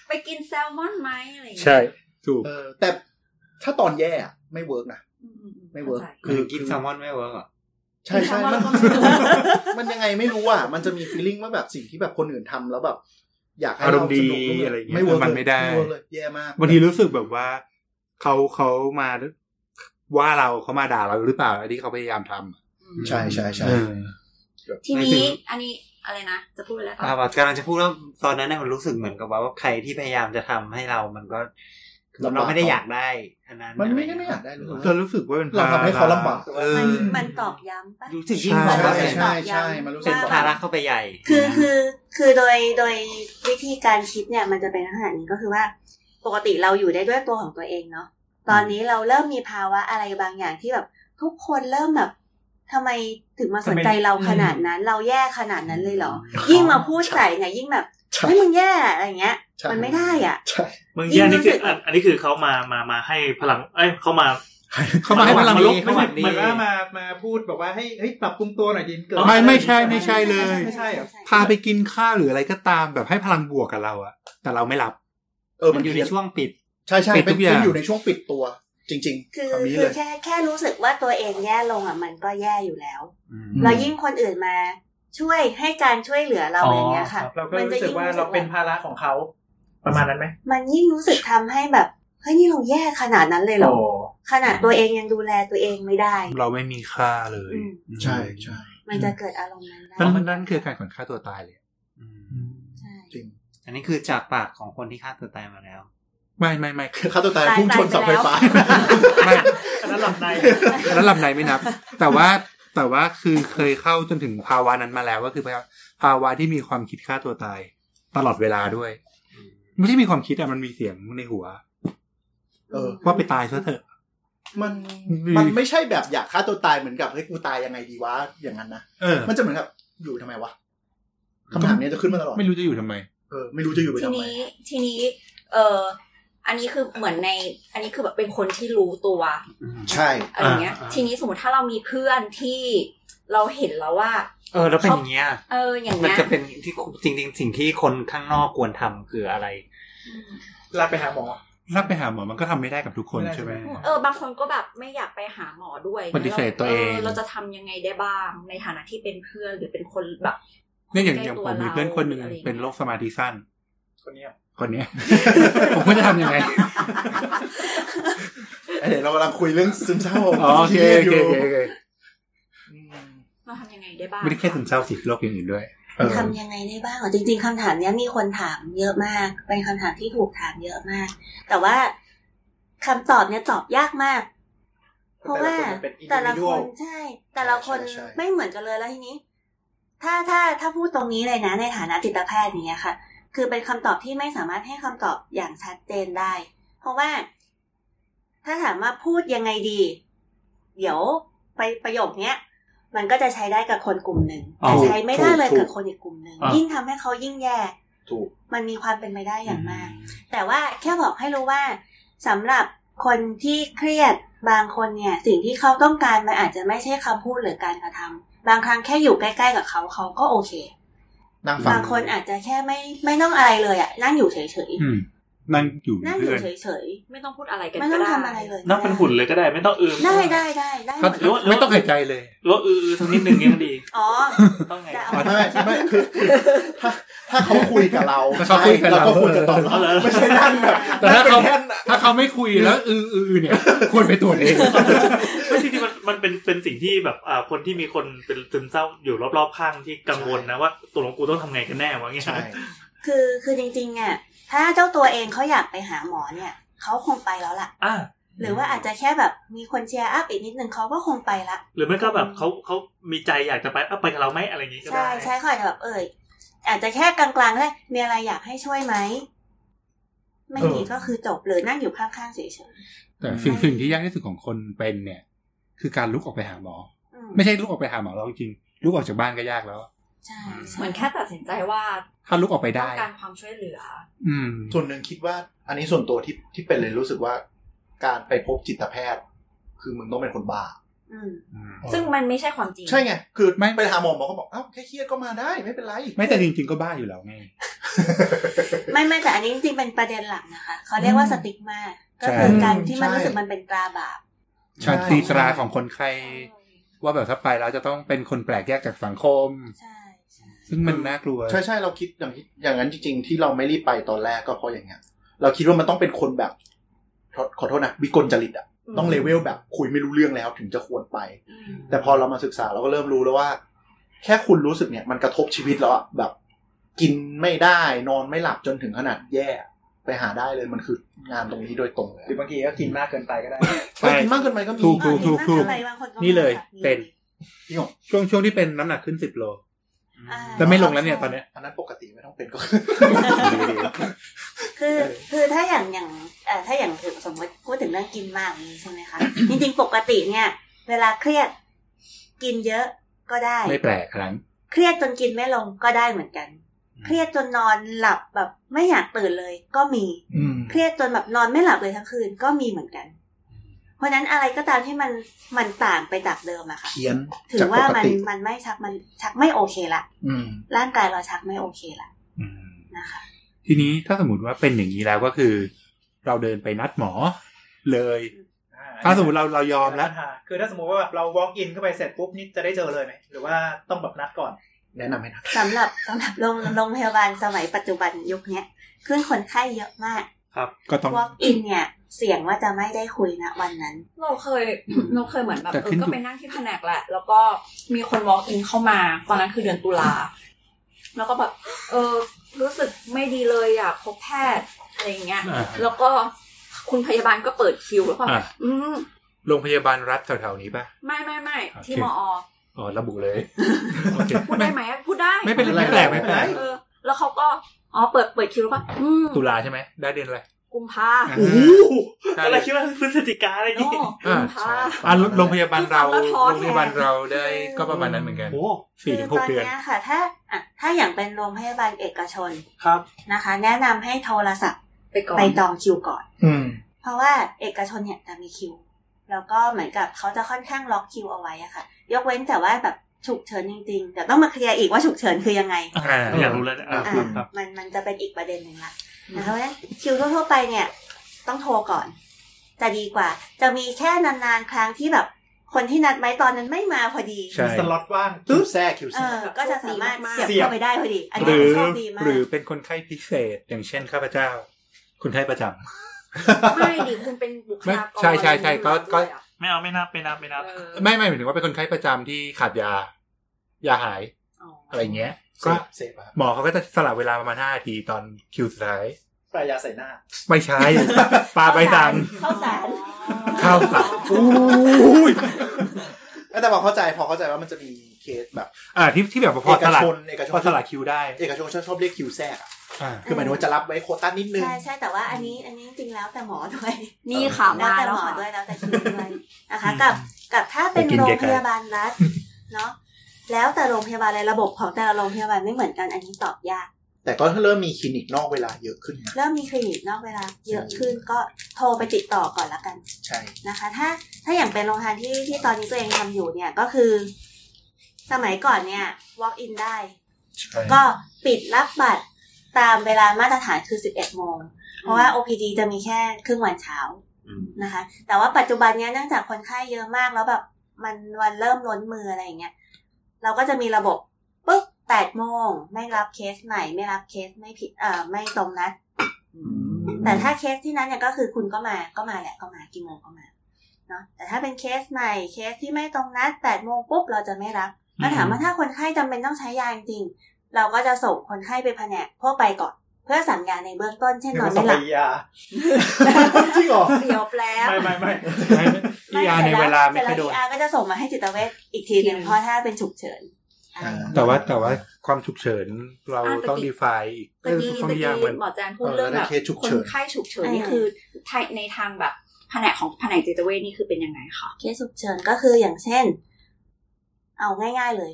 [SPEAKER 2] ไปกินแซลมอนไหมอะไรอย่างเงี้ย
[SPEAKER 5] ถูก
[SPEAKER 6] เออแต่ถ้าตอนแย่อะไม่เวิร์กนะ
[SPEAKER 2] อืมๆๆ
[SPEAKER 6] ไม่เวิร์ก
[SPEAKER 2] ข้าใจ
[SPEAKER 1] คือกินแซลมอนไม่เวิร์กเหรอ
[SPEAKER 6] ใช่ใช่
[SPEAKER 2] ทำ
[SPEAKER 6] มั
[SPEAKER 2] แล้
[SPEAKER 6] น
[SPEAKER 2] วก็ไม่เวิร์ก
[SPEAKER 6] มันยังไงไม่รู้อ่ะมันจะมีฟีลลิ่งว่าแบบสิ่งที่แบบคนอื่นทำแล้วแบบ อยากให้
[SPEAKER 5] อารมณ์ดี
[SPEAKER 6] เสนุก
[SPEAKER 5] อะไรอย่างเงี้
[SPEAKER 6] ไม่
[SPEAKER 5] ย
[SPEAKER 6] เวิร์ก
[SPEAKER 5] มันไม่ได้
[SPEAKER 6] เลยเวิร์กเลยแย่มาก
[SPEAKER 5] บางทีรู้สึกแบบว่าเขาเขามาว่าเราเขามาด่าเราหรือเปล่าอันนี้เขาพยายามทำ
[SPEAKER 6] ใช่ใช่ใช่
[SPEAKER 5] เออ
[SPEAKER 2] ทีนี้อันนี้อะไรนะ จะพูดอะไรต่อ
[SPEAKER 1] อ่าแบบกำลังจะพูดว่าตอนนั้นเนี่ยมันรู้สึกเหมือนกับว่าใครที่พยายามจะทำให้เรา มันก็คือเราไม่ได้อยากได้อันนั้น
[SPEAKER 6] มันไม่ได้ไม่อยากได้เลย
[SPEAKER 5] เรารู้สึกว่าเป็น
[SPEAKER 6] เราทำให้เขาลำบาก
[SPEAKER 5] เออ
[SPEAKER 8] มันมันตอกย้ำปะ
[SPEAKER 1] รู้สึกยิ่งบอก
[SPEAKER 6] ใช่
[SPEAKER 1] ว่าเป็น
[SPEAKER 6] ใช่ใช่มันรู้สึ
[SPEAKER 1] เป็
[SPEAKER 6] ก
[SPEAKER 1] น
[SPEAKER 6] แบบ
[SPEAKER 1] ภาระเข้าไปใหญ่
[SPEAKER 8] คือคือคือโดยโดยวิธีการคิดเนี่ยมันจะเป็นลักษณะนี้ก็คือว่า ปกติเราอยู่ได้ด้วยตัวของตัวเองเนาะตอนนี้เราเริ่มมีภาวะอะไรบางอย่างที่แบบ ทุกคนเริ่มแบบทำไมถึงมาสนใจเราขนาดนั้น เราแย่ขนาดนั้นเลยเหรอ ยิ่งมาพูดใส่เนี่ยยิ่งแบบ
[SPEAKER 6] ใช่
[SPEAKER 8] เฮ้ยมึงแย่อะไรเงี้ย
[SPEAKER 6] ใช่
[SPEAKER 8] มันไม่ได้อ่ะ
[SPEAKER 6] ใช่
[SPEAKER 7] มึงแย่อันนี้
[SPEAKER 8] ยิ่งรู้
[SPEAKER 7] คือ
[SPEAKER 8] สึกแบบ
[SPEAKER 7] อันนี้คือเขามามามาให้พลัง เอ้ยเขามา
[SPEAKER 5] เขามาให้พลัง
[SPEAKER 7] ลบ
[SPEAKER 5] ดี
[SPEAKER 7] ไม่ใช่
[SPEAKER 4] เหมือนว่ามามาพูดบอกว่าให้เฮ้ยปรับปรุงตัวหน่อยดินเกิด
[SPEAKER 5] ไม่ไม่ใช่ไม่ใช่เลย
[SPEAKER 4] ไม่ใช่เหรอ
[SPEAKER 5] พาไปกินข้าวหรืออะไรก็ตามแบบให้พลังบวกกับเราอะแต่เราไม่รับ
[SPEAKER 6] เออ
[SPEAKER 1] มั
[SPEAKER 6] มันน
[SPEAKER 1] อยู่ใน
[SPEAKER 6] เพี้ยน
[SPEAKER 1] ช่วงปิด
[SPEAKER 6] ใช่ใช่
[SPEAKER 5] ปิ
[SPEAKER 6] เป็
[SPEAKER 5] ดทุ
[SPEAKER 6] น
[SPEAKER 5] กอย่าง
[SPEAKER 6] เป็นอยู่ในช่วงปิดตัว จริง
[SPEAKER 8] คือ
[SPEAKER 6] ๆคำนี้
[SPEAKER 8] คื
[SPEAKER 6] เล
[SPEAKER 8] อย แค่แค่รู้สึกว่าตัวเองแย่ลงอ่ะมันก็แย่อยู่แล้ว
[SPEAKER 6] อืม
[SPEAKER 8] แล้วยิ่งคนอื่นมาช่วยให้การช่วยเหลือเรา
[SPEAKER 7] อ๋ออ
[SPEAKER 8] อย่างเงี้ยค่ะ
[SPEAKER 4] เราก็
[SPEAKER 8] มัน
[SPEAKER 4] รู้
[SPEAKER 8] จะ
[SPEAKER 4] สึก
[SPEAKER 8] ยิ่ง
[SPEAKER 4] ว่า
[SPEAKER 8] รู้สึ
[SPEAKER 4] เรา
[SPEAKER 8] ก
[SPEAKER 4] เป็
[SPEAKER 8] ว่าน
[SPEAKER 4] ภาระของเขาประมาณนั้นไหม
[SPEAKER 8] มันยิ่งรู้สึกทำให้แบบเฮ้ยนี่เราแย่ขนาดนั้นเลยเหรอขนาดตัวเองยังดูแลตัวเองไม่ได้
[SPEAKER 5] เราไม่มีค่าเลย
[SPEAKER 8] อืม
[SPEAKER 6] ใช่ใช่
[SPEAKER 8] มันจะเกิดอารมณ์นั้นได้
[SPEAKER 5] นั่นนั่นคือการแข่งฆ่าตัวตายเลย
[SPEAKER 8] ใช่
[SPEAKER 6] จริง
[SPEAKER 1] อันนี้คือจากปากของคนที่ฆ่าตัวตายมาแล้ว
[SPEAKER 5] ไม่ไม่ไม่
[SPEAKER 6] คือฆ่าตัวตายพุ่งชนเสาไฟฟ้า
[SPEAKER 5] ไม่
[SPEAKER 4] อันนั้นหลับใน [LAUGHS]
[SPEAKER 5] แล้วลำในไม่นับ แต่ว่าแต่ว่าคือเคยเข้าจนถึงภาวะนั้นมาแล้วก็คือภาวะที่มีความคิดฆ่าตัวตาย ตลอดเวลาด้วย ไม่ใช่มีความคิดอะมันมีเสียงในหัว
[SPEAKER 6] เออ
[SPEAKER 5] ว่าไปตายซะเถอะ
[SPEAKER 6] มัน
[SPEAKER 5] มี
[SPEAKER 6] มันไม่ใช่แบบอยากฆ่าตัวตายเหมือนกับเฮ้ยกูตายยังไงดีวะอย่างนั้นนะ
[SPEAKER 5] เออ
[SPEAKER 6] มันจะเหมือนกับอยู่ทำไมวะคำถามเนี้ยจะขึ้นมาตลอด
[SPEAKER 5] ไม่รู้จะอยู่ทำไม
[SPEAKER 6] เออไม่รู้จะอยู่ไป
[SPEAKER 2] ที
[SPEAKER 6] ทำไม
[SPEAKER 2] นี้ทีนี้ เอออันนี้คือเหมือนใน อันนี้คือแบบเป็นคนที่รู้ตัว
[SPEAKER 6] ใช่
[SPEAKER 2] อะไรเงี้ย
[SPEAKER 1] อ่า
[SPEAKER 2] ทีนี้สมมติถ้าเรามีเพื่อนที่เราเห็นแล้วว่า
[SPEAKER 1] เออแล้วเป็นอย่างเงี้ย
[SPEAKER 2] เอออย่าง
[SPEAKER 1] มัน
[SPEAKER 2] เงี้ย
[SPEAKER 1] จะเป็นที่จริง ๆ สิ่งที่คนข้างนอกควรทำคืออะไร
[SPEAKER 2] อืม
[SPEAKER 4] ลาไปหาหมอ
[SPEAKER 5] รับไปหาหมอมันก็ทำไม่ได้กับทุกคนใช่ไหม
[SPEAKER 2] เออบางคนก็แบบไม่อยากไปหาหมอด้วย
[SPEAKER 5] ปฏิเสธตัวเอง
[SPEAKER 2] เราจะทำยังไงได้บ้าง ในฐานะที่เป็นเพื่อนหรือเป็นคนแบบ
[SPEAKER 5] เนี่ยอย่าง
[SPEAKER 2] ใกล้
[SPEAKER 5] อย่าง
[SPEAKER 2] ตัว
[SPEAKER 5] ผมมี
[SPEAKER 2] รา
[SPEAKER 5] เพื่อนคนหนึ่ง
[SPEAKER 2] ะไรงี้ย
[SPEAKER 5] เป็นโรคสมาธิสั้น
[SPEAKER 4] คนเนี้ย
[SPEAKER 5] คนเนี้ย [LAUGHS] ผมก็จะทำยังไง
[SPEAKER 6] เอ้ยเรากำลังคุยเรื่องซึมเศร้า
[SPEAKER 5] อ๋อโอเคโอ
[SPEAKER 6] รี
[SPEAKER 5] เค
[SPEAKER 6] ยด
[SPEAKER 5] โอเคโอเค
[SPEAKER 6] อืม
[SPEAKER 2] เราทำยังไงได้บ้าง
[SPEAKER 5] ไม่ได้แค่ซึมเศร้าสิโรคอย่างอื่นด้วย
[SPEAKER 6] เออ
[SPEAKER 8] ทำยังไงได้บ้างอ๋อจริง ๆคำถามเนี้ยมีคนถามเยอะมาก เป็นคำถามที่ถูกถามเยอะมาก แต่ว่าคำตอบเนี้ยตอบยากมาก เพราะว่าแต่ละคนใช่ แต่ละคนไม่เหมือนกันเลยแล้วทีนี้ ถ้าถ้าถ้าพูดตรงนี้เลยนะ ในฐานะจิตแพทย์อย่างเงี้ยค่ะ คือเป็นคำตอบที่ไม่สามารถให้คำตอบอย่างชัดเจนได้ เพราะว่า ถ้าถามว่าพูดยังไงดี เดี๋ยวไปประโยคเนี้ย มันก็จะใช้ได้กับคนกลุ่มหนึ่งแต่ใช้ไม่ได้เลยกับคนอีกกลุ่มหนึ่ง
[SPEAKER 7] อ่ายิ่
[SPEAKER 8] ยิ่งทำให้เขายิ่งแย่
[SPEAKER 6] ถูก
[SPEAKER 8] มันมีความเป็นไปได้อย่างมาก แต่ว่าแค่บอกให้รู้ว่าสำหรับคนที่เครียดบางคนเนี่ย สิ่งที่เขาต้องการมันอาจจะไม่ใช่คำพูดหรือการกระทำบางครั้งแค่อยู่ใกล้ๆกับเขาเขาก็โอเค
[SPEAKER 6] นั่งฟัง
[SPEAKER 8] บางคนอาจจะแค่ไม่ไม่ต้องอะไรเลยอะนั่งอยู่เฉย
[SPEAKER 5] อืมนั่งอยู่
[SPEAKER 8] ๆนั่งอ
[SPEAKER 5] เพื่
[SPEAKER 8] ยู่
[SPEAKER 5] อน
[SPEAKER 8] เฉย
[SPEAKER 2] ไม่ต้องพูดอะไรกั
[SPEAKER 8] ๆ
[SPEAKER 2] น
[SPEAKER 8] ไม่
[SPEAKER 2] ก็
[SPEAKER 8] ต้อง
[SPEAKER 2] ได้
[SPEAKER 8] ทำอะไรเลย
[SPEAKER 7] นั่งเป็นหุ่นเลยก็ได้ ไม่ต้องเอือม
[SPEAKER 8] ได้ได้ได้ได้หมด
[SPEAKER 7] หรือว่า
[SPEAKER 5] ไม่ต้องหายใจเลย
[SPEAKER 7] หรือว่าเอือๆสักนิดหนึ่งยังดี
[SPEAKER 8] อ๋อ
[SPEAKER 7] ต้องไง
[SPEAKER 8] จะเอา
[SPEAKER 6] ไม่ไม่ไม่คือคือถ้าถ้าเขาคุยกับเรา
[SPEAKER 5] ถ้าเขาคุยกับเรา
[SPEAKER 6] ก็ควรจะตอบเราไม่ใช่นั่งแบบ
[SPEAKER 5] แต่ถ้าเขา
[SPEAKER 6] นั่งป็นแท่นอะ
[SPEAKER 5] ถ้าเขาไม่คุย [LAUGHS] แล้วอืออือเนี่ย ควรไปตรวจเอง [LAUGHS]
[SPEAKER 7] ไม่จริงๆมันมันเป็นเป็นสิ่งที่แบบอ่าคนที่มีคนเป็นซึมเศร้าอยู่รอบๆข้างที่กังวลนะว่าตัวของกูต้องทำไงกันแน่วะเงี้ย
[SPEAKER 6] ใช่
[SPEAKER 8] คือคือจริงๆอ่ะถ้าเจ้าตัวเองเขาอยากไปหาหมอเนี่ยเขาคงไปแล้วล่ะ
[SPEAKER 7] อ่า
[SPEAKER 8] หรือว่าอาจจะแค่แบบมีคนเชียร์อัพอีกนิดนึงเขาก็คงไปละ
[SPEAKER 7] หรือไม่ก็แบบเขาเขามีใจอยากจะไปเอาไปกับเราไหมอะไรอย่างงี้ก็
[SPEAKER 8] ใช่
[SPEAKER 7] ได้
[SPEAKER 8] ใช่เขาอาจจะแบบเอ่ยอาจจะแค่กลางๆได้มีอะไรอยากให้ช่วยไหมไม่มีก็คือจบหรือนั่งอยู่ข้างๆเฉย
[SPEAKER 5] แต่สิ่งสิ่งที่ยากที่สุดของคนเป็นเนี่ย คือการลุกออกไปหาหมอ
[SPEAKER 8] ๆอืม
[SPEAKER 5] ไม่ใช่ลุกออกไปหาหมอเราจริงๆลุกออกจากบ้านก็ยากแล้ว
[SPEAKER 8] ใช่ใช่
[SPEAKER 2] เหมือนแค่ตัดสินใจว่า
[SPEAKER 5] ถ้าลุกออกไป
[SPEAKER 2] ต้
[SPEAKER 5] ได้
[SPEAKER 2] องการความช่วยเหลือ
[SPEAKER 5] อืม
[SPEAKER 6] ส่วนหนึ่งคิดว่า อันนี้ส่วนตัวที่ที่เป็นเลยรู้สึกว่า การไปพบจิตแพทย์ คือมึงต้องเป็นคนบ้า
[SPEAKER 8] อืม
[SPEAKER 2] ซึ่งมันไม่ใช่ความจริง
[SPEAKER 6] ใช่ไง คือ
[SPEAKER 5] ไม่
[SPEAKER 6] ไปหาหมอหมอก็บอกอ้าวแค่เครียดก็มาได้ไม่เป็นไร
[SPEAKER 5] ไม่แต่จริงๆก็บ้าอยู่แล้วไง
[SPEAKER 8] ไม่ไม่แต่อันนี้จริงๆเป็นประเด็นหลักนะคะ เขาเรียกว่าสติ๊กมาก็คือการที่มันรู้สึกมันเป็นตราบาป
[SPEAKER 5] ชาตีตราของคนไข้ว่าแบบถ้าไปแล้วจะต้องเป็นคนแปลกแยกจากสังคม
[SPEAKER 8] ใช่ใช่
[SPEAKER 5] ซึ่งมันน่ากลัว
[SPEAKER 6] ใช่ใช่เราคิดอย่างที่อย่างนั้นจริง ๆ ที่เราไม่รีบไปตอนแรกก็เพราะอย่างเงี้ย เราคิดว่ามันต้องเป็นคนแบบขอขอโทษนะวิกลจริตอะต้องเลเวลแบบคุยไม่รู้เรื่องแล้วถึงจะควรไป
[SPEAKER 2] อืม
[SPEAKER 6] แต่พอเรามาศึกษาเราก็เริ่มรู้แล้วว่า แค่คุณรู้สึกเนี่ยมันกระทบชีวิตเราอะแบบ กินไม่ได้นอนไม่หลับจนถึงขนาดแย่ ไปหาได้ [LAUGHS] เลยมันคืองานตรงนี้โดยตรงเลย
[SPEAKER 4] หรือบางทีก็กินมากเกินไปก็ได้
[SPEAKER 5] ใช่
[SPEAKER 6] เฮ้ยกินมากเกินไปก็มี
[SPEAKER 5] ถูกถูกถูกถูก
[SPEAKER 8] อะไรบางคนก็
[SPEAKER 5] นี่เลย
[SPEAKER 8] ไม่
[SPEAKER 5] เป็น
[SPEAKER 6] จริงเหรอ
[SPEAKER 5] ช่วงช่วงที่เป็นน้ำหนักขึ้นสิบโล
[SPEAKER 8] อ่า
[SPEAKER 5] แต่ไม่ลงแล้วเนี่ยตอนเนี้ย
[SPEAKER 6] อันนั้นปกติไม่ต้อง [LAUGHS] เป็นก็
[SPEAKER 8] คือคือถ้าอย่างอย่างเอ่อถ้าอย่างถึงสมมติพูดถึงเรื่องกินมากอย่างนี้ใช่ไหมคะ จริงๆปกติเนี่ย เวลาเครียดกินเยอะก็ได้
[SPEAKER 5] ไม่แปลกครั้ง
[SPEAKER 8] เครียดจนกินไม่ลงก็ได้เหมือนกัน เครียดจนนอนหลับแบบไม่อยากตื่นเลยก็มี
[SPEAKER 6] อืม
[SPEAKER 8] เครียดจนแบบนอนไม่หลับเลยทั้งคืนก็มีเหมือนกัน เพราะฉะนั้นอะไรก็ตามที่มันมันต่างไปจากเดิมอะค่ะ
[SPEAKER 6] เพี้ยน
[SPEAKER 8] ถื
[SPEAKER 6] จา
[SPEAKER 8] อก
[SPEAKER 6] ป
[SPEAKER 8] ว่าก มัน
[SPEAKER 6] ติ
[SPEAKER 8] มันไม่ชักมันชักไม่โอเคละ
[SPEAKER 6] อืม
[SPEAKER 8] ร่างกายเราชักไม่โอเคละ
[SPEAKER 5] อืม
[SPEAKER 8] นะคะ
[SPEAKER 5] ทีนี้ถ้าสมมติว่าเป็นอย่างนี้แล้วก็คือ
[SPEAKER 9] เราเดินไปนัดหมอเลย ถ้าสมมติเราเรายอมแล้ว
[SPEAKER 4] คือถ้าสมมติว่าแบบเรา walk in เข้าไปเสร็จปุ๊บนี่จะได้เจอเลยไหมหรือว่าต้องแบบนัดก่อน
[SPEAKER 6] แนะนำให้นะ
[SPEAKER 8] สำหรับสำหรับโรงโรงพยาบาลสมัยปัจจุบันยุคเนี้ยขึ้นคนไข้เยอะมาก
[SPEAKER 9] ก็ต้อง
[SPEAKER 8] พวกอินเนี่ย เสี่ยงว่าจะไม่ได้คุยนะวันนั้น
[SPEAKER 2] เราเคย เราเคยเหมือนแบบ
[SPEAKER 9] แต่
[SPEAKER 2] เอ
[SPEAKER 9] ขึ้
[SPEAKER 2] อน
[SPEAKER 9] อยู่
[SPEAKER 2] ก็ไปนั่งที่แผนกแหละ แล้วก็มีคน walk in เข้ามา ตอนนั้นคือเดือนตุลา แล้วก็แบบ เออ รู้สึกไม่ดีเลยอยากพบแพทย์อะไรอย่างเงี้ย
[SPEAKER 9] อ่า
[SPEAKER 2] แล้วก็คุณพยาบาลก็เปิดคิวแล้วก็
[SPEAKER 9] อ่ะ
[SPEAKER 2] อืม
[SPEAKER 9] โรงพยาบาลรัฐแถวๆนี้ป่ะ
[SPEAKER 2] ไม่ไม่ไม่
[SPEAKER 9] โอเค
[SPEAKER 2] ที่มอ
[SPEAKER 9] อ๋อระบุเลยโอเค
[SPEAKER 2] พูดได้ไหมพูดได้
[SPEAKER 9] ไม่เป็นไรไม่แปลกไม่แปลก
[SPEAKER 2] เออ แล้วเขาก็ อ๋อ เปิด เปิดคิวแล้วก็ อืม
[SPEAKER 9] ตุลาใช่ไหมได้เดือนอะไร
[SPEAKER 2] กุมภา
[SPEAKER 9] อ่า
[SPEAKER 7] โอ้โหอะไรคิดว่าพฤศจิกาอะไร
[SPEAKER 2] อ๋อ
[SPEAKER 7] นี่
[SPEAKER 2] กุมภา
[SPEAKER 9] อ่ะโรงโรงพยาบาลเรา
[SPEAKER 2] คือฟังแล้วท้อ
[SPEAKER 9] โรงพยาบาลเราได้ก็ประมาณนั้นเหมือนกัน
[SPEAKER 7] โอ้โห
[SPEAKER 9] สี่ถึงหก
[SPEAKER 8] คื
[SPEAKER 9] เดือน
[SPEAKER 8] ตยค่ะ ถ้าอ่ะถ้าอย่างเป็นโรงพยาบาลเอกชน
[SPEAKER 7] ครับ
[SPEAKER 8] นะคะ แนะนำให้โทรศัพท์
[SPEAKER 2] ไปก่อน
[SPEAKER 8] ไปจองคิวก่อน
[SPEAKER 6] อืม
[SPEAKER 8] เพราะว่าเอกชนเนี่ยจะมีคิว แล้วก็เหมือนกับเขาจะค่อนข้างล็อกคิวเอาไว้อะค่ะ ยกเว้นแต่ว่าแบบฉุกเฉินจริงๆแต่ต้องมาเคลียร์อีกว่าฉุกเฉินคือยังไง
[SPEAKER 7] อ่าอยากรู้แล้วนะอ่า
[SPEAKER 8] อ่ะ
[SPEAKER 7] ครับครับ
[SPEAKER 8] มันมันจะเป็นอีกประเด็นหนึ่งละนะคะเพราะฉะนั้นคิวทั่วๆไปเนี่ย ต้องโทรก่อน จะดีกว่า จะมีแค่นานๆครั้งที่แบบ คนที่นัดไว้ตอนนั้นไม่มาพอดี
[SPEAKER 9] ใช่
[SPEAKER 4] สล็อตว่าง
[SPEAKER 6] ตึ๊
[SPEAKER 4] ตึ๊
[SPEAKER 6] บบ แทรกคิว
[SPEAKER 8] เอ
[SPEAKER 6] แทรก
[SPEAKER 8] อก็จะสามารถ
[SPEAKER 2] มาก
[SPEAKER 8] เสียบเข้าไปได้พอดี อัน
[SPEAKER 9] ห
[SPEAKER 8] นี้
[SPEAKER 9] รือ
[SPEAKER 8] โชคดีมาก
[SPEAKER 9] หรือเป็นคนไข้พิเศษอย่างเช่นข้าพเจ้า คนไข้ประจำ
[SPEAKER 2] ไม่ดิคุณเป็นบุคลากร
[SPEAKER 9] ใช่ใช่ใช่ก็ก็
[SPEAKER 2] ด้วยอะ
[SPEAKER 7] ไม่เอาไม่นับไม่นับไม่นับ
[SPEAKER 2] เออ
[SPEAKER 9] ไม่ไม่หมายถึงว่าเป็นคนไข้ประจำที่ขาดยา ยาหาย
[SPEAKER 2] อ๋ออ
[SPEAKER 9] อะไรเงี้ย
[SPEAKER 6] เส
[SPEAKER 9] ก็
[SPEAKER 6] พเสพอะครับ
[SPEAKER 9] หมอเขาก็จะสลับเวลาประมาณห้านาทีตอนคิวสุดท้าย
[SPEAKER 4] ปลายยาใส่หน้า
[SPEAKER 9] ไม่ใช่ ปลาใบตัง
[SPEAKER 8] เข้าสาร
[SPEAKER 9] ข้าวสับอู้ย
[SPEAKER 6] แต่พอเข้าใจพอเข้าใจว่ามันจะมีเคสแบบ
[SPEAKER 9] อ่าที่ที่แบบพ
[SPEAKER 6] เอ
[SPEAKER 9] อก สลัด
[SPEAKER 6] ชนเอกชน
[SPEAKER 9] พอสลัดคิวได้
[SPEAKER 6] เอกชนชอบเรียกคิวแทรกอะ
[SPEAKER 9] อ่า
[SPEAKER 6] คือหมายถึงว่าจะรับไว้โควต้านิดนึง
[SPEAKER 8] ใช่ใช่แต่ว่าอันนี้อันนี้จริงแล้วแต่หมอด้วย
[SPEAKER 2] นี่ค่ะ
[SPEAKER 8] แล้ว
[SPEAKER 2] มา
[SPEAKER 8] แต่
[SPEAKER 2] แล้
[SPEAKER 8] ห
[SPEAKER 2] ว
[SPEAKER 8] มอ
[SPEAKER 2] ค่ะ
[SPEAKER 8] ด้วยแล้วแต่คิวด้วยนะคะกับกับถ้าเป็นโรงพยาบาลรัฐเนาะแล้วแต่โรงพยาบาลเลยระบบของแต่ละโรงพยาบาลไม่เหมือนกันอันนี้ตอบยาก
[SPEAKER 6] แต่ก็เริ่มมีคลินิกนอกเวลาเยอะขึ้นนะ
[SPEAKER 8] เริ่มมีคลินิกนอกเวลาเยอะขึ้นก็โทรไปติดต่อก่อนละกัน
[SPEAKER 6] ใช่
[SPEAKER 8] นะคะถ้าถ้าอย่างเป็นโรงทานที่ที่ตอนนี้ตัวเองทำอยู่เนี่ยก็คือ สมัยก่อนเนี่ย walk in ได้ ก็ปิดรับบัตรตามเวลามาตรฐานคือ 11 โมง เพราะว่า OPD จะมีแค่ครึ่งวันเช้านะคะ แต่ว่าปัจจุบันเนี้ยเนื่องจากคนไข้เยอะมากแล้วแบบมันวันเริ่มล้นมืออะไรอย่างเงี้ยเราก็จะมีระบบปุ๊บ8โมงไม่รับเคสใหม่ไม่รับเคสไม่ผิดเอ่อไม่ตรงนัด แต่ถ้าเคสที่นั้นเนี่ยก็คือคุณก็มาก็มาแหละก็มากี่โมงก็มาเนาะแต่ถ้าเป็นเคสใหม่เคสที่ไม่ตรงนัดแปดโมงปุ๊บเราจะไม่รับแล้วถามว่าถ้าคนไข้จำเป็นต้องใช้ยาจริงๆเราก็จะส่งคนไข้ไปแผนกพวกไปก่อน เพื่อสั่งยาในเบื้องต้นเช่นนอนไม่หลับ
[SPEAKER 6] จริงเหรอ
[SPEAKER 2] เสียวแปลบ
[SPEAKER 4] ไม่ไม่ไม่
[SPEAKER 9] อีอาร์ในเวลาไม่ค่อยโดน
[SPEAKER 8] อาก็จะส่งมาให้จิตเวชอีกทีหนึ่งเพราะถ้าเป็นฉุกเฉิน
[SPEAKER 6] อ่า
[SPEAKER 9] แต่ว่าแต่ว่าความฉุกเฉินเรา
[SPEAKER 2] อ่ะแต่
[SPEAKER 9] ต้อง
[SPEAKER 2] ติด
[SPEAKER 9] ดีไฟอีก
[SPEAKER 2] ตะกี้
[SPEAKER 9] เต้อง
[SPEAKER 2] ตะ
[SPEAKER 9] นิ
[SPEAKER 2] กี้
[SPEAKER 9] ยามมัน
[SPEAKER 2] หมอแจนพูดเรื่องแบบ
[SPEAKER 6] เออแล้วเคสฉุก
[SPEAKER 2] ค
[SPEAKER 6] เฉิ
[SPEAKER 2] น
[SPEAKER 6] น
[SPEAKER 2] ไข้ฉุกเฉินนี่คือไทยในทางแบบแผนกของแผนกจิตเวชนี่คือเป็นยังไงคะ
[SPEAKER 8] เคสฉุกเฉินก็คืออย่างเช่น เอาง่าย ๆเลย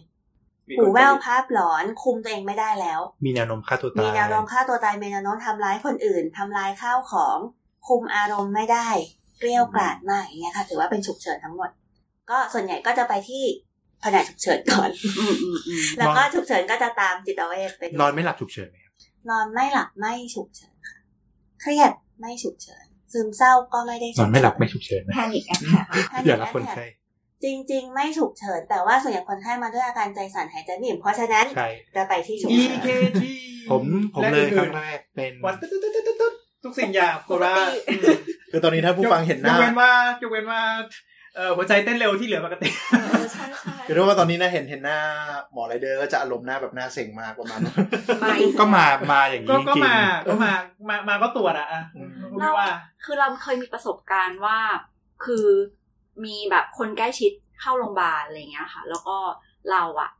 [SPEAKER 8] หูแว่วภาพหลอนคุมตัวเองไม่ได้แล้ว
[SPEAKER 9] มีแนวโน้มฆ่าตัวตาย
[SPEAKER 8] มีแนวโน้มฆ่าตัวตายมีแนวโน้มทำร้ายคนอื่นทำร้ายข้าวของ คุมอารมณ์ไม่ได้เกลี้ยวกล่อมมากอย่างเงี้ยค่ะถือว่าเป็นฉุกเฉินทั้งหมด ก็ส่วนใหญ่ก็จะไปที่แผนกฉุกเฉิน
[SPEAKER 9] [LAUGHS]
[SPEAKER 8] ก่อน
[SPEAKER 2] อืมอืมอืม
[SPEAKER 8] แล้วก็ฉุกเฉินก็จะตามจิตเวชไปดู
[SPEAKER 9] นอนไม่หลับฉุกเฉินไหมครับ
[SPEAKER 8] นอนไม่หลับไม่ฉุกเฉินค่ะเครียดไม่ฉุกเฉินซึมเศร้าก็ไม่ได้ฉุ
[SPEAKER 9] น
[SPEAKER 8] กเฉิ
[SPEAKER 9] อนไม่หลับไม่ฉุกเฉินนะ
[SPEAKER 2] แพนิคแอทแทก
[SPEAKER 8] ถ้มี
[SPEAKER 9] อย่ารับคนไข้
[SPEAKER 8] จริง ๆ ไม่ฉุกเฉินแต่ว่าส่วนใหญ่คนไข้มาด้วยอาการใจสั่นหายใจไม่อิ่มเพราะฉะนั้น
[SPEAKER 9] ใช่
[SPEAKER 8] จะไปที่ฉุก
[SPEAKER 4] อี
[SPEAKER 8] เฉิน
[SPEAKER 4] เคที
[SPEAKER 9] ผมผมเลยครั้งแรกเป็น
[SPEAKER 4] วัดตึ๊ดตึ๊ดตึ๊ดตึ๊ดตึ๊ดทุกสิ่งอย่าง
[SPEAKER 2] ป
[SPEAKER 4] กด
[SPEAKER 2] ก
[SPEAKER 4] ว่า
[SPEAKER 2] ติ
[SPEAKER 6] คือตอนนี้ถ้าผู้ฟังเห็นห
[SPEAKER 4] ย
[SPEAKER 6] น้าก
[SPEAKER 4] เว้นว่ายกเว้นว่าเอ่อหัวใจเต้นเร็วที่เหลือปกติ
[SPEAKER 2] เออใช่ใช่
[SPEAKER 6] คือถ้าว่าตอนนี้นะเห็นเห็นหน้าหมอไรเดอร์ก็จะอารมณ์หน้าแบบหน้าเซ็งมากประมาณนั้น
[SPEAKER 2] ไม่
[SPEAKER 9] [LAUGHS] ก็มามาอย่าง
[SPEAKER 4] ก็
[SPEAKER 9] นี้จ
[SPEAKER 4] ก็
[SPEAKER 9] ริง
[SPEAKER 4] มาก็มามามาก็ตรวจอะอ่ะไม่ว่า
[SPEAKER 2] คือเราเคยมีประสบการณ์ว่า คือมีแบบคนใกล้ชิดเข้าโรงพยาบาลอะไรอย่างเงี้ยค่ะ แล้วก็เราอะ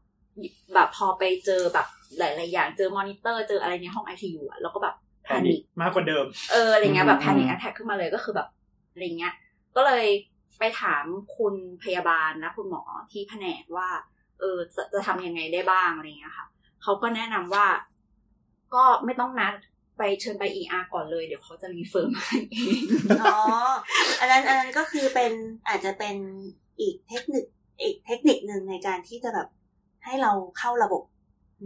[SPEAKER 2] แบบพอไปเจอแบบหลาย ๆ อย่างเจอมอนิเตอร์เจออะไรในห้องไอทียูอะแล้วก็แบบแพนิค
[SPEAKER 4] มากกว่าเดิม
[SPEAKER 2] เอออะไรเงี้ยแบบ
[SPEAKER 4] อืม
[SPEAKER 2] แพนิคแอทแทกขึ้นมาเลยก็คือแบบอะไรเงี้ย ก็เลยไปถามคุณพยาบาลและคุณหมอที่แผนกว่า เออจะจะทำยังไงได้บ้างอะไรเงี้ยค่ะเขาก็แนะนำว่า ก็ไม่ต้องนัดไปเชิญไปเออาก่อนเลยเดี๋ยวเขาจะรีเฟอร์มาให้เอง
[SPEAKER 8] อ๋ออันนั้นอันนั้นก็คือเป็นอาจจะเป็นอีกเทคนิคอีกเทคนิคหนึ่งในการที่จะแบบให้เราเข้าระบบ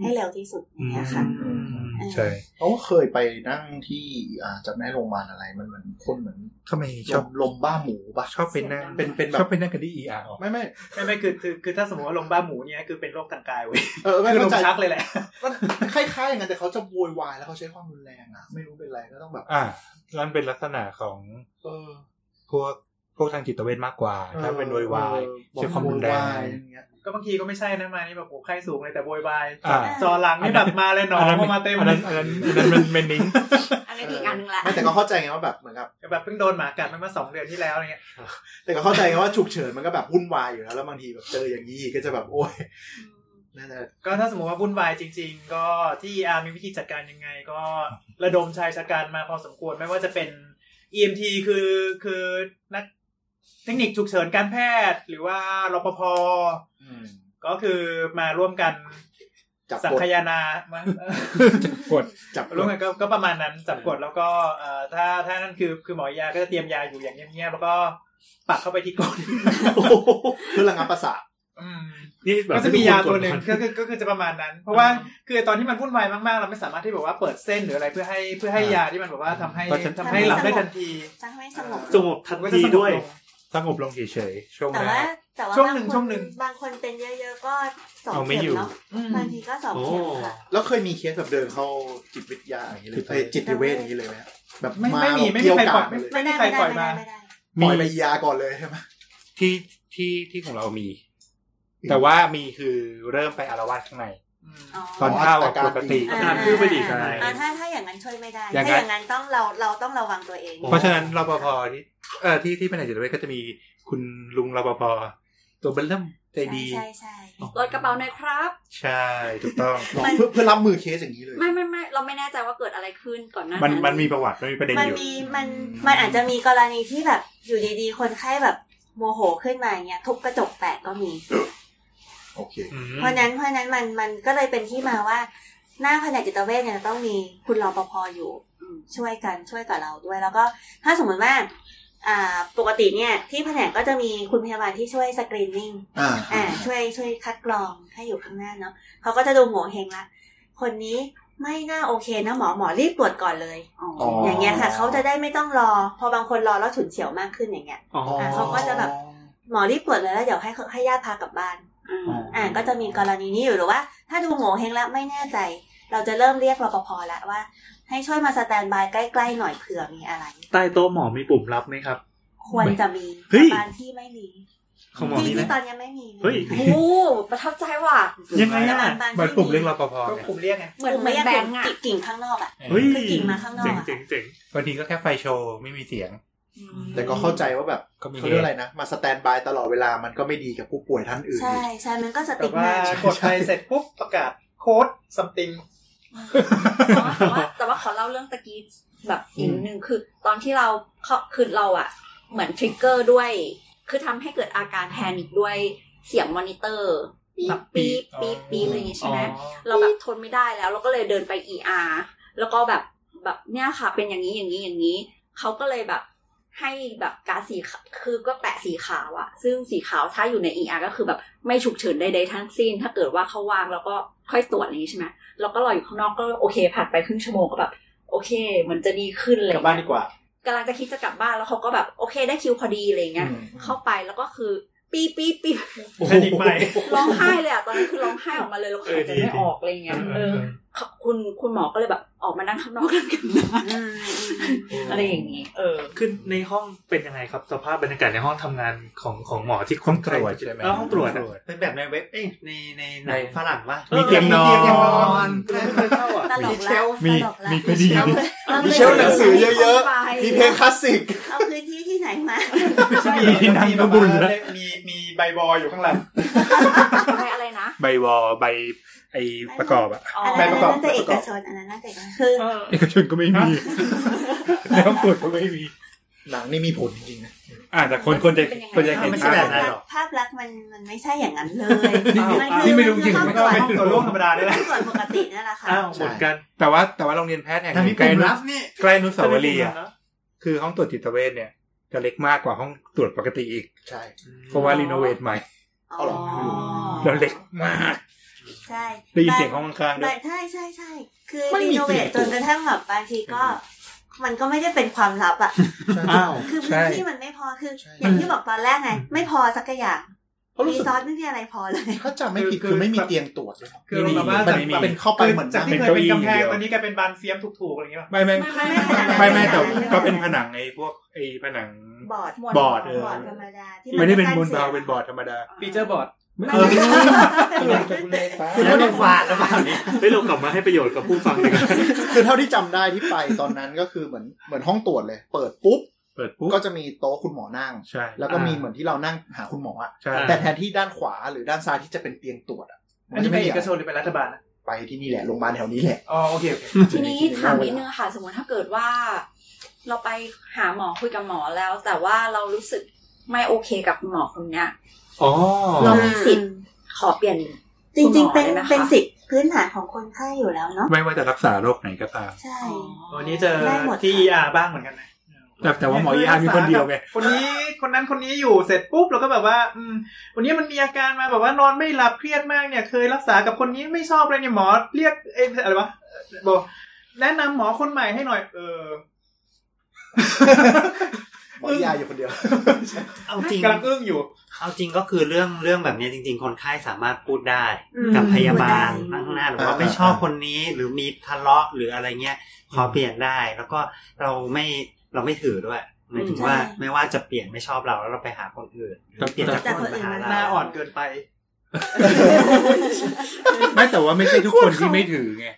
[SPEAKER 8] ให้เร็วที่สุดอย่างเงี้ยค่ะ
[SPEAKER 9] ๆ
[SPEAKER 5] ใช่
[SPEAKER 6] เขาเคยไปนั่งที่อ่าจำได้โรงพยาบาลอะไรมันเหมือนคนเหมือน
[SPEAKER 5] ทำไมช
[SPEAKER 6] ล
[SPEAKER 5] อบ
[SPEAKER 6] มลมบ้าหมูปะ
[SPEAKER 5] ชอบเป็นนั่ง
[SPEAKER 6] เป็นเป็นแบ
[SPEAKER 5] ชอ
[SPEAKER 6] บบ
[SPEAKER 5] เป็นนั่งกันที่เออาร์ออก
[SPEAKER 6] ไม่ไม่
[SPEAKER 4] ไม่ไม่คือคือคือถ้าสมมติว่าลงบ้าหมูเนี่ยคือเป็นโรคทางกายเว้ย
[SPEAKER 6] เออไม่
[SPEAKER 4] คือล
[SPEAKER 6] เข้าง ใจ
[SPEAKER 4] ชักเลยแหละ
[SPEAKER 6] มันคล้ายๆอย่างนั้นแต่เขาจะโวยวายแล้วเขาใช้ความรุนแรงอ่ะ ไม่รู้เป็นไรก็ต้องแบบ
[SPEAKER 5] อ่านั่นเป็นลักษณะของ
[SPEAKER 6] เออ
[SPEAKER 5] พวกพวกทางจิตเวชมากกว่าถ้าเป็นโวยวาย
[SPEAKER 6] เออ
[SPEAKER 5] ใช้ความรุนแร
[SPEAKER 6] โวยวาง ยอย่างเงี้ย
[SPEAKER 4] ก็บางทีก็ไม่ใช่นะมานี่แบบโอ้ไข้สูงเลยแต่โวยวาย
[SPEAKER 5] อ่า
[SPEAKER 4] จอหลังนี่แบบมาเลยหนองออกมาเต็ม
[SPEAKER 5] อันนั้นอันนั้นอันนั้นมันเป็นนิ้ง [LAUGHS]
[SPEAKER 2] อันนี้นอีกอันหนึงละ
[SPEAKER 6] ไม่แต่ก็เข้าใจไงว่าแบบเหมือนกับ
[SPEAKER 4] แบบเพิ่งโดนหมากัดมันเมื่อสองเดือนที่แล้วอะไรเงี้ย
[SPEAKER 6] แต่ก็เข้าใจไงว่าฉุกเฉินมันก็แบบวุ่นวายอยู่แล้วแล้วบางทีแบบเจออย่างนี้ก็จะแบบโอ้ยน่าจะ
[SPEAKER 4] ก็ถ้าสมมติว่าวุ่นวายจริง ๆ ก็ที่อามีวิธีจัดการยังไง ก็ระดมชายชะกันมาพอสมควรไม่ว่าจะเป็น EMT คือคือนักเทคนิคฉุกเฉินการแพทย์ หรือว่ารปภ
[SPEAKER 6] อืม
[SPEAKER 4] ก็คือมาร่วมกัน
[SPEAKER 6] จับ
[SPEAKER 4] สัง
[SPEAKER 6] กด
[SPEAKER 4] คายนามา [LAUGHS]
[SPEAKER 6] จับก
[SPEAKER 4] รู้
[SPEAKER 6] ด
[SPEAKER 4] ไงก็ก็ประมาณนั้นจับกดแล้วก็เอ่อถ้าถ้านั่นคือคือหมอยาก็จะเตรียมยาอยู่อย่างเงียบๆแล้วก็ปักเข้าไปที่ก้น
[SPEAKER 6] โอ้โหเพื่อระงับประสาท
[SPEAKER 4] อืม
[SPEAKER 7] นี่แบบ
[SPEAKER 4] ก็จะมียาตัวหนึ่งก็คือก็คือจะประมาณนั้น เพราะว่าคือตอนที่มันวุ่นวายมากๆ เราไม่สามารถที่แบบว่าเปิดเส้นหรืออะไรเพื่อให้เพื่อให้ยาที่มันแบบว่าทำให้
[SPEAKER 5] ก็จะ
[SPEAKER 4] ทำให้หลับได้ทันที
[SPEAKER 8] จะให้สงบ
[SPEAKER 7] สงบทันทีด้วย
[SPEAKER 5] สงบลงเฉยๆช่วง
[SPEAKER 8] แต่
[SPEAKER 5] แร
[SPEAKER 8] ว่าก แต่ว่า
[SPEAKER 4] ช่วงหนึ่ง
[SPEAKER 8] บาค
[SPEAKER 4] ช่วงหนึ่ง
[SPEAKER 8] บางคนเป็นเยอะๆก็สอง
[SPEAKER 5] เอาไม่
[SPEAKER 8] เข็ม
[SPEAKER 5] อยู่
[SPEAKER 8] เนาะ
[SPEAKER 4] อืม
[SPEAKER 8] บางทีก็สอง
[SPEAKER 7] โอ้
[SPEAKER 8] เข็มค่ะ
[SPEAKER 6] แล้วเคยมีเคสแบบเดินเข้าจิตวิทยาอย่างนี้เลยเอ้ยจิตเวชอย่างนี้เลยไหมแบบ
[SPEAKER 4] ไม่ไม่มีไม่มี
[SPEAKER 6] เกี่ยว
[SPEAKER 4] ใครปล่
[SPEAKER 6] กั
[SPEAKER 4] อย
[SPEAKER 6] น
[SPEAKER 4] ไม่
[SPEAKER 6] เลย
[SPEAKER 4] ไม่มีใครปล่อยมา
[SPEAKER 8] ไม่ได้
[SPEAKER 6] ป
[SPEAKER 5] มี
[SPEAKER 6] ล่อยไปยาก่อนเลยใช่ไหม
[SPEAKER 5] ที่ที่ที่ของเรามี แต่ว่ามีคือเริ่มไปอารวาสข้างใน ตอนเข้าอะปกติ
[SPEAKER 8] ไม่ได้
[SPEAKER 7] อ่าคือไปดีใช่
[SPEAKER 8] อ่าถ้าถ้าอย่างนั้นช่วยไม่ได้
[SPEAKER 5] อย่างนั้น
[SPEAKER 8] ถ้าอย่างนั้นต้องเราเราต้องระวังตัวเอง
[SPEAKER 5] เพราะฉะนั้นรปภที่เอ่อที่ที่เป็นอาจิตเวชก็จะมีคุณลุงรปภตัวเบลเริ่มใจดี
[SPEAKER 8] ใช่ใช่ใช่
[SPEAKER 2] ลดกระเป๋าหน่อยครับ
[SPEAKER 5] ใช่ถูกต้อง
[SPEAKER 6] หรอ
[SPEAKER 8] มัน
[SPEAKER 6] เพื่อเพื่อรับมือเคสอย่างนี้เลย
[SPEAKER 2] ไม่ไม่ไม่เราไม่แน่ใจว่าเกิดอะไรขึ้นก่อนหน้า
[SPEAKER 5] มั
[SPEAKER 2] นั้น
[SPEAKER 5] มันมีประวัติมันมีประเด็น
[SPEAKER 8] มัน
[SPEAKER 5] อยู่
[SPEAKER 8] มีมันมันอาจจะมีกรณีที่แบบอยู่ดีๆ คนไข้แบบโมโหขึ้นมาอย่างเงี้ยทุบกระจกแตกก็มี
[SPEAKER 6] โอเค
[SPEAKER 7] อืม
[SPEAKER 8] เพราะนั้นเพราะนั้นมันมันก็เลยเป็นที่มาว่า หน้าแผนกจิตเวชเนี่ยต้องมีคุณรปภอยู่อืมช่วยกันช่วยกับเราด้วย แล้วก็ถ้าสมมติว่าอ่าปกติเนี่ยที่แผนกก็จะมีคุณพยาบาลที่ช่วยสกรีนนิ่ง
[SPEAKER 6] อ่า
[SPEAKER 8] อ่าช่วยช่วยคัดกรองให้อยู่ข้างหน้าเนาะเขาก็จะดูโงเฮงละ คนนี้ไม่น่าโอเคนะหมอหมอรีบตรวจก่อนเลย อย่างเงี้ยค่ะเขาจะได้ไม่ต้องรอ พอบางคนรอแล้วฉุนเฉียวมากขึ้นอย่างเงี้ย
[SPEAKER 7] อ๋อ
[SPEAKER 6] อ๋อ
[SPEAKER 8] เขาก็จะแบบ หมอรีบตรวจเลยแล้วเดี๋ยวให้เขาให้ญาติพากลับบ้าน
[SPEAKER 2] อืม
[SPEAKER 8] อ่าก็จะมีกรณีนี้อยู่หรือว่า ถ้าดูโงเฮงแล้วไม่แน่ใจ เราจะเริ่มเรียกรปภละว่า ให้ช่วยมาสแตนบายใกล้ๆหน่อยเผื่อมีอะไร
[SPEAKER 7] ใต้โต๊ะหมอมีปุ่มรับไหมครับ
[SPEAKER 8] ควรจะมี
[SPEAKER 7] เฮ้ย
[SPEAKER 8] บางที่ไม่มี
[SPEAKER 7] ของหมอ
[SPEAKER 8] ที่
[SPEAKER 7] มีไหม
[SPEAKER 8] ที่ตอนเนี้ยไม่มี
[SPEAKER 7] เฮ้ย
[SPEAKER 2] โอ้ประทับใจว่ะ
[SPEAKER 7] ยังไงอ่ะ
[SPEAKER 8] บาง
[SPEAKER 5] มัน
[SPEAKER 8] ที่
[SPEAKER 5] ปุ่มเรื่องรปภ
[SPEAKER 4] ก็
[SPEAKER 5] เนี่ย
[SPEAKER 4] กลุ่มเรียกไง
[SPEAKER 2] เหมือน
[SPEAKER 8] ปุ่
[SPEAKER 2] เหมือน
[SPEAKER 8] รียก
[SPEAKER 2] แบงค์อ่ะ
[SPEAKER 8] กิ่งข้างนอกอ่ะ
[SPEAKER 7] เฮ้ย
[SPEAKER 8] คือกิ่งมาข้างนอกอะ
[SPEAKER 7] เจ๋งเจ๋ง
[SPEAKER 5] บางทีก็แค่ไฟโชว์ไม่มีเสียง
[SPEAKER 6] แต่ก็เข้าใจว่าแบบ
[SPEAKER 5] ก็มี
[SPEAKER 6] เขาเรียกอะไรนะมาสแตนบายตลอดเวลามันก็ไม่ดีกับผู้ป่วยท่านอื่น
[SPEAKER 8] ใช่ใช่มันก็ส
[SPEAKER 4] แต่
[SPEAKER 8] ติ๊ก
[SPEAKER 4] ว่า
[SPEAKER 8] มา
[SPEAKER 4] กดไปเสร็จปุ๊บประกาศโค้ดซัมติง
[SPEAKER 2] แต่ว่าแต่ว่าแต่ว่าขอเล่าเรื่องตะกี้แบบอีกนิดนึงคือ ตอนที่เราเขาคือเราอะเหมือนทริกเกอร์ด้วย คือทำให้เกิดอาการแพนิคด้วยเสียงมอนิเตอร์แบบปี๊บปี๊บปี๊บอะไรอย่างงี้
[SPEAKER 7] ๆ
[SPEAKER 2] ใช่ไหม
[SPEAKER 7] อ๋อ
[SPEAKER 2] เราแบบทนไม่ได้แล้ว เราก็เลยเดินไป ER แล้วก็แบบแบบเนี่ยค่ะ เป็นอย่างนี้อย่างนี้อย่างนี้เขาก็เลยแบบให้แบบการดสีขาวคือก็แปะสีขาวอะซึ่งสีขาวถ้าอยู่ใน ER ก็คือแบบไม่ฉุกเฉินใดๆทั้งสิ้น ถ้าเกิดว่าเขาวางแล้วก็ค่อยตรวจอะไรอย่างนี้ใช่ไหมแล้วก็รออยู่ข้างนอกก็โอเคผ่านไปครึ่งชั่วโมงก็แบบ โอเคเหมือนจะดีขึ้นเลย
[SPEAKER 4] กลับบ้านดีกว่า
[SPEAKER 2] กำลังจะคิดจะกลับบ้านแล้วเขาก็แบบโอเคได้คิวพอดีอะไรอย่างเงี้ยเข้าไปแล้วก็คือปี๊ปี๊ปี๊
[SPEAKER 4] แพนิคใหม่
[SPEAKER 2] ร้องไห้เลยอ่ะตอนนั้นคือร้องไห้ออกมาเลยแล้วก็หายใจไม่ออกอะไรเงี้ยเออเขาคุณคุณหมอก็เลยแบบออกมานั่งข้างนอกกันกันนะอะไรอย่างนี้ เออ
[SPEAKER 7] ขึ้นในห้องเป็นยังไงครับ สภาพบรรยากาศในห้องทำงานของของหมอที่
[SPEAKER 5] ห้องตรวจใช่ไหม
[SPEAKER 7] เออห้องตรวจอะ
[SPEAKER 1] เป็นแบบในเว็บเอ้ยในในใน
[SPEAKER 5] ใน
[SPEAKER 1] ฝรั่งว่า
[SPEAKER 5] มีเตียงนอ
[SPEAKER 4] เตียงนอน น
[SPEAKER 7] ไม่เคยเข้าอ่ะ
[SPEAKER 8] ตลกละ
[SPEAKER 5] มี
[SPEAKER 8] ตลกละ
[SPEAKER 5] มีคดี
[SPEAKER 8] เอาเอา
[SPEAKER 6] มีเชลฟ์หนังสือเยอะ
[SPEAKER 2] ๆ
[SPEAKER 6] ๆมีเพลงคลาสสิก
[SPEAKER 8] เอาพื้นที่ที่ไหนมา
[SPEAKER 5] มีที่นั่งก็บุญแล้ว
[SPEAKER 4] มีมีใบบอยอยู่ข้างหลัง
[SPEAKER 2] อะไรอะไรนะ
[SPEAKER 5] ใบวอใบไอประกอบอะ
[SPEAKER 2] อ๋อ
[SPEAKER 8] อัน
[SPEAKER 4] ใบ
[SPEAKER 8] นั้น
[SPEAKER 4] ประกอบ
[SPEAKER 8] น่าจะเอกชนอันนั้นน่าจะเอกชนคือ
[SPEAKER 5] เอกชนก็ไม่มีในห้องตรวจก็ไม่มี
[SPEAKER 6] หนังนี่มีผลจริงๆนะ
[SPEAKER 5] อ่าแต่คนคนจะคนจะเห็น
[SPEAKER 6] ไม่ใช่
[SPEAKER 5] ภาพ
[SPEAKER 6] แบบนั้นหรอก
[SPEAKER 8] ภาพลักษณ์มันมันไม่ใช่อย่างนั้นเลย
[SPEAKER 5] นี่
[SPEAKER 8] มัน
[SPEAKER 5] นี่
[SPEAKER 8] คือ
[SPEAKER 5] ไม่รู้
[SPEAKER 8] มัน
[SPEAKER 5] จริ
[SPEAKER 8] คื
[SPEAKER 5] ง
[SPEAKER 8] อห้
[SPEAKER 5] ๆ
[SPEAKER 8] อง
[SPEAKER 5] ไม่
[SPEAKER 8] ตรวจ
[SPEAKER 5] ต้องไป
[SPEAKER 4] ห้องตัวโล่งธรรมดาได้แหละ
[SPEAKER 8] ห้องตรวจปกตินั่นแหละค่ะ
[SPEAKER 7] อ้าวหมดกัน
[SPEAKER 5] แต่ว่าแต่ว่าโรงเรียนแพทย์แห่งห
[SPEAKER 1] ถ้า
[SPEAKER 5] นึ่
[SPEAKER 1] มี
[SPEAKER 5] งใกล้
[SPEAKER 1] ปุ่
[SPEAKER 5] อ
[SPEAKER 1] ม
[SPEAKER 5] นุ
[SPEAKER 1] รับนี่
[SPEAKER 5] ใกล้อนุสาวรีย์อะคือห้องตรวจจิตเวชเนี่ย จะเล็กมากกว่าห้องตรวจปกติอีก
[SPEAKER 6] ใช่
[SPEAKER 5] เพราะว่ารีโนเวทใหม่
[SPEAKER 8] อ๋อ
[SPEAKER 5] แล้วเล็กมาก
[SPEAKER 8] ใช่
[SPEAKER 5] ได้ยินเสียงห้องข้างๆด้ว
[SPEAKER 8] บาย งใช่ใช่ใช่คือ
[SPEAKER 5] ไม่
[SPEAKER 8] รี
[SPEAKER 5] มี
[SPEAKER 8] โนเว
[SPEAKER 5] เสีย
[SPEAKER 8] ท
[SPEAKER 5] ง
[SPEAKER 8] จนกระทั่งแบบบางทีก็ มันก็ไม่ได้เป็นความลับอ่ะ
[SPEAKER 7] อ้าว
[SPEAKER 8] คือพื้นที่มันไม่พอคือ
[SPEAKER 6] ใช่
[SPEAKER 8] อย่างที่บอกตอนแรกไง ไม่พอสักอย่าง
[SPEAKER 6] เพราะรู้
[SPEAKER 8] รี
[SPEAKER 6] สึก
[SPEAKER 8] ซอสไม่มีอะไรพอเลย
[SPEAKER 6] ถ้าจำไม่ผิดคือไม่มีเตียงตรวจเลยครับ
[SPEAKER 4] คือลงมาว่าจาก
[SPEAKER 5] ไม่มี
[SPEAKER 6] เป็นเข้าไปเหมือน
[SPEAKER 4] จากที่
[SPEAKER 6] นั่ง
[SPEAKER 4] เคยเป็นกำแพ
[SPEAKER 5] เป็นเก้าอี้อง ย่างเดียว
[SPEAKER 4] ตอนนี้กลายเป็นบานเซียมถูกๆอะไรอย่างเงี้ยป่ะ
[SPEAKER 5] ไม่ไม่
[SPEAKER 2] ไม่ไม่
[SPEAKER 5] ไม่ไม่แต่ก็เป็นผนังไอ้พวกไอ้ผนัง
[SPEAKER 8] บอร์ด
[SPEAKER 5] บอร์ดเออ
[SPEAKER 8] บอร์ดธรรมดาที่
[SPEAKER 5] ไม่ได้เป็น
[SPEAKER 8] กั้
[SPEAKER 5] บนบาว
[SPEAKER 8] สียง
[SPEAKER 5] เป็นบอร์ดธรรมดา
[SPEAKER 4] ฟีเจอร์บอร์ด
[SPEAKER 5] เออ
[SPEAKER 1] แล้วโดนฟาดแล้วเปล่าเนี่ย
[SPEAKER 7] เฮ้ยเรากลับมาให้ประโยชน์กับผู้ฟังดีกว่า
[SPEAKER 6] คือเท่าที่จำได้ที่ไปตอนนั้นก็คือเหมือนเหมือนห้องตรวจเลย เปิดปุ๊บ
[SPEAKER 5] เปิดปุ๊บ
[SPEAKER 6] ก็จะมีโต๊ะคุณหมอนั่ง
[SPEAKER 5] ใช่
[SPEAKER 6] แล้วก็มีเหมือนที่เรานั่งหาคุณหมออะ
[SPEAKER 5] ใช่
[SPEAKER 6] แต่แทนที่ด้านขวาหรือด้านซ้ายที่จะเป็นเตียงตรวจอะ
[SPEAKER 4] อันนี้เป็นเอกชนหรือเป็นรัฐบาลนะ
[SPEAKER 6] ไปที่นี่แหละโรงพยาบาลแถวนี้แหละ
[SPEAKER 4] อ๋อโอเคโอเค
[SPEAKER 2] ทีนี้ถามนิดนึงค่ะ สมมติถ้าเกิดว่า เราไปหาหมอคุยกับหมอแล้ว แต่ว่าเรารู้สึกไม่โอเคกับคุณหมอคนเนี้ย
[SPEAKER 7] อ๋อ
[SPEAKER 2] เรามีสิทธิ์ขอเปลี่ยน
[SPEAKER 8] จริงๆ เป็น
[SPEAKER 2] คุณหมอได้ไหมคะ
[SPEAKER 8] เป็นสิทธิพื้นฐานของคนไข้อยู่แล้วเนาะ
[SPEAKER 5] ไม่ว่าจะรักษาโรคไหนก็ตาม
[SPEAKER 8] ใช่
[SPEAKER 4] วันนี้เจอ
[SPEAKER 8] ได้หมดค่ะ
[SPEAKER 4] ที่อาบ้างเหมือนกันนะ
[SPEAKER 5] แต่แต่ว่าหมออีอาร์มีคนเดียวไง
[SPEAKER 4] คนนี้คนนั้นคนนี้อยู่เสร็จปุ๊บเราก็แบบว่าอืมวันนี้มันมีอาการมาแบบว่านอนไม่หลับเครียดมากเนี่ย เคยรักษากับคนนี้ไม่ชอบเลยเนี่ยหมอเรียกเอ้ยอะไรวะบอกแนะนำหมอคนใหม่ให้หน่อย เออ
[SPEAKER 6] หมอยาอยู่คนเดียว
[SPEAKER 1] เอาจริง
[SPEAKER 4] กำลังอึ้งอยู่
[SPEAKER 1] เอาจริงก็คือเรื่องเรื่องแบบเนี้ยจริง ๆ คนไข้สามารถพูดได้
[SPEAKER 8] อืม
[SPEAKER 1] กับพยาบาล
[SPEAKER 8] พูดได้
[SPEAKER 1] นั่งหน้าหรือว่า
[SPEAKER 6] อ่า
[SPEAKER 1] ไม่ชอบ
[SPEAKER 6] อ่า
[SPEAKER 1] คนนี้หรือมีทะเลาะหรืออะไรเงี้ยขอเปลี่ยนได้ แล้วก็เราไม่เราไม่ถือด้วยหมายถึงว่าไม่ว่าจะเปลี่ยนไม่ชอบเราแล้วเราไปหาคนอื่นหรือเปลี่ยนจากคนอื่นมาหา
[SPEAKER 4] หน้า
[SPEAKER 1] เรา
[SPEAKER 4] อ่อนเกินไป
[SPEAKER 5] ไม่แต่ว่าไม่ใช่ทุกคนที่ไม่ถือไง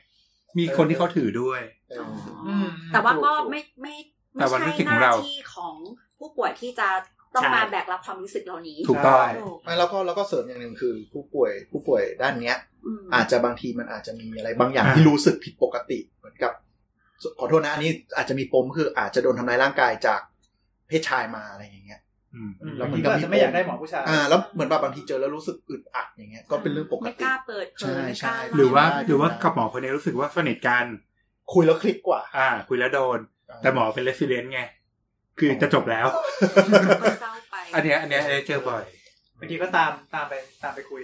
[SPEAKER 5] มีคนที่เขาถือด้วย
[SPEAKER 2] อ๋ออ
[SPEAKER 4] ม
[SPEAKER 2] แต่ว่าก็ไม่ไม่
[SPEAKER 5] แต่
[SPEAKER 2] ไม่
[SPEAKER 5] วัน
[SPEAKER 2] ใช่
[SPEAKER 5] ที่สิ
[SPEAKER 2] ห
[SPEAKER 5] บของ
[SPEAKER 2] น้า
[SPEAKER 5] เรา
[SPEAKER 2] ที่ของผู้ป่วยที่จะต้อง
[SPEAKER 1] ใช่
[SPEAKER 2] มาแบกรับความรู้สึกเหล่านี้
[SPEAKER 5] ถูกต้อง
[SPEAKER 6] ไม่แล้วก็แล้วก็เสริมอย่างหนึ่งคือ ผู้ป่วยผู้ป่วยด้านเนี้ย
[SPEAKER 2] อืม
[SPEAKER 6] อาจจะบางทีมันอาจจะมีอะไรบางอย่าง
[SPEAKER 5] อ่า
[SPEAKER 6] ที่รู้สึกผิดปกติเหมือนกับ ขอโทษนะอันนี้อาจจะมีปมคืออาจจะโดนทำร้ายร่างกายจากเพศชายมาอะไรอย่างเงี้ย
[SPEAKER 5] อืม
[SPEAKER 6] แล้วมั
[SPEAKER 4] มัน น
[SPEAKER 6] ก็
[SPEAKER 4] ก็
[SPEAKER 6] มี
[SPEAKER 4] จะไม่อยากได้หมอผู้ชาย
[SPEAKER 6] อ่า แล้วเหมือนแบบบางทีเจอแล้วรู้สึกอึดอัดอย่างเงี้ยก็เป็นเรื่องปก
[SPEAKER 2] ไม่
[SPEAKER 6] ติ
[SPEAKER 2] กล้าเปิดเผย
[SPEAKER 6] ใช่ใช่
[SPEAKER 2] ไม่กล้
[SPEAKER 5] หรือว่า
[SPEAKER 6] ได้
[SPEAKER 5] หรือว่า
[SPEAKER 6] ได้
[SPEAKER 5] กับหมอคนนี้รู้สึกว่าสนิทกัน
[SPEAKER 6] คุยแล้วคลิกกว่า
[SPEAKER 5] อ่า คุยแล้วโดน แต่หมอเป็นเลส i เ e น t ไง คือจะจบแล้ว
[SPEAKER 2] ก็เศร้าไป
[SPEAKER 5] อันเนี้ยอันเนี้ยอันเนี้ยเจอบ่อย
[SPEAKER 4] บางทีก็ตามตามไปตามไปคุย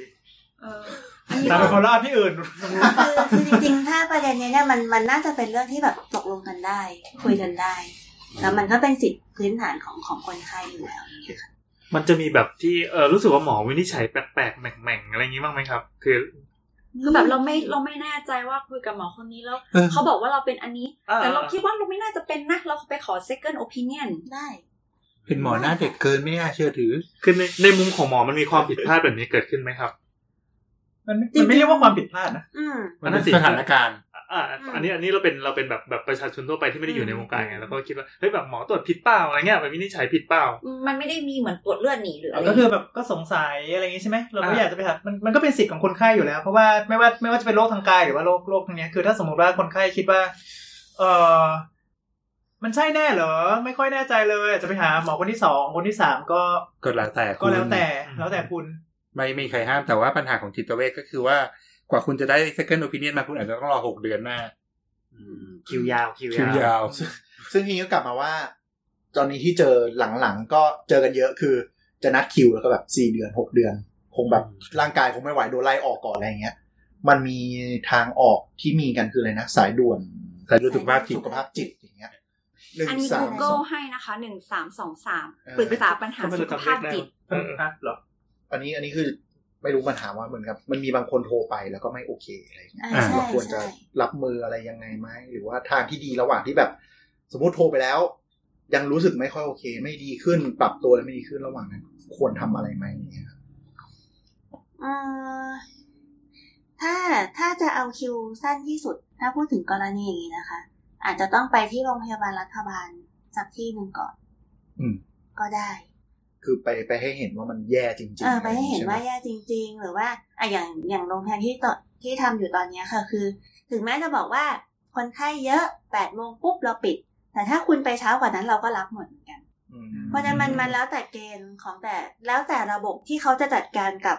[SPEAKER 2] เอออันนี้
[SPEAKER 4] ตามไป
[SPEAKER 2] ก็
[SPEAKER 4] คนรอบที่อื่น
[SPEAKER 8] คือคือจริงๆ ถ้าประเด็นเนี้ยเนี่ยมันมันน่าจะเป็นเรื่องที่แบบตกลงกันได้ คุยกันได้ แล้วมันก็เป็นสิทธิพื้นฐานของของคนไข้อยู่แล้วอย่างเงี้ยค่ะ
[SPEAKER 7] มันจะมีแบบที่เออรู้สึกว่าหมอวินิจฉัยแปลกๆแหม่งๆอะไรอย่างนี้บ้างไหมครับ คือ
[SPEAKER 2] คือแบบเราไม่เราไม่แน่ใจว่าคุยกับหมอคนนี้แล้ว
[SPEAKER 5] เออ
[SPEAKER 2] เขาบอกว่าเราเป็นอันนี้
[SPEAKER 7] อ่า
[SPEAKER 2] แต่เราคิดว่าเราไม่น่าจะเป็นนะ เราไปขอ second opinion
[SPEAKER 8] ได้
[SPEAKER 5] เป็นหมอหน้าเด็กเกินไม่น่าเชื่อถือ
[SPEAKER 7] คือในในมุมของหมอมันมีความผิดพลาดแบบนี้เกิดขึ้นไหมครับ
[SPEAKER 4] มันไม่มันไม่เรียกว่าความผิดพลาดนะ
[SPEAKER 8] อืม
[SPEAKER 5] มันเป็นสถานการณ์
[SPEAKER 7] อ่าอันนี้อันนี้เราเป็นเราเป็นแบบแบบประชาชนทั่วไปที่ไม่ได้อยู่ในวงการไงเราก็คิดว่าเฮ้ยแบบหมอตรวจผิดเปล่าอะไรเงี้ยแบบวินิจฉัยผิดเปล่า
[SPEAKER 2] มันไม่ได้มีเหมือนปวดเลือดหนีหรืออะไร
[SPEAKER 4] ก็คือแบบก็สงสัยอะไรอย่างนี้ใช่ไหมเราก็อยากจะไปหามันมันก็เป็นสิทธิ์ของคนไข้อยู่แล้ว เพราะว่าไม่ว่าไม่ว่าจะเป็นโรคทางกายหรือว่าโรคโรคทางเนี้ยคือถ้าสมมติว่าคนไข้คิดว่า เออมันใช่แน่เหรอ ไม่ค่อยแน่ใจเลยอาจจะไปหาหมอคนที่สองคนที่สามก็
[SPEAKER 5] ก็แล้วแต่คุณ
[SPEAKER 4] ก็แล้วแต่แล้วแต่คุณ
[SPEAKER 5] ไม่มีใครห้ามแต่ว่าปัญหาของจิตเวชก็คือว่า กว่าคุณจะได้ second opinion มาคุณอาจจะต้องรอหกเดือนหน้า
[SPEAKER 1] คิวยาวคิว
[SPEAKER 5] คิวยาว
[SPEAKER 6] ซึ่งทีนี้ก็กลับมาว่า ตอนนี้ที่เจอหลังๆก็เจอกันเยอะคือ จะนัดคิวแล้วก็แบบสี่เดือนหกเดือน คงแบบร่างกายคงไม่ไหวโดนไล่ออกก่อนอะไรอย่างเงี้ย มันมีทางออกที่มีกันคืออะไรนะ สายด่วน
[SPEAKER 5] สายด่วนสุขภาพจิต
[SPEAKER 6] สุขภาพจิตอย่างเงี้ยหนึ่ง
[SPEAKER 2] อันนี้
[SPEAKER 6] สาม
[SPEAKER 2] Google ให้นะคะหนึ่งสามสองสาม
[SPEAKER 6] เออ
[SPEAKER 2] ปรึกษาปัญหาสุขภาพจิต
[SPEAKER 4] เอออ่ะเหรอ
[SPEAKER 6] อันนี้อันนี้คือไม่รู้ปัญหาว่าเหมือนกับ มันมีบางคนโทรไปแล้วก็ไม่โอเคอะไรอย่างเงี้ย
[SPEAKER 8] อ่าใช่
[SPEAKER 6] เราควรจะ
[SPEAKER 8] ใช่
[SPEAKER 6] รับมืออะไรยังไงไหมหรือว่าทางที่ดีระหว่างที่แบบ สมมติโทรไปแล้ว ยังรู้สึกไม่ค่อยโอเค ไม่ดีขึ้น ปรับตัวแล้วไม่ดีขึ้นระหว่างนั้น ควรทำอะไรไหมอย่างเงี้ยครับ
[SPEAKER 8] เอ่อถ้าถ้าจะเอาคิวสั้นที่สุด ถ้าพูดถึงกรณีอย่างนี้นะคะ อาจจะต้องไปที่โรงพยาบาลรัฐบาลสักที่หนึ่งก่อน
[SPEAKER 6] อืม
[SPEAKER 8] ก็ได้
[SPEAKER 6] คือไปไปให้เห็นว่ามันแย่จริง
[SPEAKER 8] เออ
[SPEAKER 6] ๆ
[SPEAKER 8] ไปให้เห็น
[SPEAKER 6] ช่ไม
[SPEAKER 8] ว่าแย่จริง ๆ หรือว่าอะอย่างอย่างโรงพยาบาลที่ตอนที่ทำอยู่ตอนเนี้ยค่ะ คือ ถึงแม้จะบอกว่าคนไข้เยอะแปดโมงปุ๊บเราปิด แต่ถ้าคุณไปเช้ากว่านั้นเราก็รับหมดเหมือนกัน
[SPEAKER 6] อืม
[SPEAKER 8] เพราะฉะนั้นมันมันแล้วแต่เกณฑ์ของแต่แล้วแต่ระบบที่เขาจะจัดการกับ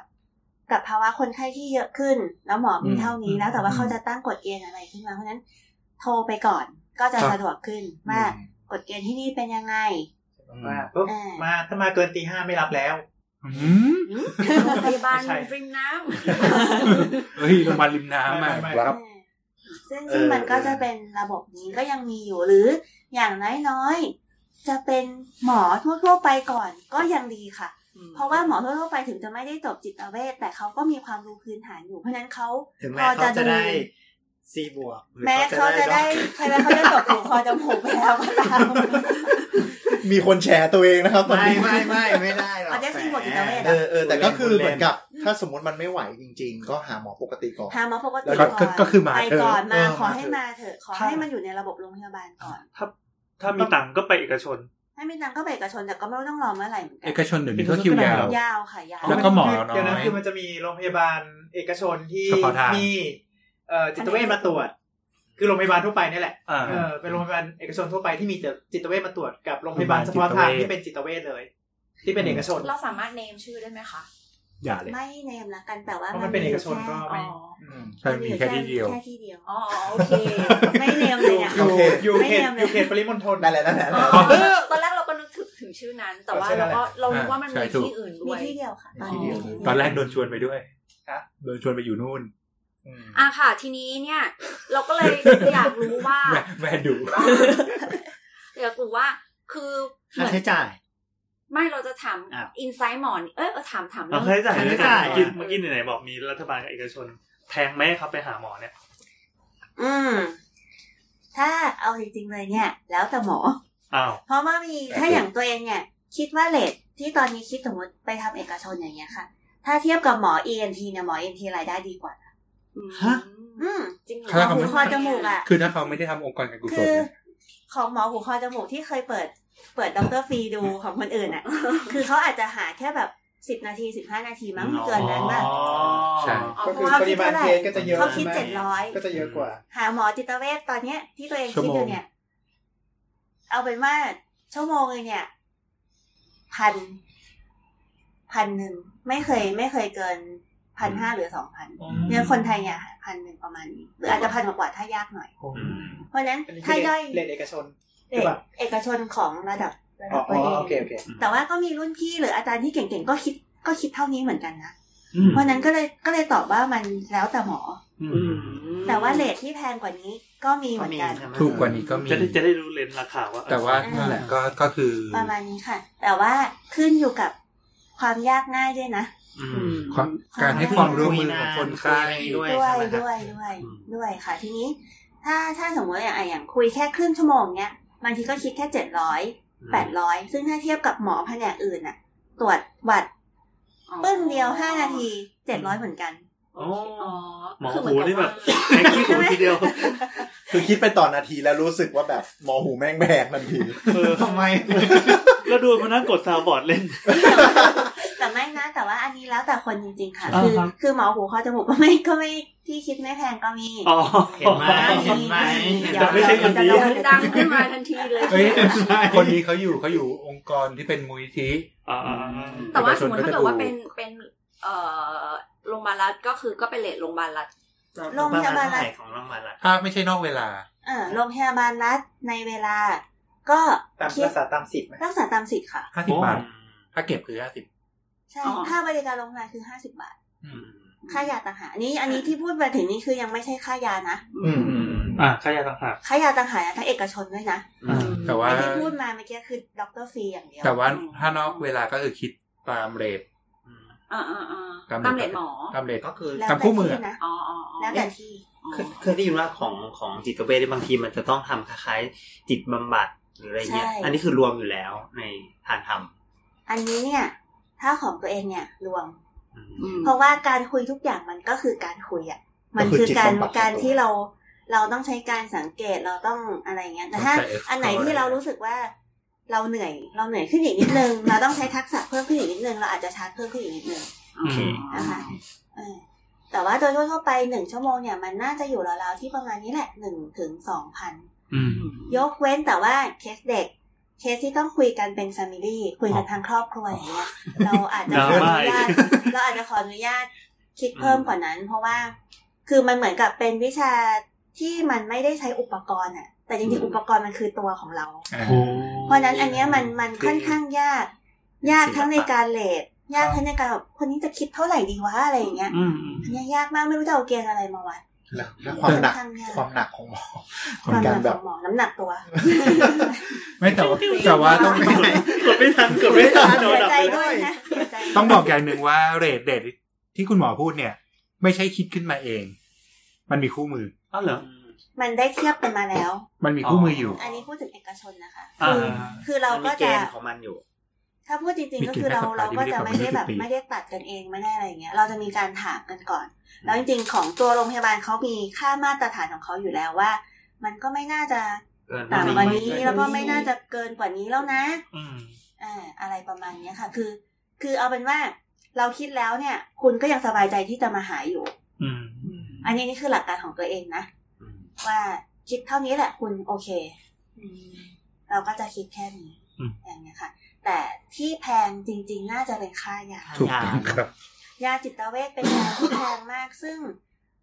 [SPEAKER 8] กับภาวะคนไข้ที่เยอะขึ้น แล้วหมอมีเท่านี้แล้วแต่ว่าเขาจะตั้งกฎเกณฑ์อะไรขึ้นมาเพราะฉะนั้นโทรไปก่อนก็จะ
[SPEAKER 5] ครับ
[SPEAKER 8] สะดวกขึ้นว่ากฎเกณฑ์ที่นี่เป็นยังไง
[SPEAKER 6] อืม
[SPEAKER 4] มาปุ๊บมาถ้ามาเกินตีห้าไม่รับแล้ว
[SPEAKER 9] อืม
[SPEAKER 5] [LAUGHS]
[SPEAKER 2] โรงพยาบาล
[SPEAKER 4] ไม่ใช่
[SPEAKER 2] ริมน้
[SPEAKER 9] เฮ้ยโรงพยาบาลริมน้ำมา
[SPEAKER 4] ไม่ไม่
[SPEAKER 9] ครับ
[SPEAKER 8] ซึ่งซึ่งมันก็จะเป็นระบบนี้ก็ยังมีอยู่หรืออย่างน้อยๆ จะเป็นหมอทั่วๆไปก่อนก็ยังดีค่ะ เพราะว่าหมอทั่วๆไปถึงจะไม่ได้จบจิตเวชแต่เขาก็มีความรู้พื้นฐานอยู่เพราะฉะนั้นเขา
[SPEAKER 1] ถึงแม้
[SPEAKER 8] พอจะ
[SPEAKER 1] เขาจะได้
[SPEAKER 8] ดู
[SPEAKER 1] ซีบวกหรือ
[SPEAKER 8] แม้เขาจะได้ใครแม้เขาจะจบหรือคอจมูกไปแล้วก็ตาม
[SPEAKER 6] มีคนแชร์ตัวเองนะครับตอน
[SPEAKER 1] ไม่
[SPEAKER 6] นี้
[SPEAKER 1] ไม่ไม่ไม่ได้หรอก
[SPEAKER 8] เอาได้ซีบวกอีกแล้วเว้ย
[SPEAKER 6] เออเออแต่ก็คือเหมือนกับ ถ้าสมมติมันไม่ไหวจริง ๆ ก็หาหมอปกติก่อน
[SPEAKER 8] หาหมอปกติ
[SPEAKER 9] แล้วก็ก็ก็คือมา
[SPEAKER 8] ไป
[SPEAKER 9] เถอะ
[SPEAKER 8] ก่อนมา
[SPEAKER 6] เออ
[SPEAKER 8] ขอ
[SPEAKER 6] มา
[SPEAKER 8] ให้
[SPEAKER 6] เถอะ
[SPEAKER 8] มาเถอะขอให้มันอยู่ในระบบโรงพยาบาลก่อน
[SPEAKER 7] ถ้าถ้ามีตังค์ก็ไปเอกชน
[SPEAKER 8] ให้ไม่นังก็ไปเอกชนแต่ก็ไม่รู้ต้องรอเมื่อไหร่เหมือนกั
[SPEAKER 9] เอกชนเดี๋ยวนี้ก็คิวยาว
[SPEAKER 8] ยาวค่ะยาว
[SPEAKER 9] แล้วก็หมอน้อย
[SPEAKER 4] เดี๋ยวนะคือมันจะมีโรงพยาบาลเอกชนที่
[SPEAKER 9] เฉพาะทาง
[SPEAKER 4] มีเอ่อจิตเวชมาตรวจ คือโรงพยาบาลทั่วไปนี่แหละ
[SPEAKER 7] อ่า
[SPEAKER 4] เออเป็นโรงพยาบาลเอกชนทั่วไปที่มีจิตเวชมาตรวจกับโรงพยาบาลเฉพาะทางที่เป็นจิตเวชเลย ที่เป็นเอกชน
[SPEAKER 2] ำเราสามารถเนมชื่อได้ไหมคะ
[SPEAKER 9] อย่าเลย
[SPEAKER 8] ไม่เนมละกันแต่ว่า
[SPEAKER 4] เพราะมันเป็นเอกชนก็ไม่
[SPEAKER 9] ใช่มีแค่ที่เดียว
[SPEAKER 8] แค่ที่เดียว
[SPEAKER 2] อ๋อโอเค
[SPEAKER 8] ไม่เนมเลยเนี่ย
[SPEAKER 6] โอเค
[SPEAKER 4] อยู่
[SPEAKER 8] ไม่
[SPEAKER 4] เขต
[SPEAKER 8] เนม
[SPEAKER 4] อ
[SPEAKER 8] เลย
[SPEAKER 4] ยู่เขตปริมณฑล
[SPEAKER 6] นั่นแหละนั่นแหละ
[SPEAKER 2] อ๋
[SPEAKER 6] นั่นแหละ
[SPEAKER 2] อตอนแรกเราก็นึกถึงถึงชื่อนั้น แต่ว่า
[SPEAKER 4] ใช่นั่
[SPEAKER 2] เรา
[SPEAKER 4] นแหละ
[SPEAKER 2] ก็เรารู้ว่ามันมีที่อื่นด้
[SPEAKER 8] มี
[SPEAKER 2] วย
[SPEAKER 8] ที่เดียวค่ะ
[SPEAKER 2] มีที่เดียว
[SPEAKER 9] ตอนแรกโดนชวนไปด้วย
[SPEAKER 4] ฮะ
[SPEAKER 9] โดนชวนไปอยู่นู่น
[SPEAKER 2] อ่ะค่ะ ทีนี้เนี่ย เราก็เลยอยากรู้ว่า
[SPEAKER 9] แม่แม่ดู
[SPEAKER 2] อยากรู้ว่าคือเหมื
[SPEAKER 1] ค่า
[SPEAKER 2] อน
[SPEAKER 1] ใช้จ่าย
[SPEAKER 2] ไม่เราจะถาม
[SPEAKER 1] อ้าว
[SPEAKER 2] อินไซต์หมอนเออเออถามถาม
[SPEAKER 7] เรา
[SPEAKER 2] เรื่อง
[SPEAKER 7] เคยจ่าย
[SPEAKER 1] ค่าใช้
[SPEAKER 7] เมื่อ
[SPEAKER 1] จ่าย
[SPEAKER 7] กี้เมื่อกี้ไหนๆบอกมีรัฐบาลกับเอกชน แพงไหมครับไปหาหมอเนี่ย
[SPEAKER 8] อืม ถ้าเอาจริงๆเลยเนี่ย แล้วแต่หมอ
[SPEAKER 7] อ้าว
[SPEAKER 8] เพราะว่ามีถ้าอย่างตัวเองเนี่ย คิดว่าเลทที่ตอนนี้คิดสมมติไปทำเอกชนอย่างเงี้ยค่ะ ถ้าเทียบกับหมอ ENT เนี่ยหมอ ENT รายได้ดีกว่า
[SPEAKER 2] อืม
[SPEAKER 1] ฮะ
[SPEAKER 8] อืม
[SPEAKER 2] จริงเหรอ
[SPEAKER 8] หมอหูคอจมูกอ่ะ
[SPEAKER 9] คือถ้าเขาไม่ได้ทำองค์กรการกุศ
[SPEAKER 8] คื
[SPEAKER 9] ล
[SPEAKER 8] อ
[SPEAKER 9] เนี่ย
[SPEAKER 8] ของหมอหูคอจมูกที่เคยเปิด เปิดด็อกเตอร์ฟรี
[SPEAKER 4] [LAUGHS]
[SPEAKER 8] ดูของคนอื่นอ่ะ คือเขาอาจจะหาแค่แบบสิบนาทีสิบห้านาทีมั้งเกินนั้นแบบ
[SPEAKER 9] ใช่
[SPEAKER 4] ก็คือปริมาณเคสก็จะเยอะ
[SPEAKER 8] เขาคิดเจ็ด
[SPEAKER 4] ใช่ไหม
[SPEAKER 8] ร้อย
[SPEAKER 4] ก็จะเยอะกว่า
[SPEAKER 8] หาหมอจิตเวชตอนเนี้ยที่ตัวเอง
[SPEAKER 9] ชั่ว
[SPEAKER 8] คิด
[SPEAKER 9] โมง
[SPEAKER 8] อยู่เนี่ย เอาเป็นว่าชั่วโมงเลยเนี่ย พันพันหนึ่งไม่เคย ไม่เคยเกินพันห้าหรือสองพันเนี่ยคนไทยเนี่ยพันหนึ่งประมาณนี้หรืออาจจะพันกว่าๆถ้ายากหน่อย เพราะฉะนั้น
[SPEAKER 4] อันนี้คื
[SPEAKER 8] ถ้า
[SPEAKER 4] อ
[SPEAKER 8] ย่อย
[SPEAKER 4] เลทเอกชน
[SPEAKER 8] เอกเอกชนของระดับระ
[SPEAKER 4] อ๋
[SPEAKER 8] ดั
[SPEAKER 4] อบ
[SPEAKER 8] ตัวเอง
[SPEAKER 4] โอเคโอเค
[SPEAKER 8] แต่ว่าก็มีรุ่นพี่หรืออาจารย์ที่เก่งๆก็คิดก็คิดเท่านี้เหมือนกันนะเพราะฉะนั้นก็เลยก็เลยตอบว่ามันแล้วแต่หมอ แต่ว่าเลทที่แพงกว่านี้ก็มีเหมือนกัน
[SPEAKER 1] ใช่ไหม
[SPEAKER 9] ถูกกว่านี้ก็มี
[SPEAKER 7] จะได้จะได้รู้เลนส์ราคาว่า
[SPEAKER 9] แต่ว่านั่นแหละก็ก็คือ
[SPEAKER 8] ประมาณนี้ค่ะ แต่ว่าขึ้นอยู่กับความยากง่ายด้วยนะ
[SPEAKER 9] ความการให้ความร่วมมือของคนไข้
[SPEAKER 1] ด้
[SPEAKER 9] ด้
[SPEAKER 1] ว
[SPEAKER 9] วย ย
[SPEAKER 8] ด้วย
[SPEAKER 1] ใช่
[SPEAKER 8] ด้วยด้
[SPEAKER 1] ไหมครับ
[SPEAKER 8] วย
[SPEAKER 1] อืม
[SPEAKER 8] ด้วยค่ะ ทีนี้ ถ้าถ้าสมมติอย่างอ่ะอย่างคุยแค่ครึ่งชั่วโมงเนี้ยบางทีก็คิดแค่เจ็ดร้อยแปดร้อยซึ่งถ้าเทียบกับหมอแผนกอื่นอะตรวจหวัด
[SPEAKER 2] อ๋อ
[SPEAKER 8] ปึ้งเดียวห้านาทีเจ็ดร้อยเหมือนกัน
[SPEAKER 7] โอ้
[SPEAKER 2] อ๋อ
[SPEAKER 7] หมอ
[SPEAKER 2] คื
[SPEAKER 7] หู
[SPEAKER 2] เกั
[SPEAKER 7] นี่
[SPEAKER 8] [LAUGHS]
[SPEAKER 7] แบบ
[SPEAKER 2] ว่า
[SPEAKER 7] แข็งขี้หูทีเดียว
[SPEAKER 6] คือคิดไปต่อนาทีแล้วรู้สึกว่าแบบหมอหูแม่งแบกทันที
[SPEAKER 7] เออ
[SPEAKER 1] ทำไม
[SPEAKER 7] [LAUGHS] แล้วดูมันนั่งกดซาวบอร์ดเล่น
[SPEAKER 8] [LAUGHS] แต่ไม่นะ แต่ว่าอันนี้แล้วแต่คนจริง ๆ ค่ะ
[SPEAKER 7] อ่า
[SPEAKER 8] คือ
[SPEAKER 7] ครับ
[SPEAKER 8] คือหมอหูเขาจมูกก็ไม่ก็ไม่ที่คิดไม่แพงก็มี
[SPEAKER 7] อ๋อ
[SPEAKER 1] เห็นไหมเห็นไหม
[SPEAKER 8] เดี๋
[SPEAKER 7] แต่
[SPEAKER 8] ยว
[SPEAKER 7] ไม่ใช่คนนี้
[SPEAKER 8] เดี๋ยว
[SPEAKER 2] มัน
[SPEAKER 8] เดี๋ยว
[SPEAKER 2] ดังขึ้นมาทันทีเลย
[SPEAKER 9] เอ้ยคนนี้เขาอยู่เขาอยู่องค์กรที่เป็นมูลนิธิ
[SPEAKER 7] อ๋ออ๋อ
[SPEAKER 2] แต่ว่าสมมติ
[SPEAKER 9] เอกชนก็
[SPEAKER 2] ถ้า
[SPEAKER 9] จะ
[SPEAKER 2] เกิดว่า
[SPEAKER 9] ดู
[SPEAKER 2] เป็นเป็นเอ่อโรงพยาบาลรัฐก็คือก็เป็นเลทโรงพยาบาลรัฐ
[SPEAKER 8] โรงพยาบาลรัฐ
[SPEAKER 1] ไหนของโรงพยาบาลรัฐ
[SPEAKER 9] ถ้าไม่ใช่นอกเวลา
[SPEAKER 8] เออโรงพยาบาลรัฐในเวลา ก็
[SPEAKER 4] ตาม
[SPEAKER 8] คิด
[SPEAKER 4] รักษาตามสิทธิ์ไหม
[SPEAKER 8] รักษาตามสิทธิ์ค่ะ
[SPEAKER 9] 50 บาท ถ้าเก็บคือ 50
[SPEAKER 8] ใช่ ค่าบริการโรงพยาบาลคือห้าสิบาท
[SPEAKER 9] อืม
[SPEAKER 8] ค่ายาต่างหากอันนี้ อันนี้ที่พูดมาถึงนี่คือยังไม่ใช่ค่ายานะ
[SPEAKER 7] อ่ะค่ายาต่างหาก
[SPEAKER 8] ค่ายาต่างหากทั้งเอกชนด้วยนะ
[SPEAKER 7] อืม
[SPEAKER 9] แต่ว่า
[SPEAKER 8] ไอ้ที่พูดมาเมื่อกี้คือด็อกเตอร์ฟรีอย่างเดียว
[SPEAKER 9] แต่ว่าถ้านอกเวลาก็คือคิดตามเรท
[SPEAKER 2] อ่าอ่าอ่า
[SPEAKER 9] ตาม
[SPEAKER 2] ตามเลทหมอ
[SPEAKER 9] ตามเรท
[SPEAKER 1] ก็คือ
[SPEAKER 8] แล้ว
[SPEAKER 9] กั
[SPEAKER 8] แต่
[SPEAKER 9] บคู่มือ
[SPEAKER 8] ที่นะ
[SPEAKER 2] อ๋ออ๋ออ๋อ
[SPEAKER 8] แล้วแต่ที่
[SPEAKER 2] อ๋อ
[SPEAKER 1] เคยเคยได้ยินว่าของของจิตเวชเนี่ยบางทีมันจะต้องทำคล้ายๆจิตบำบัดหรืออะไรเงี้ย
[SPEAKER 8] ใช่
[SPEAKER 1] อันนี้คือรวมอยู่แล้วในทางท
[SPEAKER 8] อันนี้เนี่ย ถ้าของตัวเองเนี่ยรวม
[SPEAKER 2] อืม
[SPEAKER 8] เพราะว่าการคุยทุกอย่างมันก็คือการคุยอ่ะ มันคือการการที่เราเราต้องใช้การสังเกตเราต้องอะไรเงี้ยแต่ถ้า
[SPEAKER 9] ต้องใช้ effort
[SPEAKER 8] อันไหนที่เรารู้สึกว่าเราเหนื่อย เราเหนื่อยขึ้นอีกนิดนึง เราต้องใช้ทักษะเพิ่มขึ้นอีกนิดนึงเราอาจจะชาร์จเพิ่มขึ้นอีกนิดนึง
[SPEAKER 2] โอเค
[SPEAKER 8] นะคะ เออแต่ว่าโดยทั่วๆไปหนึ่งชั่วโมงเนี่ยมันน่าจะอยู่ราวๆที่ประมาณนี้แหละหนึ่งถึงสองพัน
[SPEAKER 7] อืม
[SPEAKER 8] ยกเว้นแต่ว่าเคสเด็ก เคสที่ต้องคุยกันเป็นแฟมิลี่คุยกันทางครอบครัวอย่างเงี้ยเราอาจจะขออนุญาตเราอาจจะขออนุญาตคิดเพิ่มกว่านั้น เพราะว่า คือมันเหมือนกับเป็นวิชาที่มันไม่ได้ใช้อุปกรณ์อะแต่จริงๆอุปกรณ์มันคือตัวของเรา
[SPEAKER 9] อ่า
[SPEAKER 8] เพราะฉะนั้นอันเนี้ยมันมันค่อนข้างยาก ยากทั้งในการเลท ยากทั้งในการแบบคนนี้จะคิดเท่าไหร่ดีวะอะไรอย่างเงี้ย
[SPEAKER 7] อืม
[SPEAKER 8] อันเนี้ยยากมากไม่รู้จะเอาเกณฑ์อะไรมาวัด
[SPEAKER 6] แล้วแล้วความหนัก
[SPEAKER 8] ทำงาน
[SPEAKER 6] ความหนักของหมอ
[SPEAKER 8] ค
[SPEAKER 6] ของ
[SPEAKER 8] วามห
[SPEAKER 6] กา
[SPEAKER 8] นั
[SPEAKER 6] ร
[SPEAKER 8] ก
[SPEAKER 6] แบ
[SPEAKER 8] ขอ
[SPEAKER 6] บ
[SPEAKER 8] งหมอน้ำหนักตัว
[SPEAKER 5] ไม่แต่ว่าแต่ว่าต้อง
[SPEAKER 7] กดไม่ทันกดไม่ทันโดน
[SPEAKER 8] เสีย
[SPEAKER 7] ดับ
[SPEAKER 8] ใจ
[SPEAKER 7] ไป
[SPEAKER 8] ด้
[SPEAKER 7] แล้ววย
[SPEAKER 8] นะเสียใจ
[SPEAKER 5] ต้องบอกอย่างหนึ่งว่าเรทเดทที่คุณหมอพูดเนี่ย ไม่ใช่คิดขึ้นมาเอง มันมีคู่มือ
[SPEAKER 7] อ้าวเหรอ
[SPEAKER 8] มันได้เทียบกันมาแล้ว
[SPEAKER 5] มันมีคู่มืออยู่
[SPEAKER 8] อันนี้พูดถึงเอกชนนะคะ
[SPEAKER 7] อ่า
[SPEAKER 8] คือคือเราก็
[SPEAKER 1] มันมีเก
[SPEAKER 8] จะ
[SPEAKER 1] ณฑ์ของมันอยู่
[SPEAKER 8] ถ้าพูดจริงๆ
[SPEAKER 5] มีเกณฑ์
[SPEAKER 8] ก็คือเรา
[SPEAKER 5] ให้สัป
[SPEAKER 8] เรา
[SPEAKER 5] ดาห์
[SPEAKER 8] ก็จะ
[SPEAKER 5] ที่ไม่
[SPEAKER 8] ไม่ได้แบบบ
[SPEAKER 5] ได้กลัมายี่สิบปี
[SPEAKER 8] ไม่ได้ตัดกันเองไม่ได้อะไรอย่างเงี้ย เราจะมีการถามกันก่อน แล้วจริงๆของตัวโรงพยาบาลเขามีค่ามาตรฐานของเขาอยู่แล้วว่า มันก็ไม่น่าจะ
[SPEAKER 1] เออ
[SPEAKER 8] ต่ำกว่านี้
[SPEAKER 1] ไม่
[SPEAKER 8] แล้วก็ไม่น่าจะเกินกว่านี้แล้วนะ
[SPEAKER 7] อืม
[SPEAKER 8] อ่าอะไรประมาณเนี้ยค่ะ คือ คือเอาเป็นว่าเราคิดแล้วเนี่ย คุณก็ยังสบายใจที่จะมาหาอยู่
[SPEAKER 7] อืม
[SPEAKER 8] อันนี้นี่คือหลักการของตัวเองนะ
[SPEAKER 1] อืม
[SPEAKER 8] ว่าคิดเท่านี้แหละคุณโอเค เราก็จะคิดแค่นี้
[SPEAKER 7] อืม
[SPEAKER 8] อย่างเงี้ยค่ะ แต่ที่แพงจริง ๆ น่าจะเป็นค่ายา
[SPEAKER 5] ถูกต้องครับ
[SPEAKER 8] ยาจิตเวชเป็นยาที่แพงมาก ซึ่ง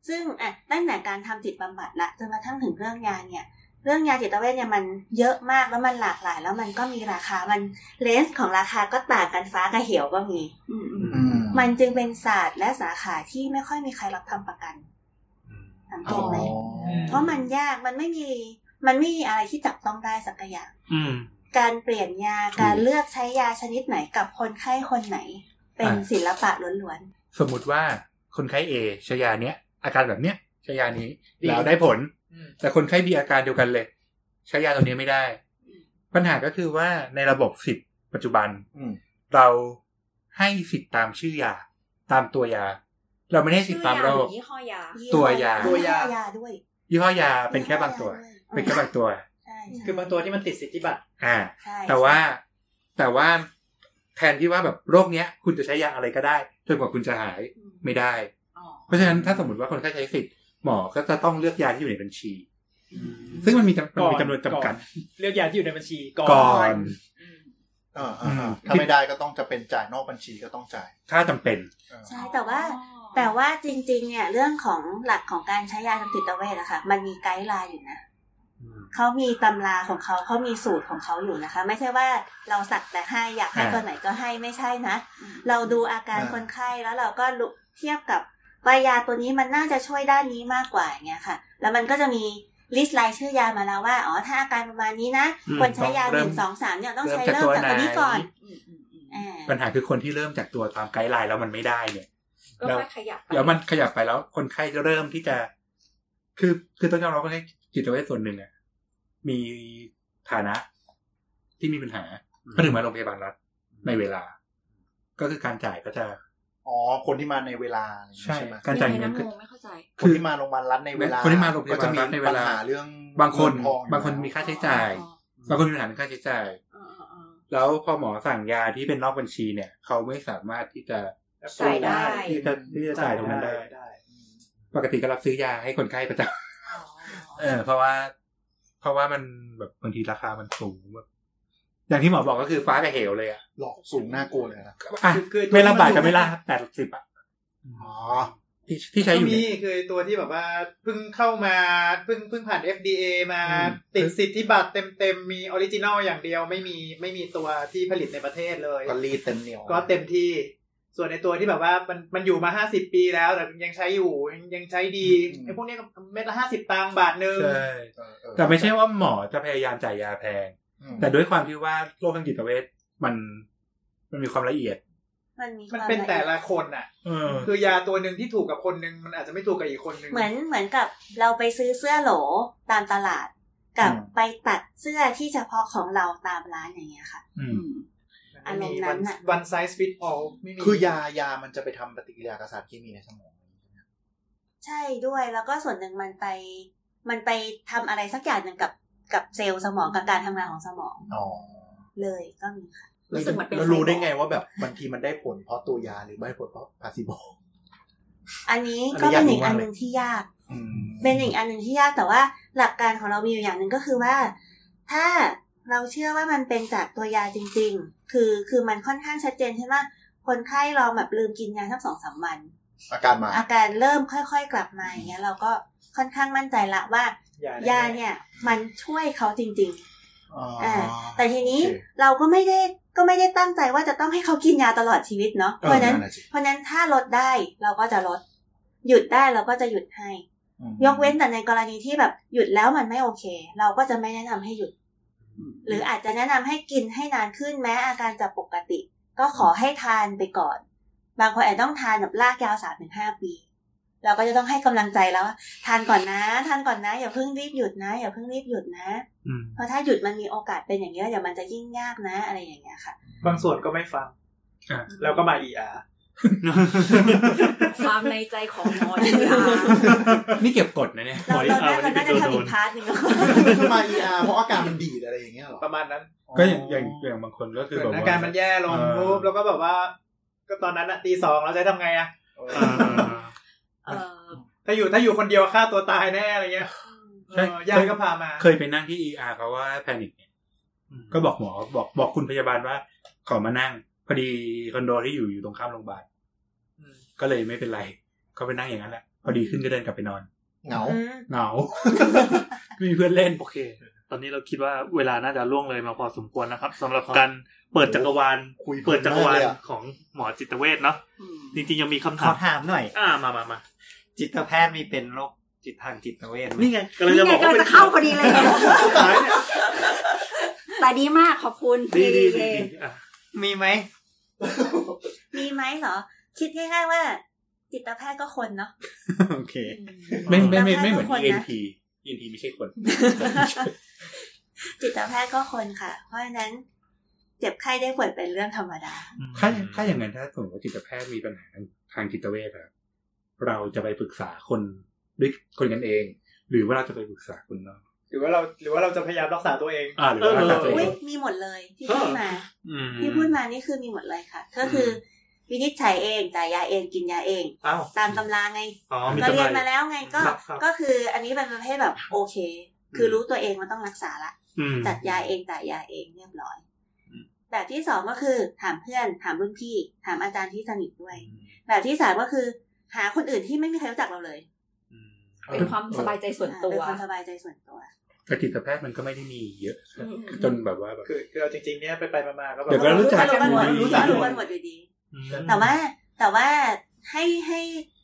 [SPEAKER 8] ซึ่งอ่ะตั้งแต่การทำจิตบำบัดละจนกระทั่งถึงเรื่องยาเนี่ย เรื่องยาจิตเวชเนี่ยมันเยอะมากแล้วมันหลากหลาย แล้วมันก็มีราคามันเลนส์ของราคาก็ต่างกันฟ้ากับเหวก็มี
[SPEAKER 2] อืมอืม
[SPEAKER 6] อืม
[SPEAKER 8] มันจึงเป็นศาสตร์และสาขาที่ไม่ค่อยมีใครรับทำประกันสังเกตไหม เพราะมันยาก มันไม่มี มันไม่มีอะไรที่จับต้องได้สักอย่าง
[SPEAKER 7] อืม
[SPEAKER 8] การเปลี่ยนยา การเลือกใช้ยาชนิดไหนกับคนไข้คนไหน เป็น
[SPEAKER 5] อ่ะ
[SPEAKER 8] ศิลปะล้วน
[SPEAKER 5] สมมุติว่าคนไข้ A ใชยาเนี้ยอาการแบบเนี้ยใชยานี้แล้วได้ผล
[SPEAKER 4] อืม
[SPEAKER 5] แต่คนไข้ B อาการเดียวกันเลยใช้ยาตัวนี้ไม่ได้ ปัญหาก็คือว่าในระบบสิทธิ์ปัจจุบัน
[SPEAKER 6] อืม
[SPEAKER 5] เราให้สิทธิ์ตามชื่อยา ตามตัวยา เราไม่ให้สิทธิ์ตามโรค
[SPEAKER 2] ชื่อยหอยี่ห้อยา
[SPEAKER 8] ๆ
[SPEAKER 5] ตัวยา
[SPEAKER 8] ตัวยาด้วย
[SPEAKER 5] ยี่ห้อยาเป็นแค่บางตัว
[SPEAKER 8] ยี่ห้อยาด้วย
[SPEAKER 5] เป็นแค่บางตัว
[SPEAKER 8] ใช่
[SPEAKER 4] คือบางตัวที่มันติดสิทธิบัตร
[SPEAKER 5] อ่า
[SPEAKER 8] ใช่
[SPEAKER 5] แต่ว่าแต่ว่าแทนที่ว่าแบบโรคเนี้ย คุณจะใช้ยาอะไรก็ได้จนกว่าคุณจะหายไม่ได้
[SPEAKER 2] อ๋อ
[SPEAKER 5] เพราะฉะนั้นถ้าสมมติว่าคนไข้ใช้สิทธิ์ หมอก็จะต้องเลือกยาที่อยู่ในบัญชี ซึ่งมันมีจำมันมีจำนวนจำกัด
[SPEAKER 4] เลือกยาที่อยู่ในบัญชีก่
[SPEAKER 5] ก่อน
[SPEAKER 6] อ่าอ่าอ่าถ้าไม่ได้ก็ต้องจะเป็นจ่ายนอกบัญชีก็ต้องจ่าย
[SPEAKER 5] ถ้าจำเป็น
[SPEAKER 6] เออ
[SPEAKER 8] ใช่แต่ว่า แต่ว่าจริงๆ เนี่ยเรื่องของหลักของการใช้ยาทางจิตเวชอะค่ะ มันมีไกด์ไลน์อยู่นะเขามีตำราของเขาเขามีสูตรของเขาอยู่นะคะ ไม่ใช่ว่าเราสักแต่ให้อยากให้
[SPEAKER 5] อ่า
[SPEAKER 8] ตัวไหนก็ให้ไม่ใช่นะ
[SPEAKER 2] อืม
[SPEAKER 8] เราดูอาการคนไข้แล้วเราก็ลุเทียบกับว่ายาตัวนี้มันน่าจะช่วยด้านนี้มากกว่าอย่างเงี้ยค่ะ แล้วมันก็จะมีลิสต์รายชื่อยามาแล้วว่าอ๋อถ้าอาการประมาณนี้นะ
[SPEAKER 5] อืม
[SPEAKER 8] ควรใช้ยาห
[SPEAKER 5] ต้องเริ่ม
[SPEAKER 8] นึ่งสองสามเนี่ยต้องใช้
[SPEAKER 5] เริ่มจาก
[SPEAKER 8] เริ่มจาก
[SPEAKER 5] ตัว
[SPEAKER 8] ตัวนี้
[SPEAKER 5] ไหน
[SPEAKER 8] ก่อน
[SPEAKER 2] อืมอืมอืม
[SPEAKER 8] อ่า
[SPEAKER 5] ปัญหาคือคนที่เริ่มจากตัวตามไกด์ไลน์แล้วมันไม่ได้เนี่ย
[SPEAKER 2] ก็ค่อยขยับไป
[SPEAKER 5] เดี๋ยวมันขยับไปแล้ว คนไข้จะเริ่มที่จะ คือ คือต้องยอมรับว่าคนไข้จิตเวชส่วนหนึ่งอะมีฐานะที่มีปัญหา ก็ถึงมาโรงพยาบาลรัฐในเวลา ก็คือการจ่ายก็จะ
[SPEAKER 6] อ๋อคนที่มาในเวลาอะไรอย่างงี้
[SPEAKER 5] ใช่
[SPEAKER 6] ใช่ไหม
[SPEAKER 5] การจ่ายเงิน
[SPEAKER 2] งไง
[SPEAKER 5] คือ
[SPEAKER 2] นะงงไม่เข้าใจ
[SPEAKER 6] คนที่มาโรงพยาบาลรัฐในเวลา
[SPEAKER 5] คนที่มาโรงพยาบาลรัฐในเว
[SPEAKER 6] ก็จะมีปัญ
[SPEAKER 5] ลา
[SPEAKER 6] หาเรื่อง
[SPEAKER 5] บางคน
[SPEAKER 6] เงิทองอยู่
[SPEAKER 5] บางคน
[SPEAKER 6] แล้ว
[SPEAKER 5] มีค่าใช้จ่าย บางคนมีปัญหาเรื่องค่าใช้จ่าย
[SPEAKER 2] อ๋ออ๋ออ๋อ
[SPEAKER 5] แล้วพอหมอสั่งยาที่เป็นนอกบัญชีเนี่ย เขาไม่สามารถที่จะ
[SPEAKER 2] จ่ายได้
[SPEAKER 5] ที่จะที่จะจ่ายตรงนั้นได้ ปกติก็รับซื้อยาให้คนไข้ประจ
[SPEAKER 2] อ๋อ
[SPEAKER 5] ำเออ เพราะว่า เพราะว่ามันแบบบางทีราคามันสูงแบบอย่างที่หมอบอกก็คือฟ้ากับเหวเลยอ่ะ
[SPEAKER 6] หลอกสูงน่ากลัวเลยนะ
[SPEAKER 5] อ่ะไม่ละบาทกับไม่ละแปดสิบอ่ะ
[SPEAKER 6] อ๋อ
[SPEAKER 5] ที่ที่ใช้อยู่
[SPEAKER 4] มี
[SPEAKER 5] เนี่ย
[SPEAKER 4] คือตัวที่แบบว่าเพิ่งเข้ามาเพิ่งเพิ่งผ่าน FDA มา
[SPEAKER 5] อืม
[SPEAKER 4] ติดสิทธิบัตรเต็มเต็มๆมีออริจินอลอย่างเดียวไม่มีไม่มีตัวที่ผลิตในประเทศเลย
[SPEAKER 6] ก็รีดเต็มเหนียว
[SPEAKER 4] ก็เต็มที่ ส่วนในตัวที่แบบว่ามันมันอยู่มาห้าสิบปีแล้วแต่ยังใช้อยู่ยังยังใช้ดีไอ้พวกเนี้ยก็เม็ดละห้าสิบตังค์บาทหนึ่ง
[SPEAKER 5] ใช่
[SPEAKER 6] เออเออ
[SPEAKER 5] แต่ไม่ใช่ว่าหมอจะพยายามจ่ายยาแพง
[SPEAKER 6] อืม
[SPEAKER 5] แต่ด้วยความที่ว่าโรคทางจิตเวชมันมันมีความละเอียด
[SPEAKER 8] มันมีค
[SPEAKER 4] มัน
[SPEAKER 8] วาม
[SPEAKER 4] เป็น
[SPEAKER 8] ละเอียด
[SPEAKER 4] แต่ละคนอ่ะ
[SPEAKER 5] เอ [LAUGHS] อ
[SPEAKER 4] คือยาตัวหนึ่งที่ถูกกับคนหนึ่งมันอาจจะไม่ถูกกับอีกคนหนึ่ง
[SPEAKER 8] เหมือนเหมือนกับเราไปซื้อเสื้อโหลตามตลาด กับไปตัดเสื้อที่เฉพาะของเราตามร้านอย่างเงี้ยค่ะ
[SPEAKER 5] อืม
[SPEAKER 2] อืม
[SPEAKER 8] อารมณ์นั้นน่ะ
[SPEAKER 4] วันไซส์ฟิตออลไม่มี
[SPEAKER 6] คือยายามันจะไปทำปฏิกิริยากับสารเคมีในสมอง
[SPEAKER 8] ใช่ด้วยแล้วก็ส่วนหนึ่งมันไป มันไปทำอะไรสักอย่างหนึ่งกับกับเซลล์สมองกับการทำงานของสมอง
[SPEAKER 6] อ๋อ
[SPEAKER 8] เลยก็มีค่ะ
[SPEAKER 2] รู้สึกเหมือนเป็น
[SPEAKER 6] แล้วรู้ได้ไงว่าแบบบางทีมันได้ผลเพราะตัวยาหรือไม่ได้ผลเพราะพาซิโบ
[SPEAKER 8] อันนี้
[SPEAKER 6] อันนี้
[SPEAKER 8] ก็เป็นอีก
[SPEAKER 6] ยากมาก
[SPEAKER 8] อันหนึ่งที่ยาก
[SPEAKER 6] อืม
[SPEAKER 8] เป็นอีกอันหนึ่งที่ยากแต่ว่าหลักการของเรามีอยู่อย่างหนึ่งก็คือว่า ถ้าเราเชื่อว่ามันเป็นจากตัวยาจริง ๆ คือคือมันค่อนข้างชัดเจนใช่ไหมคนไข้ลองแบบลืมกินยาทั้งสองสามวัน
[SPEAKER 6] อาการมา
[SPEAKER 8] อาการเริ่มค่อยๆกลับมาอย่างเงี้ยเราก็ค่อนข้างมั่นใจละว่า
[SPEAKER 4] ยา
[SPEAKER 8] ยาเนี่ยมันช่วยเขาจริง
[SPEAKER 6] อ๋อ
[SPEAKER 8] อ่าแต่ทีนี้
[SPEAKER 6] โอเค
[SPEAKER 8] เราก็ไม่ได้ก็ไม่ได้ตั้งใจว่าจะต้องให้เขากินยาตลอดชีวิตเนาะเพ
[SPEAKER 6] เอ
[SPEAKER 8] ราะ
[SPEAKER 6] อ
[SPEAKER 8] ฉะนั้น
[SPEAKER 6] แหลสิ
[SPEAKER 8] เพราะฉะนั้นถ้าลดได้เราก็จะลด หยุดได้เราก็จะหยุดให้
[SPEAKER 6] อืม
[SPEAKER 8] ยกเว้นแต่ในกรณีที่แบบหยุดแล้วมันไม่โอเค เราก็จะไม่แนะนำให้หยุด หรืออาจจะแนะนำให้กินให้นานขึ้นแม้อาการจะปกติ ก็ขอให้ทานไปก่อน บางคนอาจต้องทานแบบลากยาวสามถึงห้าปี เราก็จะต้องให้กำลังใจแล้วว่าทานก่อนนะ ทานก่อนนะอย่าเพิ่งรีบหยุดนะ อย่าเพิ่งรีบหยุดนะ
[SPEAKER 5] อืม
[SPEAKER 8] เพราะถ้าหยุดมันมีโอกาสเป็นอย่างเงี้ยเดี๋ยวมันจะยิ่งยากนะอะไรอย่างเงี้ยค่ะ
[SPEAKER 4] บางส่วนก็ไม่ฟัง
[SPEAKER 5] อ่ะ
[SPEAKER 4] แล้วก็มาเอีอา
[SPEAKER 2] ความในใจของหมอที่า
[SPEAKER 9] นี่เก็บกดนะเนี่ย
[SPEAKER 8] เราเราน่าเราน่าจะ
[SPEAKER 7] วันนี้
[SPEAKER 8] ทำ
[SPEAKER 7] เป็นตัวโด
[SPEAKER 8] อี
[SPEAKER 7] น
[SPEAKER 8] กพาร์ทหนึงเนอะ
[SPEAKER 6] คือ [LAUGHS] มา ER เพราะอาการมันดีดอะไรอย่างเงี้ยเหรอ
[SPEAKER 4] ประมาณนั้น
[SPEAKER 5] ก็อย่างอย่างอย่างบางคนก็คือ
[SPEAKER 4] เกิ
[SPEAKER 5] แบบ
[SPEAKER 4] ด
[SPEAKER 5] ว่า
[SPEAKER 4] อาการมันแย่ลง
[SPEAKER 5] เออ
[SPEAKER 4] ปุ๊บแล้วก็แบบว่า ก็ตอนนั้นอะตีสองเราจะทำไงอะ
[SPEAKER 7] อ่าอ่าอ่า
[SPEAKER 2] เออ
[SPEAKER 4] ถ้าอยู่ถ้าอยู่คนเดียวฆ่าตัวตายแน่อะไรเงี้ย
[SPEAKER 5] ใช่
[SPEAKER 4] เออญาติก็พามา
[SPEAKER 5] เคยไปนั่งที่ ER เขาว่าแพนิคเนี่ยก็บอกหมอบอกบอกคุณพยาบาลว่า ขอมานั่ง พอดีคอนโดที่อยู่อยู่ตรงข้ามโรงพยาบาล
[SPEAKER 4] อืม
[SPEAKER 5] ก็เลยไม่เป็นไร ก็ไปนั่งอย่างนั้นแหละ พอดีขึ้นก็เดินกลับไปนอน
[SPEAKER 6] เหงา
[SPEAKER 8] อืม
[SPEAKER 5] เหงา [LAUGHS] ไม่มีเพื่อนเล่น
[SPEAKER 7] โอเค ตอนนี้เราคิดว่าเวลาน่าจะล่วงเลยมาพอสมควรนะครับสำหรับการเปิดจักรวาล
[SPEAKER 6] คุยเพลิน
[SPEAKER 7] เปิดจักรวาล
[SPEAKER 6] มากเลยอะ
[SPEAKER 7] ของหมอจิตเวชเนาะจริงๆยังมีคำ
[SPEAKER 1] ข
[SPEAKER 7] ถา
[SPEAKER 1] อ
[SPEAKER 7] ม
[SPEAKER 1] ถามหน่อย
[SPEAKER 7] อ่ามามามา
[SPEAKER 1] จิตแพทย์มีเป็นโรคจิตทางจิตเวชไหม
[SPEAKER 7] นี่ไงกำลัง
[SPEAKER 2] นี่
[SPEAKER 7] จะ
[SPEAKER 2] ไง
[SPEAKER 7] บอก
[SPEAKER 2] กำลั
[SPEAKER 7] ว่างเป็น
[SPEAKER 2] จะเข้าพอดีเลยเนี่ย
[SPEAKER 7] สุดท้ายเนี่ย
[SPEAKER 2] แต่ดีมากขอบคุณ
[SPEAKER 7] ดีดี
[SPEAKER 2] เล
[SPEAKER 7] ดี
[SPEAKER 2] ย
[SPEAKER 7] ดีอ่ะ
[SPEAKER 1] มีไหม
[SPEAKER 8] [LAUGHS] มีไหมเหรอ คิดง่ายๆว่า จิตแพทย์ก็คนเนาะ
[SPEAKER 1] โอเค
[SPEAKER 5] ไม่ไม่ไม่ไม่เหมือน
[SPEAKER 8] คนนะ
[SPEAKER 5] ENT ENT ไม่ใช่คน
[SPEAKER 8] [LAUGHS] จิตแพทย์ก็คนค่ะ เพราะฉะนั้น เจ็บไข้ได้ป่วยเป็นเรื่องธรรมดา
[SPEAKER 5] ถ้าถ้าอย่างนั้นถ้าสมมติว่าจิตแพทย์มีปัญหาทางจิตเวชครับเราจะไปปรึกษาคนด้วยคนกันเอง หรือว่าเราจะไปปรึกษาคนนอก
[SPEAKER 4] หรือว่าเราหรือว่าเราจะพยายามรักษาตัวเอง
[SPEAKER 5] อ่าหรือว่าเราจะ
[SPEAKER 8] อุ้ยมีหมดเลยที่พูดมาที่พูดมานี่คือมีหมดเลยค่ะ ก็คืออวินิจฉัยเองจ่ายยาเองกินยาเอง
[SPEAKER 4] อ้าว
[SPEAKER 8] ตามตำราไง
[SPEAKER 7] อ๋อมี
[SPEAKER 8] เรา
[SPEAKER 7] ตำ
[SPEAKER 8] เรียน
[SPEAKER 7] รา
[SPEAKER 8] มาแล้วไงก็
[SPEAKER 7] ครับครับ
[SPEAKER 8] ก็คืออันนี้เป็นประเภทแบบโอเค คือรู้ตัวเองมันต้องรักษาละ
[SPEAKER 7] อืม
[SPEAKER 8] จัดยาเองจ่ายยาเองเรียบร้อย แบบที่สองก็คือถามเพื่อนถามรุ่นพี่ ถามอาจารย์ที่สนิทด้วย แบบที่สามก็คือ หาคนอื่นที่ไม่มีใครรู้จักเราเลย
[SPEAKER 2] เป็นความสบายใจส่วน
[SPEAKER 8] อ่า
[SPEAKER 2] ตัว
[SPEAKER 8] เป็นความสบายใจส่วนตัว
[SPEAKER 5] แต่จิตแพทย์มันก็ไม่ได้มีเยอะ
[SPEAKER 2] อืม
[SPEAKER 5] จนแบบว่าแบบ
[SPEAKER 4] คือคือเอาจริงๆเนี่ยไปไปๆมาๆก็แบ
[SPEAKER 5] เดี๋
[SPEAKER 4] บ
[SPEAKER 5] ยวก็รู้จัก
[SPEAKER 8] รู้กันหมด
[SPEAKER 5] รู้
[SPEAKER 8] รู้
[SPEAKER 5] จั
[SPEAKER 8] จั
[SPEAKER 5] ก
[SPEAKER 8] ก
[SPEAKER 5] หมด
[SPEAKER 8] กันหมดอยู่ดี แต่ว่าแต่ว่าให้ให้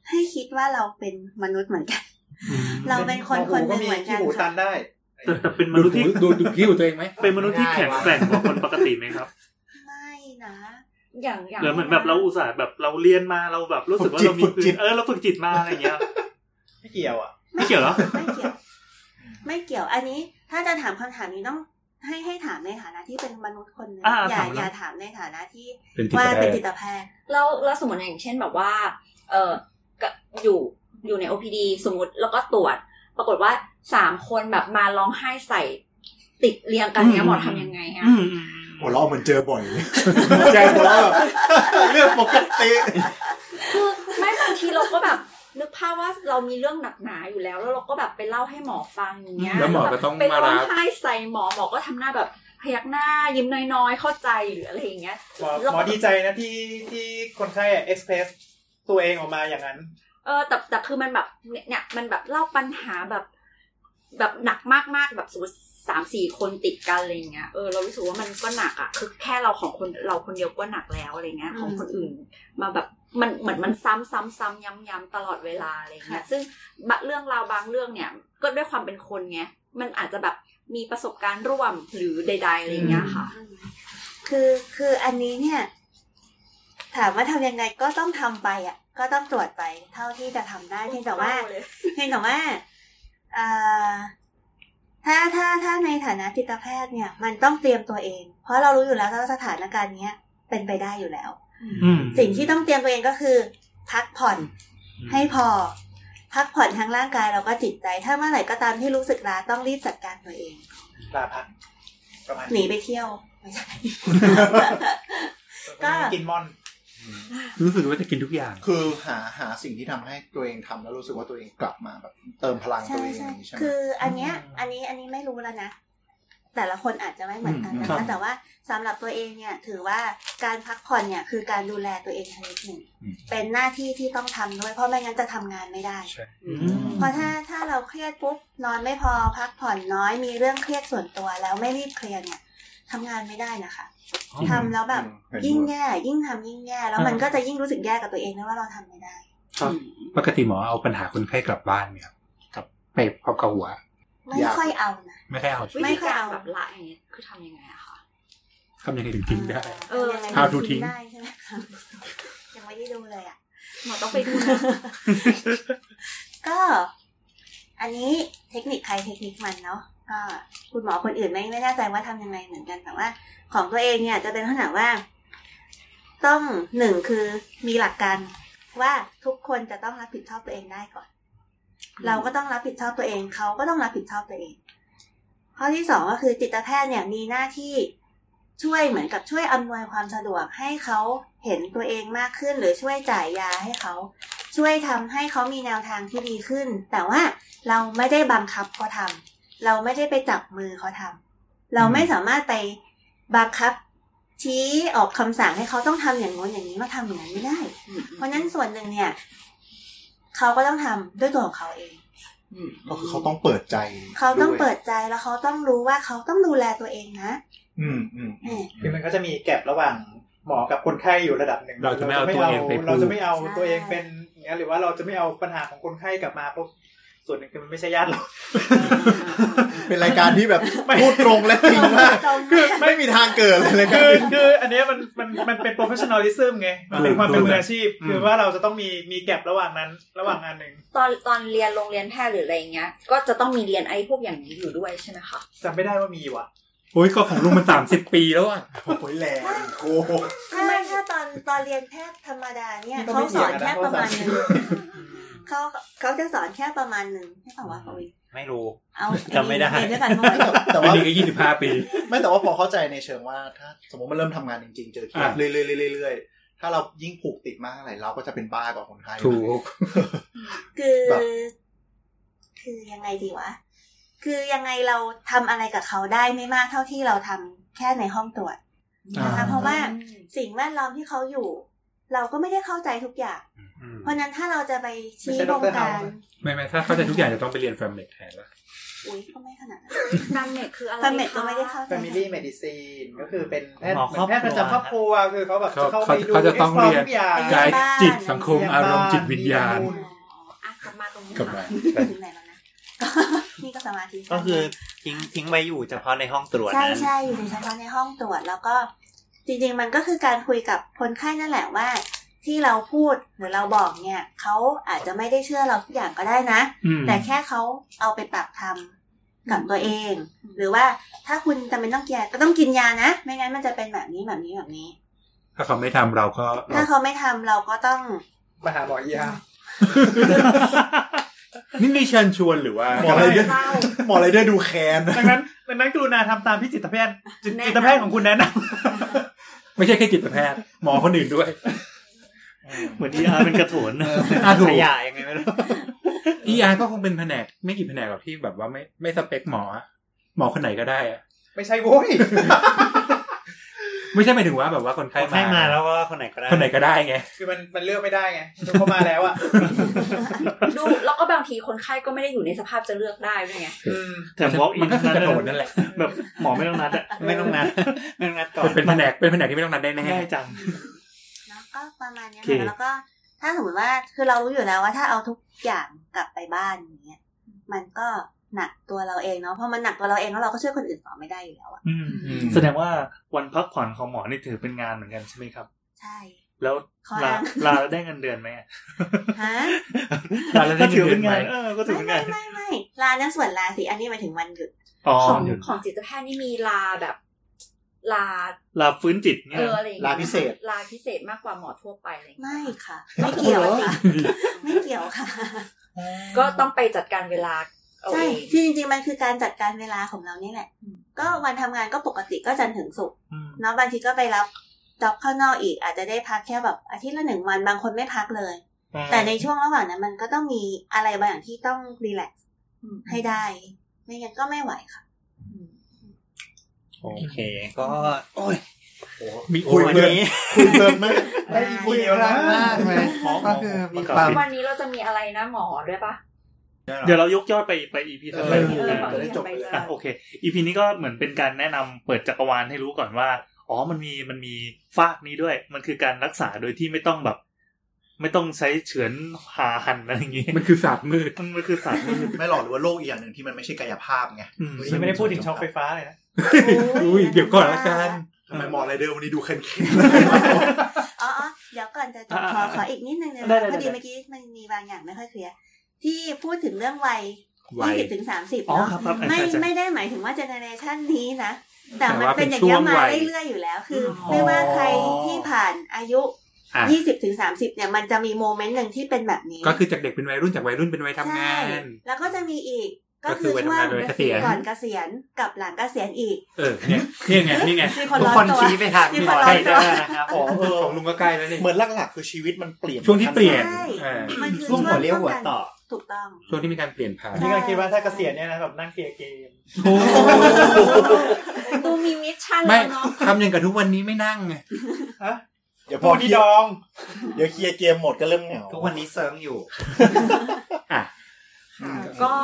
[SPEAKER 8] ให้คิดว่าเราเป็นมนุษย์เหมือนกัน เราเป็นคนคนหนึ่งเหมือนกัน
[SPEAKER 4] หูตัน
[SPEAKER 8] ค่ะ
[SPEAKER 4] ได้
[SPEAKER 7] แต่แต่เป็นม
[SPEAKER 5] ดู
[SPEAKER 7] นุษย์
[SPEAKER 5] ถู
[SPEAKER 7] ที่
[SPEAKER 5] กดูดูคิ้วตัวเองไหม
[SPEAKER 7] เป็นมนุษย์ที่แข็งแกร่งกว่าคนปกติไหมครับ
[SPEAKER 8] ไม่นะ
[SPEAKER 2] อย่างอย่าง
[SPEAKER 7] หรือเหมือนแบบเราอุตส่าห์แบบเราเรียนมาเราแบบรู้สึกว่าเรามี
[SPEAKER 6] ฝึกจิต
[SPEAKER 7] เออเราฝึกจิตมาอะไรอย่างเงี้ย
[SPEAKER 4] ไม่เกี่ยวอ่ะ
[SPEAKER 7] ไม่เกี่ยวเหรอ
[SPEAKER 8] ไม่เกี่ยว ไม่เกี่ยวอันนี้ถ้าจะถามคำถามนี้ต้องให้ให้ถามในฐานะที่เป็นมนุษย์คนหนึง
[SPEAKER 7] อ่า
[SPEAKER 8] อย่า
[SPEAKER 7] ถามนะ
[SPEAKER 8] อย่าถามในฐานะที่
[SPEAKER 5] เป็นจิต
[SPEAKER 8] ว่า
[SPEAKER 5] แพ
[SPEAKER 8] เป็น
[SPEAKER 5] ทย์
[SPEAKER 8] จิตแพทย์
[SPEAKER 2] แล้วแล้วสมมติอย่างเช่นแบบว่า เออก็อยู่อยู่ใน OPD สมมติแล้วก็ตรวจ ปรากฏว่าสามคนแบบมาร้องไห้ใส่ ติดเรียงกันเนี้ยหมอทำยังไงอะ
[SPEAKER 7] อืม
[SPEAKER 6] หัวเราะเหมือนเจอ
[SPEAKER 4] [LAUGHS]
[SPEAKER 6] บ่อยเลยเจอหัวเราะแบบเรื่องปกติ
[SPEAKER 2] คือไม่บางทีเราก็แบบนึกภาพว่าเรามีเรื่องหนักหนาอยู่แล้ว แล้วเราก็แบบไปเล่าให้หมอฟังอย่างเงี้ย
[SPEAKER 5] แล้วหมอก็ต้อง
[SPEAKER 2] ไป
[SPEAKER 5] มา
[SPEAKER 2] ร้อง
[SPEAKER 5] รับ
[SPEAKER 2] ไห้ใส่หมอหมอก็ทำหน้าแบบพยักหน้ายิ้มน้อยๆ เข้าใจหรืออะไรอย่างเงี้ย
[SPEAKER 4] หมอ
[SPEAKER 2] แล้วก็
[SPEAKER 4] หมอดีใจนะที่ที่คนไข้เอ็กเพรสตัวเองออกมาอย่างนั้น
[SPEAKER 2] เออแต่แต่คือมันแบบเนี่ยเนี่ยมันแบบเล่าปัญหาแบบ แบบหนักมากๆแบบสมมติสามสี่คนติดกันอะไรอย่างเงี้ยเออเรารู้สึกว่ามันก็หนักอ่ะคือแค่เราของคนเราคนเดียวก็หนักแล้วอะไรเงี้ยของคนอื่น มาแบบมันเหมือนมันซ้ำซ้ำซ้ำย้ำย้ำตลอดเวลาอะไรเงี้ยซึ่งบะเรื่องราวบางเรื่องเนี่ย ก็ด้วยความเป็นคนไงมันอาจจะแบบมีประสบการณ์ร่วมหรือใด ๆอะไรเงี้ยค่ะ
[SPEAKER 8] คือคืออันนี้เนี่ย ถามว่าทำยังไงก็ต้องทำไปอ่ะ ก็ต้องตรวจไป เท่าที่จะทำได้เพียงแต่ว่า เพียงแต่ว่าเอ่อถ้าถ้าถ้าในฐานะจิตแพทย์เนี่ย มันต้องเตรียมตัวเอง เพราะเรารู้อยู่แล้วว่าสถานการณ์เนี้ยเป็นไปได้อยู่แล้ว
[SPEAKER 7] อืม
[SPEAKER 8] สิ่งที่ต้องเตรียมตัวเองก็คือ พักผ่อนให้พอ พักผ่อนทั้งร่างกายเราก็จิตใจ ถ้าเมื่อไหร่ก็ตามที่รู้สึกล้าต้องรีบจัดการตัวเอง
[SPEAKER 4] ลาพักประมาณ
[SPEAKER 8] หนีไปเที่ยวไม่ใช่ ก็
[SPEAKER 4] กินมอน
[SPEAKER 9] รู้สึกว่าจะกินทุกอย่าง
[SPEAKER 6] คือหาหาสิ่งที่ทำให้ตัวเองทำแล้วรู้สึกว่าตัวเองกลับมาแบบ เติมพลังตั
[SPEAKER 8] ใช่
[SPEAKER 6] วเองอ
[SPEAKER 8] ใช่
[SPEAKER 6] ย่างนี้ใช่ไหม
[SPEAKER 8] คืออันเนี้ย อันนี้อันนี้ไม่รู้แล้วนะ แต่ละคนอาจจะไม่เหมือนกันนะ
[SPEAKER 7] ครั
[SPEAKER 8] คะ
[SPEAKER 7] บ
[SPEAKER 8] แต่ว่าสำหรับตัวเองเนี่ยถือว่าการพักผ่อนเนี่ยคือการดูแลตัวเองชนิดหนึ่ง
[SPEAKER 9] อืม
[SPEAKER 8] เป็นหน้าที่ที่ต้องทำด้วย เพราะไม่งั้นจะทำงานไม่ได้
[SPEAKER 7] อืม
[SPEAKER 8] เพราะถ้าถ้าเราเครียดปุ๊บนอนไม่พอพักผ่อนน้อยมีเรื่องเครียดส่วนตัวแล้วไม่รีบเคลียร์เนี่ยทำงานไม่ได้นะคะทำแล้วแบบ
[SPEAKER 6] อืม
[SPEAKER 8] ยิ่งแย่ยิ่งทำยิ่งแย่แล้วมันก็จะยิ่งรู้สึกแย่กับตัวเองนะว่าเราทำไม่ได้
[SPEAKER 9] ปกติหมอเอาปัญหาคนไข้กลับบ้านไหมครับกับไปพร้อมกับหัว
[SPEAKER 8] ไม่
[SPEAKER 6] อยาก
[SPEAKER 8] ค่อยเอานะ
[SPEAKER 9] ไม่ได้เอา
[SPEAKER 2] วิ
[SPEAKER 8] ไม่
[SPEAKER 2] ธี
[SPEAKER 8] ค่อย
[SPEAKER 2] การ
[SPEAKER 8] เอา
[SPEAKER 2] แบบละอย่างเงี้ยคือทำยังไงอะคะ
[SPEAKER 9] ทำยังไงถึงทิ้งได้
[SPEAKER 2] เออ
[SPEAKER 8] ยังไง
[SPEAKER 9] How to ทิ้ง
[SPEAKER 8] ได้ใช่ไหมคะยังไม่ได้ดูเลยอ่ะ
[SPEAKER 2] หมอต้องไปดูนะ
[SPEAKER 8] ก็ อันนี้เทคนิคใครเทคนิคมันเนาะก็คุณหมอคนอื่นไม่ไม่แน่ใจว่าทำยังไงเหมือนกันแต่ว่า ของตัวเองเนี่ยจะเป็นขนาดว่า ต้องหนึ่งคือมีหลักการว่าทุกคนจะต้องรับผิดชอบตัวเองได้ก่อน เราก็ต้องรับผิดชอบตัวเองเขาก็ต้องรับผิดชอบตัวเอง ข้อที่สองก็คือจิตแพทย์เนี่ยมีหน้าที่ช่วยเหมือนกับช่วยอำนวยความสะดวกให้เขาเห็นตัวเองมากขึ้น หรือช่วยจ่ายยาให้เขา ช่วยทำให้เขามีแนวทางที่ดีขึ้น แต่ว่าเราไม่ได้บังคับเขาทำเราไม่ได้ไปจับมือเขาทำเราไม่สามารถไปบังคับชี้ออกคำสั่งให้เขาต้องทำอย่างงู้นอย่างนี้มาทำอย่างนั้นไม่ได้ เพราะฉะนั้นส่วนหนึ่งเนี่ยเขาก็ต้องทำด้วยตัวของเขาเอง
[SPEAKER 6] ก็คือเขาต้องเปิดใจ
[SPEAKER 8] เขาต้อง
[SPEAKER 6] ด้วย
[SPEAKER 8] เปิดใจแล้วเขาต้องรู้ว่าเขาต้องดูแลตัวเองนะ
[SPEAKER 6] อืมอืม
[SPEAKER 8] อืม
[SPEAKER 4] คือมันก็จะมีแก็บระหว่างหมอกับคนไข้อยู่ระดับหนึ่ง
[SPEAKER 9] เราจะไม่เอาตัวเองไปพูด
[SPEAKER 4] เราจะไม่เอา
[SPEAKER 8] ใช่
[SPEAKER 4] ตัวเองเป็นอย่างเงี้ยหรือว่าเราจะไม่เอาปัญหาของคนไข้กลับมาเพราะส่วนหนึ่งคือมันไม่ใช่ญาติเรา
[SPEAKER 6] เป็นรายการที่แบบ
[SPEAKER 4] ไม่
[SPEAKER 6] พูดตรงและจริงมาก
[SPEAKER 8] ตรง
[SPEAKER 4] คือ
[SPEAKER 6] ไม่มีทางเกิดเลยเลย
[SPEAKER 4] [LAUGHS] คือคืออันเนี้ยมันมันมันเป็น professionalism ไงมันเป็นความเป็นมืออาชีพ คือว่าเราจะต้องมีมีแก็บระหว่างนั้นระหว่างงานหนึ่ง
[SPEAKER 2] ตอนตอนเรียนโรงเรียนแพทย์หรืออะไรอย่างเงี้ย ก็จะต้องมีเรียนไอ้พวกอย่างนี้อยู่ด้วยใช่ไหมคะ
[SPEAKER 4] จำไม่ได้ว่ามีว่ะ
[SPEAKER 9] โอ้ยก็ของลุงมันสามสิบปีแล้วอ่ะ
[SPEAKER 6] โอ้ยแรงโค
[SPEAKER 8] ถ้าถ้าตอนตอนเรียนแพทย์ธรรมดาเนี่ย
[SPEAKER 4] นี่ก็
[SPEAKER 8] เขา
[SPEAKER 4] ไม่
[SPEAKER 8] สอน
[SPEAKER 4] เกี่ยวนะ
[SPEAKER 8] แค่ประมาณหนึง
[SPEAKER 4] เพราะ
[SPEAKER 8] เขาเขาจะสอนแค่ประมาณหนึ่งใช่ป่าววะปวิน
[SPEAKER 1] ไม่รู้
[SPEAKER 8] เอา
[SPEAKER 9] จำไม่ได้
[SPEAKER 8] เรียนด้วยกันเมื่อ
[SPEAKER 5] [LAUGHS]
[SPEAKER 8] วาน
[SPEAKER 6] แต่
[SPEAKER 9] อัน
[SPEAKER 6] ว่า
[SPEAKER 9] นี้ก็ยี่สิบห้าปี
[SPEAKER 6] ไม่แต่ว่าพอเข้าใจในเชิงว่าถ้าสมมติมันเริ่มทำงานจริงๆ เจอเครียด
[SPEAKER 9] อ่ะ
[SPEAKER 6] เรื่อยๆเรื่อยๆถ้าเรายิ่งผูกติดมากเท่าไหร่เราก็จะเป็นบ้ากับคนไข้
[SPEAKER 9] ถูก
[SPEAKER 8] คือ คือยังไงดีวะ คือยังไงเราทำอะไรกับเขาได้ไม่มากเท่าที่เราทำแค่ในห้องตรวจนะ
[SPEAKER 9] อ่า
[SPEAKER 8] คะเพราะว่าสิ่งแวดล้อมที่เขาอยู่ เราก็ไม่ได้เข้าใจทุกอย่าง เพราะฉะนั้นถ้าเราจะไปชี้
[SPEAKER 4] ไม่ใช่
[SPEAKER 8] ว
[SPEAKER 4] ด
[SPEAKER 8] ง
[SPEAKER 4] รเฮา
[SPEAKER 8] การ
[SPEAKER 4] ส์นะ
[SPEAKER 9] ไม่ไม่ถ้าเข้าใจทุกอย่างจะต้องไปเรียนแฟมเล็กแทนละ
[SPEAKER 8] อุ้ยก็ไม่ขนาดนั้น
[SPEAKER 2] แฟมเมดคืออะไร
[SPEAKER 8] แฟนเมดก็ไม่ได้เข้าใจ
[SPEAKER 4] Family Medicine ก็คือเป็นแพทย์
[SPEAKER 3] หมอ
[SPEAKER 4] เห
[SPEAKER 3] ค
[SPEAKER 4] มือ
[SPEAKER 3] รอบ
[SPEAKER 4] นแพทย์ประจำครอบครัวคือเขาแบบ
[SPEAKER 9] เขา
[SPEAKER 4] จะเข้าไป
[SPEAKER 9] เขา
[SPEAKER 4] ดู
[SPEAKER 9] เขาจะต้อง
[SPEAKER 4] explore
[SPEAKER 9] เรียน
[SPEAKER 4] ทุกอย่าง
[SPEAKER 8] ก
[SPEAKER 9] กายจิตสังคม
[SPEAKER 4] เรียนบ้าน
[SPEAKER 9] อารมณ์จิตวิญญาณ
[SPEAKER 2] อ๋ออ่ะกลับมาตรงนี้
[SPEAKER 9] กลับมา
[SPEAKER 2] ค่ะ
[SPEAKER 8] ถึงไหนแล้วนะ [LAUGHS] ก็นี่ก็สมาธิสั้น
[SPEAKER 3] ก็คือทิ้งทิ้งไว้อยู่เฉพาะในห้องตรวจ
[SPEAKER 8] ใช่
[SPEAKER 3] นั้น
[SPEAKER 8] ใช่อยู่ในเฉพาะในห้องตรวจแล้วก็จริงๆมันก็คือการคุยกับคนไข้นั่นแหละว่า ที่เราพูดหรือเราบอกเนี่ยเขาอาจจะไม่ได้เชื่อเราทุกอย่างก็ได้นะ
[SPEAKER 9] อืม
[SPEAKER 8] แต่แค่เขาเอาไปปรับทำกับตัวเอง หรือว่าถ้าคุณจำเป็นต้องกินยาก็ต้องกินยานะ ไม่งั้นมันจะเป็นแบบนี้แบบนี้แบบนี้
[SPEAKER 9] ถ้าเขาไม่ทำเราก็เรา
[SPEAKER 8] ถ้าเขาไม่ทำเราก็ต้อง
[SPEAKER 4] มาหาหมอเอีย
[SPEAKER 9] นี่ไม่เชิญชวนหรือว่า
[SPEAKER 6] หมออะไรเดอร์หมออะไรเดอร์ดูแคนนะ
[SPEAKER 4] ดังนั้นดังนั้นกรุณาทำตามที่จิตแพทย์จิตจิตแพทย์ของคุณแนะน
[SPEAKER 9] ไม่ใช่แค่จิตแพทย์ หมอคนอื่นด้วย
[SPEAKER 7] เหมือนที่อาร์เป็นกระโถน
[SPEAKER 9] อ่ะถูก
[SPEAKER 3] ขยะยังไงไม่รู้
[SPEAKER 9] ER ก็คงเป็นแผนกไม่กี่แผนกหรอกที่แบบว่าไม่ไม่สเปคหมออะหมอคนไหนก็ได้อะ
[SPEAKER 4] ำไม่ใช่โว้ย
[SPEAKER 9] ไม่ใช่หมายถึงว่าแบบว่าคนไข้
[SPEAKER 3] ใครมาแล้วก็คนไหนก็ได้
[SPEAKER 9] คนไหนก็ได้ไง
[SPEAKER 4] [LAUGHS] คือมันมันเลือกไม่ได้ไง [LAUGHS] เขามาแล้วอ่ะ
[SPEAKER 2] ดูแล้วก็บางทีคนไข้ก็ไม่ได้อยู่ในสภาพจะเลือกได้ด้วยไง
[SPEAKER 4] อืม
[SPEAKER 7] แต่บล็อก
[SPEAKER 9] มันก็คือกระโดดนั่นแหละ
[SPEAKER 7] แบบหมอไม่ต้องนัดอะ
[SPEAKER 3] ไม่ต้องนัดไม่ต้องนัดก่อน
[SPEAKER 9] เป็นแผนกเป็นแผนกที่ไม่ต้องนัดได้แน่
[SPEAKER 7] ง่ายจัง
[SPEAKER 8] เนาะก็ประมาณเนี้ย
[SPEAKER 7] โอเค
[SPEAKER 8] ค่ะแล้วก็ถ้าสมมติว่าคือเรารู้อยู่แล้วว่าถ้าเอาทุกอย่างกลับไปบ้านอย่างเงี้ยมันก็หนักตัวเราเองเนาะเพราะมันหนักตัวเราเองแล้วเราก็ช่วยคนอื่นต่อไม่ได้อยู่แล้วอะ
[SPEAKER 7] อืมแสดงว่าวันพักผ่อนของหมอนี่ถือเป็นงานเหมือนกันใช่ไหมครับ
[SPEAKER 8] ใช่
[SPEAKER 7] แล้ว
[SPEAKER 8] ข้อ
[SPEAKER 7] ลา
[SPEAKER 8] อ้าง
[SPEAKER 7] ลาแล้วได้เงินเดือนไหมอะ
[SPEAKER 8] ฮะ
[SPEAKER 9] [LAUGHS] ลาแล้วได้
[SPEAKER 7] ก็
[SPEAKER 9] เงิ
[SPEAKER 7] ถือน
[SPEAKER 9] เดื
[SPEAKER 7] เป็
[SPEAKER 9] อน นไหม
[SPEAKER 7] งานเออก็ถือ
[SPEAKER 8] ไม่
[SPEAKER 7] เป็
[SPEAKER 8] ไม่
[SPEAKER 7] นงาน
[SPEAKER 8] ไม่ไม่ลานั่นส่วนลาสิอันนี้หมายถึงวันหยุด
[SPEAKER 7] อ๋อ
[SPEAKER 2] ของ
[SPEAKER 7] หยุด
[SPEAKER 2] ของจิตแพทย์นี่มีลาแบบลา
[SPEAKER 7] ลาฟื้นจิตเนี่
[SPEAKER 2] เอย ออะไรอย่งงี้ย
[SPEAKER 6] ลาพิเศษ
[SPEAKER 2] ลาพิเศษมากกว่าหมอทั่วไปอะไรอย่างเงี้ย
[SPEAKER 8] ไม่ค่ะ ไม่เกี่ยวค่ะไม่เกี่ยวค่ะ
[SPEAKER 2] ก็ต้องไปจัดการเวลาเอา
[SPEAKER 8] ใช่
[SPEAKER 2] เอง
[SPEAKER 8] ที่จริงๆมันคือการจัดการเวลาของเรานี่แหละ ก็วันทำงานก็ปกติก็จันทร์ถึงศุกร์ เนาะบางทีก็ไปรับจ็อบข้างนอกอีก อาจจะได้พักแค่แบบอาทิตย์ละหนึ่งวันบางคนไม่พักเลย แต่ในช่วงระหว่างนั้นมันก็ต้องมีอะไรบางอย่างที่ต้องรีแลกซ์ให้ได้ ไม่งั้นก็ไม่ไหวค่ะ
[SPEAKER 7] โอเค
[SPEAKER 1] ก็ โอ้ย
[SPEAKER 5] มีคุย
[SPEAKER 1] วัน
[SPEAKER 5] เพื่อน
[SPEAKER 1] นี้
[SPEAKER 6] คุยเพลินมาก
[SPEAKER 4] ได้อีกเดียวนะ
[SPEAKER 6] มากเลยก็คือมีความ
[SPEAKER 2] วันนี้เราจะมีอะไรนะหมอด้วยปะ
[SPEAKER 7] เดี๋ยวเรายกยอดไปไปอีพีถัดไป
[SPEAKER 6] เออ
[SPEAKER 7] นะ
[SPEAKER 2] เออ
[SPEAKER 6] จะได้จบไปเลย
[SPEAKER 7] อ่ะโอเคอีพีนี้ก็เหมือนเป็นการแนะนำเปิดจักรวาลให้รู้ก่อนว่า อ๋อมันมีมันมีฟากนี้ด้วย มันคือการรักษาโดยที่ไม่ต้องแบบ ไม่ต้องใช้เฉือนหาหันอะไรอย่างงี้
[SPEAKER 5] มันคือศาสตร์มืด
[SPEAKER 7] มันมันคือศาสตร์มืด
[SPEAKER 6] ไม่หรอกหรือว่าโลกอีกอย่างหนึ่งที่มันไม่ใช่กายภาพไง
[SPEAKER 7] อืม
[SPEAKER 4] ฉันไม่ได้พูดถึงช็อคไฟฟ้าเลยนะ
[SPEAKER 5] อุ้ยเดี๋ยวก่อนละกัน
[SPEAKER 6] ทำไมหมอไรเดอร์วันนี้ดูเค็ม
[SPEAKER 8] [LAUGHS] อ๋ออ๋อเดี๋ยวก่อนจะจบ
[SPEAKER 7] อ่า
[SPEAKER 8] ขอ
[SPEAKER 7] อ่า
[SPEAKER 8] ขออีกนิดนึงนะ
[SPEAKER 7] ได้ได้
[SPEAKER 8] พอดี
[SPEAKER 7] ได้
[SPEAKER 8] เมื่อกี้มันมีบางอย่างไม่ค่อยเคลียร์ที่พูดถึงเรื่องวัย
[SPEAKER 5] วัย
[SPEAKER 8] ยี่สิบถึงสามสิบ
[SPEAKER 7] อ๋อ
[SPEAKER 8] เนาะ
[SPEAKER 7] ครับครับ
[SPEAKER 8] ไม่
[SPEAKER 7] ใช่ใช่
[SPEAKER 8] ไม่ได้หมายถึงว่าเจเนอเรชันนี้นะ แต่
[SPEAKER 5] แต่
[SPEAKER 8] มัน
[SPEAKER 5] ว่าเป็
[SPEAKER 8] เป็น นอย่างนี้ย
[SPEAKER 5] ช่วง
[SPEAKER 8] มา
[SPEAKER 5] วัย
[SPEAKER 8] เรื่อยๆอยู่แล้วคืออไม่ว่าใครที่ผ่านอายุ
[SPEAKER 5] อ่ะ
[SPEAKER 8] ยี่สิบถึงสามสิบเนี่ยมันจะมีโมเมนต์หนึ่งที่เป็นแบบนี้
[SPEAKER 5] ก็คือจากเด็กเป็นวัยรุ่นจากวัยรุ่นเป็นวัยทำงาน
[SPEAKER 8] ใช่แล้วก็จะมีอีก
[SPEAKER 5] ก็
[SPEAKER 8] ก็
[SPEAKER 5] คื
[SPEAKER 8] คือ อ
[SPEAKER 5] วัย
[SPEAKER 8] ช่ว
[SPEAKER 5] ทำงาง นวัยเกษียณ
[SPEAKER 8] ก่อนเกษียณกับหลังเกษียณอีก
[SPEAKER 5] เออเนี่ยเนี่ยไงนี่ไง
[SPEAKER 8] มีคน
[SPEAKER 1] ทุก
[SPEAKER 8] ร้อ
[SPEAKER 1] คน น
[SPEAKER 8] ตัว
[SPEAKER 1] ชี้ไปทาง
[SPEAKER 8] ที่
[SPEAKER 1] หม
[SPEAKER 8] ค
[SPEAKER 1] อน ไร
[SPEAKER 5] ใช่
[SPEAKER 1] เดอ
[SPEAKER 5] ได้
[SPEAKER 1] ร์
[SPEAKER 5] นะครับของลุงก็ใกล้แล้วนี่
[SPEAKER 6] เหมือนหลักๆคือชีวิตมันเปลี่ยน
[SPEAKER 5] ช่วงที่เปลี่ยน
[SPEAKER 8] ใช่
[SPEAKER 5] อ่า
[SPEAKER 8] มันคือ
[SPEAKER 1] ช่วงหัวเลี้ยวหัวต่อ
[SPEAKER 8] ถูกต้อง
[SPEAKER 5] ช่วงที่มีการเปลี่ยนผ่าน
[SPEAKER 8] ใช่
[SPEAKER 4] นี่ก็คิดว่าถ้าเกษียณเนี่ยนะแบบนั่งเกียร์เกม
[SPEAKER 2] ดูมีมิชชั่น
[SPEAKER 5] ไม่
[SPEAKER 2] แล้วเนาะ
[SPEAKER 5] ทำอย่างกับทุกวันนี้ไม่นั่งไง
[SPEAKER 6] เดี๋ยวพ
[SPEAKER 4] พู
[SPEAKER 6] อ
[SPEAKER 4] ด
[SPEAKER 6] เค
[SPEAKER 4] ที่
[SPEAKER 6] ลีย
[SPEAKER 4] ด
[SPEAKER 6] ร์
[SPEAKER 4] อง
[SPEAKER 6] เดี๋ยวเคลียร์เกมหมดก็เริ่มเหงา
[SPEAKER 1] ทุกวันนี้เซิร์งอยู่
[SPEAKER 8] ค่ะ
[SPEAKER 2] ก็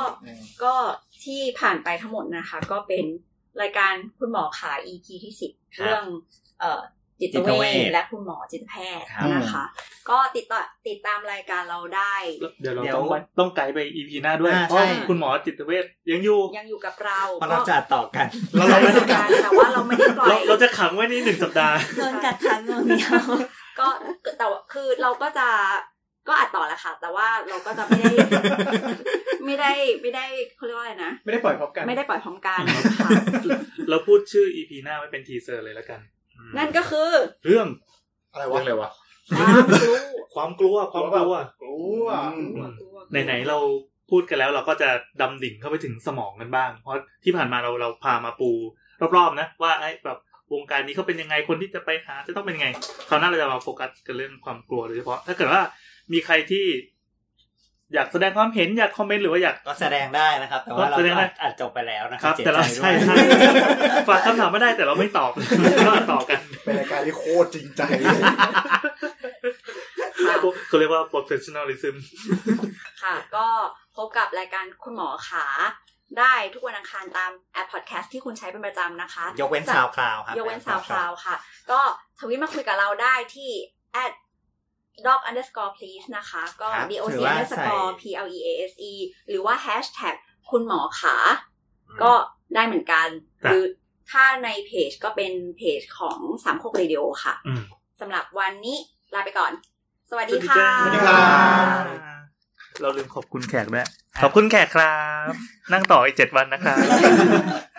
[SPEAKER 2] ก็ที่ผ่านไปทั้งหมดนะคะ ก็เป็นรายการคุณหมอขา EP ที่สิบ
[SPEAKER 1] ครับ
[SPEAKER 2] เรื่องเอ่อจิต
[SPEAKER 1] จิต
[SPEAKER 2] เว
[SPEAKER 1] เว
[SPEAKER 2] ช
[SPEAKER 1] ช
[SPEAKER 2] และคุณหมอจิตแพทย์
[SPEAKER 1] ครับ
[SPEAKER 2] นะคะ ก็ติดต่อติดตามรายการเราได้
[SPEAKER 7] เดี๋ยวเรา
[SPEAKER 1] เดี๋ยว
[SPEAKER 7] ต้องต้องไกด์ไปอีพีหน้าด้วย
[SPEAKER 1] อ่า
[SPEAKER 7] เพราะ
[SPEAKER 1] ใช่
[SPEAKER 7] คุณหมอจิตเวชยังอยู่
[SPEAKER 2] ยังอยู่กับเรา
[SPEAKER 1] เพราะเราจะอัดต่อกัน
[SPEAKER 2] เราไม่ได้การแต่ว่าเราไม่ได้ปล่อ
[SPEAKER 7] เรา
[SPEAKER 2] ย
[SPEAKER 7] เราจะขังไว้นี่หนึ่งสัปดาห์ [LAUGHS]
[SPEAKER 8] โดนกัดขังงวงเหนียว
[SPEAKER 2] ก็แต่ว่าคือเราก็จะก็อัดต่อแหละค่ะ แต่ว่าเราก็จะไม่ได้ ไม่ได้ไม่ได้เขาเรียกว่าอะไรนะ
[SPEAKER 4] ไม่ได้ปล่อยพร้อมกัน
[SPEAKER 2] ไม่ได้ปล่อยพร้อมกันค่ะ
[SPEAKER 7] เราพูดชื่ออีพีหน้าไว้เป็นทีเซอร์เลยแล้วกัน
[SPEAKER 2] นั่นก็คือ
[SPEAKER 7] เรื่อง
[SPEAKER 6] อะไร
[SPEAKER 5] เรื่อ
[SPEAKER 6] วะ
[SPEAKER 5] งอะไรวะ
[SPEAKER 2] ความรู้
[SPEAKER 7] ความกลัวความกลัว
[SPEAKER 4] โอ้อ่ะ
[SPEAKER 7] ไหนๆเราพูดกันแล้วเราก็จะดำดิ่งเข้าไปถึงสมองกันบ้าง เพราะที่ผ่านมาเราเราพามาปูรอบๆนะว่าไอ้แบบวงการนี้เขาเป็นยังไงคนที่จะไปหาจะต้องเป็นยังไงคราวหน้าเราจะมาโฟกัสกันเรื่องความกลัวโดยเฉพาะ ถ้าเกิดว่ามีใครที่ อยากแสดงความเห็นอยากคอมเมนต์หรือว่าอยาก
[SPEAKER 1] ก็แสดงได้นะครับ แต่ว่าเรา
[SPEAKER 7] แสดงได้
[SPEAKER 1] ก็อัดจบไปแล้วนะค
[SPEAKER 7] ค
[SPEAKER 1] รั
[SPEAKER 7] รั
[SPEAKER 1] บบ
[SPEAKER 7] แต่เรา
[SPEAKER 1] เสียจด้วย
[SPEAKER 7] ใช่ใช่ฝากคำถามมาได้แต่เราไม่ตอบ [LAUGHS] เราตอบกัน
[SPEAKER 6] เป็นรายการที่โคตรจริงใจเลย
[SPEAKER 7] เขาเรียกว่า professionalism
[SPEAKER 2] ค่ะ ก็พบกับรายการคุณหมอขา ได้ทุกวันอังคารตามแอปพอดแคสต์ที่คุณใช้เป็นประจำนะคะ
[SPEAKER 1] ยกเว้นสาวคลาวครับ
[SPEAKER 2] ยกเว้นสาวคลาวค่ะ ก็ทวิตมาคุยกับเราได้ที่ at dog underscore please นะคะ ก็
[SPEAKER 1] ครับ
[SPEAKER 2] d o
[SPEAKER 1] หรื
[SPEAKER 2] c
[SPEAKER 1] อว่า
[SPEAKER 2] underscore
[SPEAKER 1] ใส่
[SPEAKER 2] p l e a s e หรือว่า hashtag คุณหมอขา ก็ได้เหมือนกัน
[SPEAKER 7] ครับ
[SPEAKER 2] หรือถ้าในเพจก็เป็นเพจของสามโคกเรดิโอค่ะ
[SPEAKER 7] อืม
[SPEAKER 2] สำหรับวันนี้ลาไปก่อน สวัสดี
[SPEAKER 7] จ้า
[SPEAKER 2] ค่ะ
[SPEAKER 7] เราลืมขอบคุณแขกด้วยขอบคุณแขกครับ นั่งต่ออีกเจ็ดวันนะครับ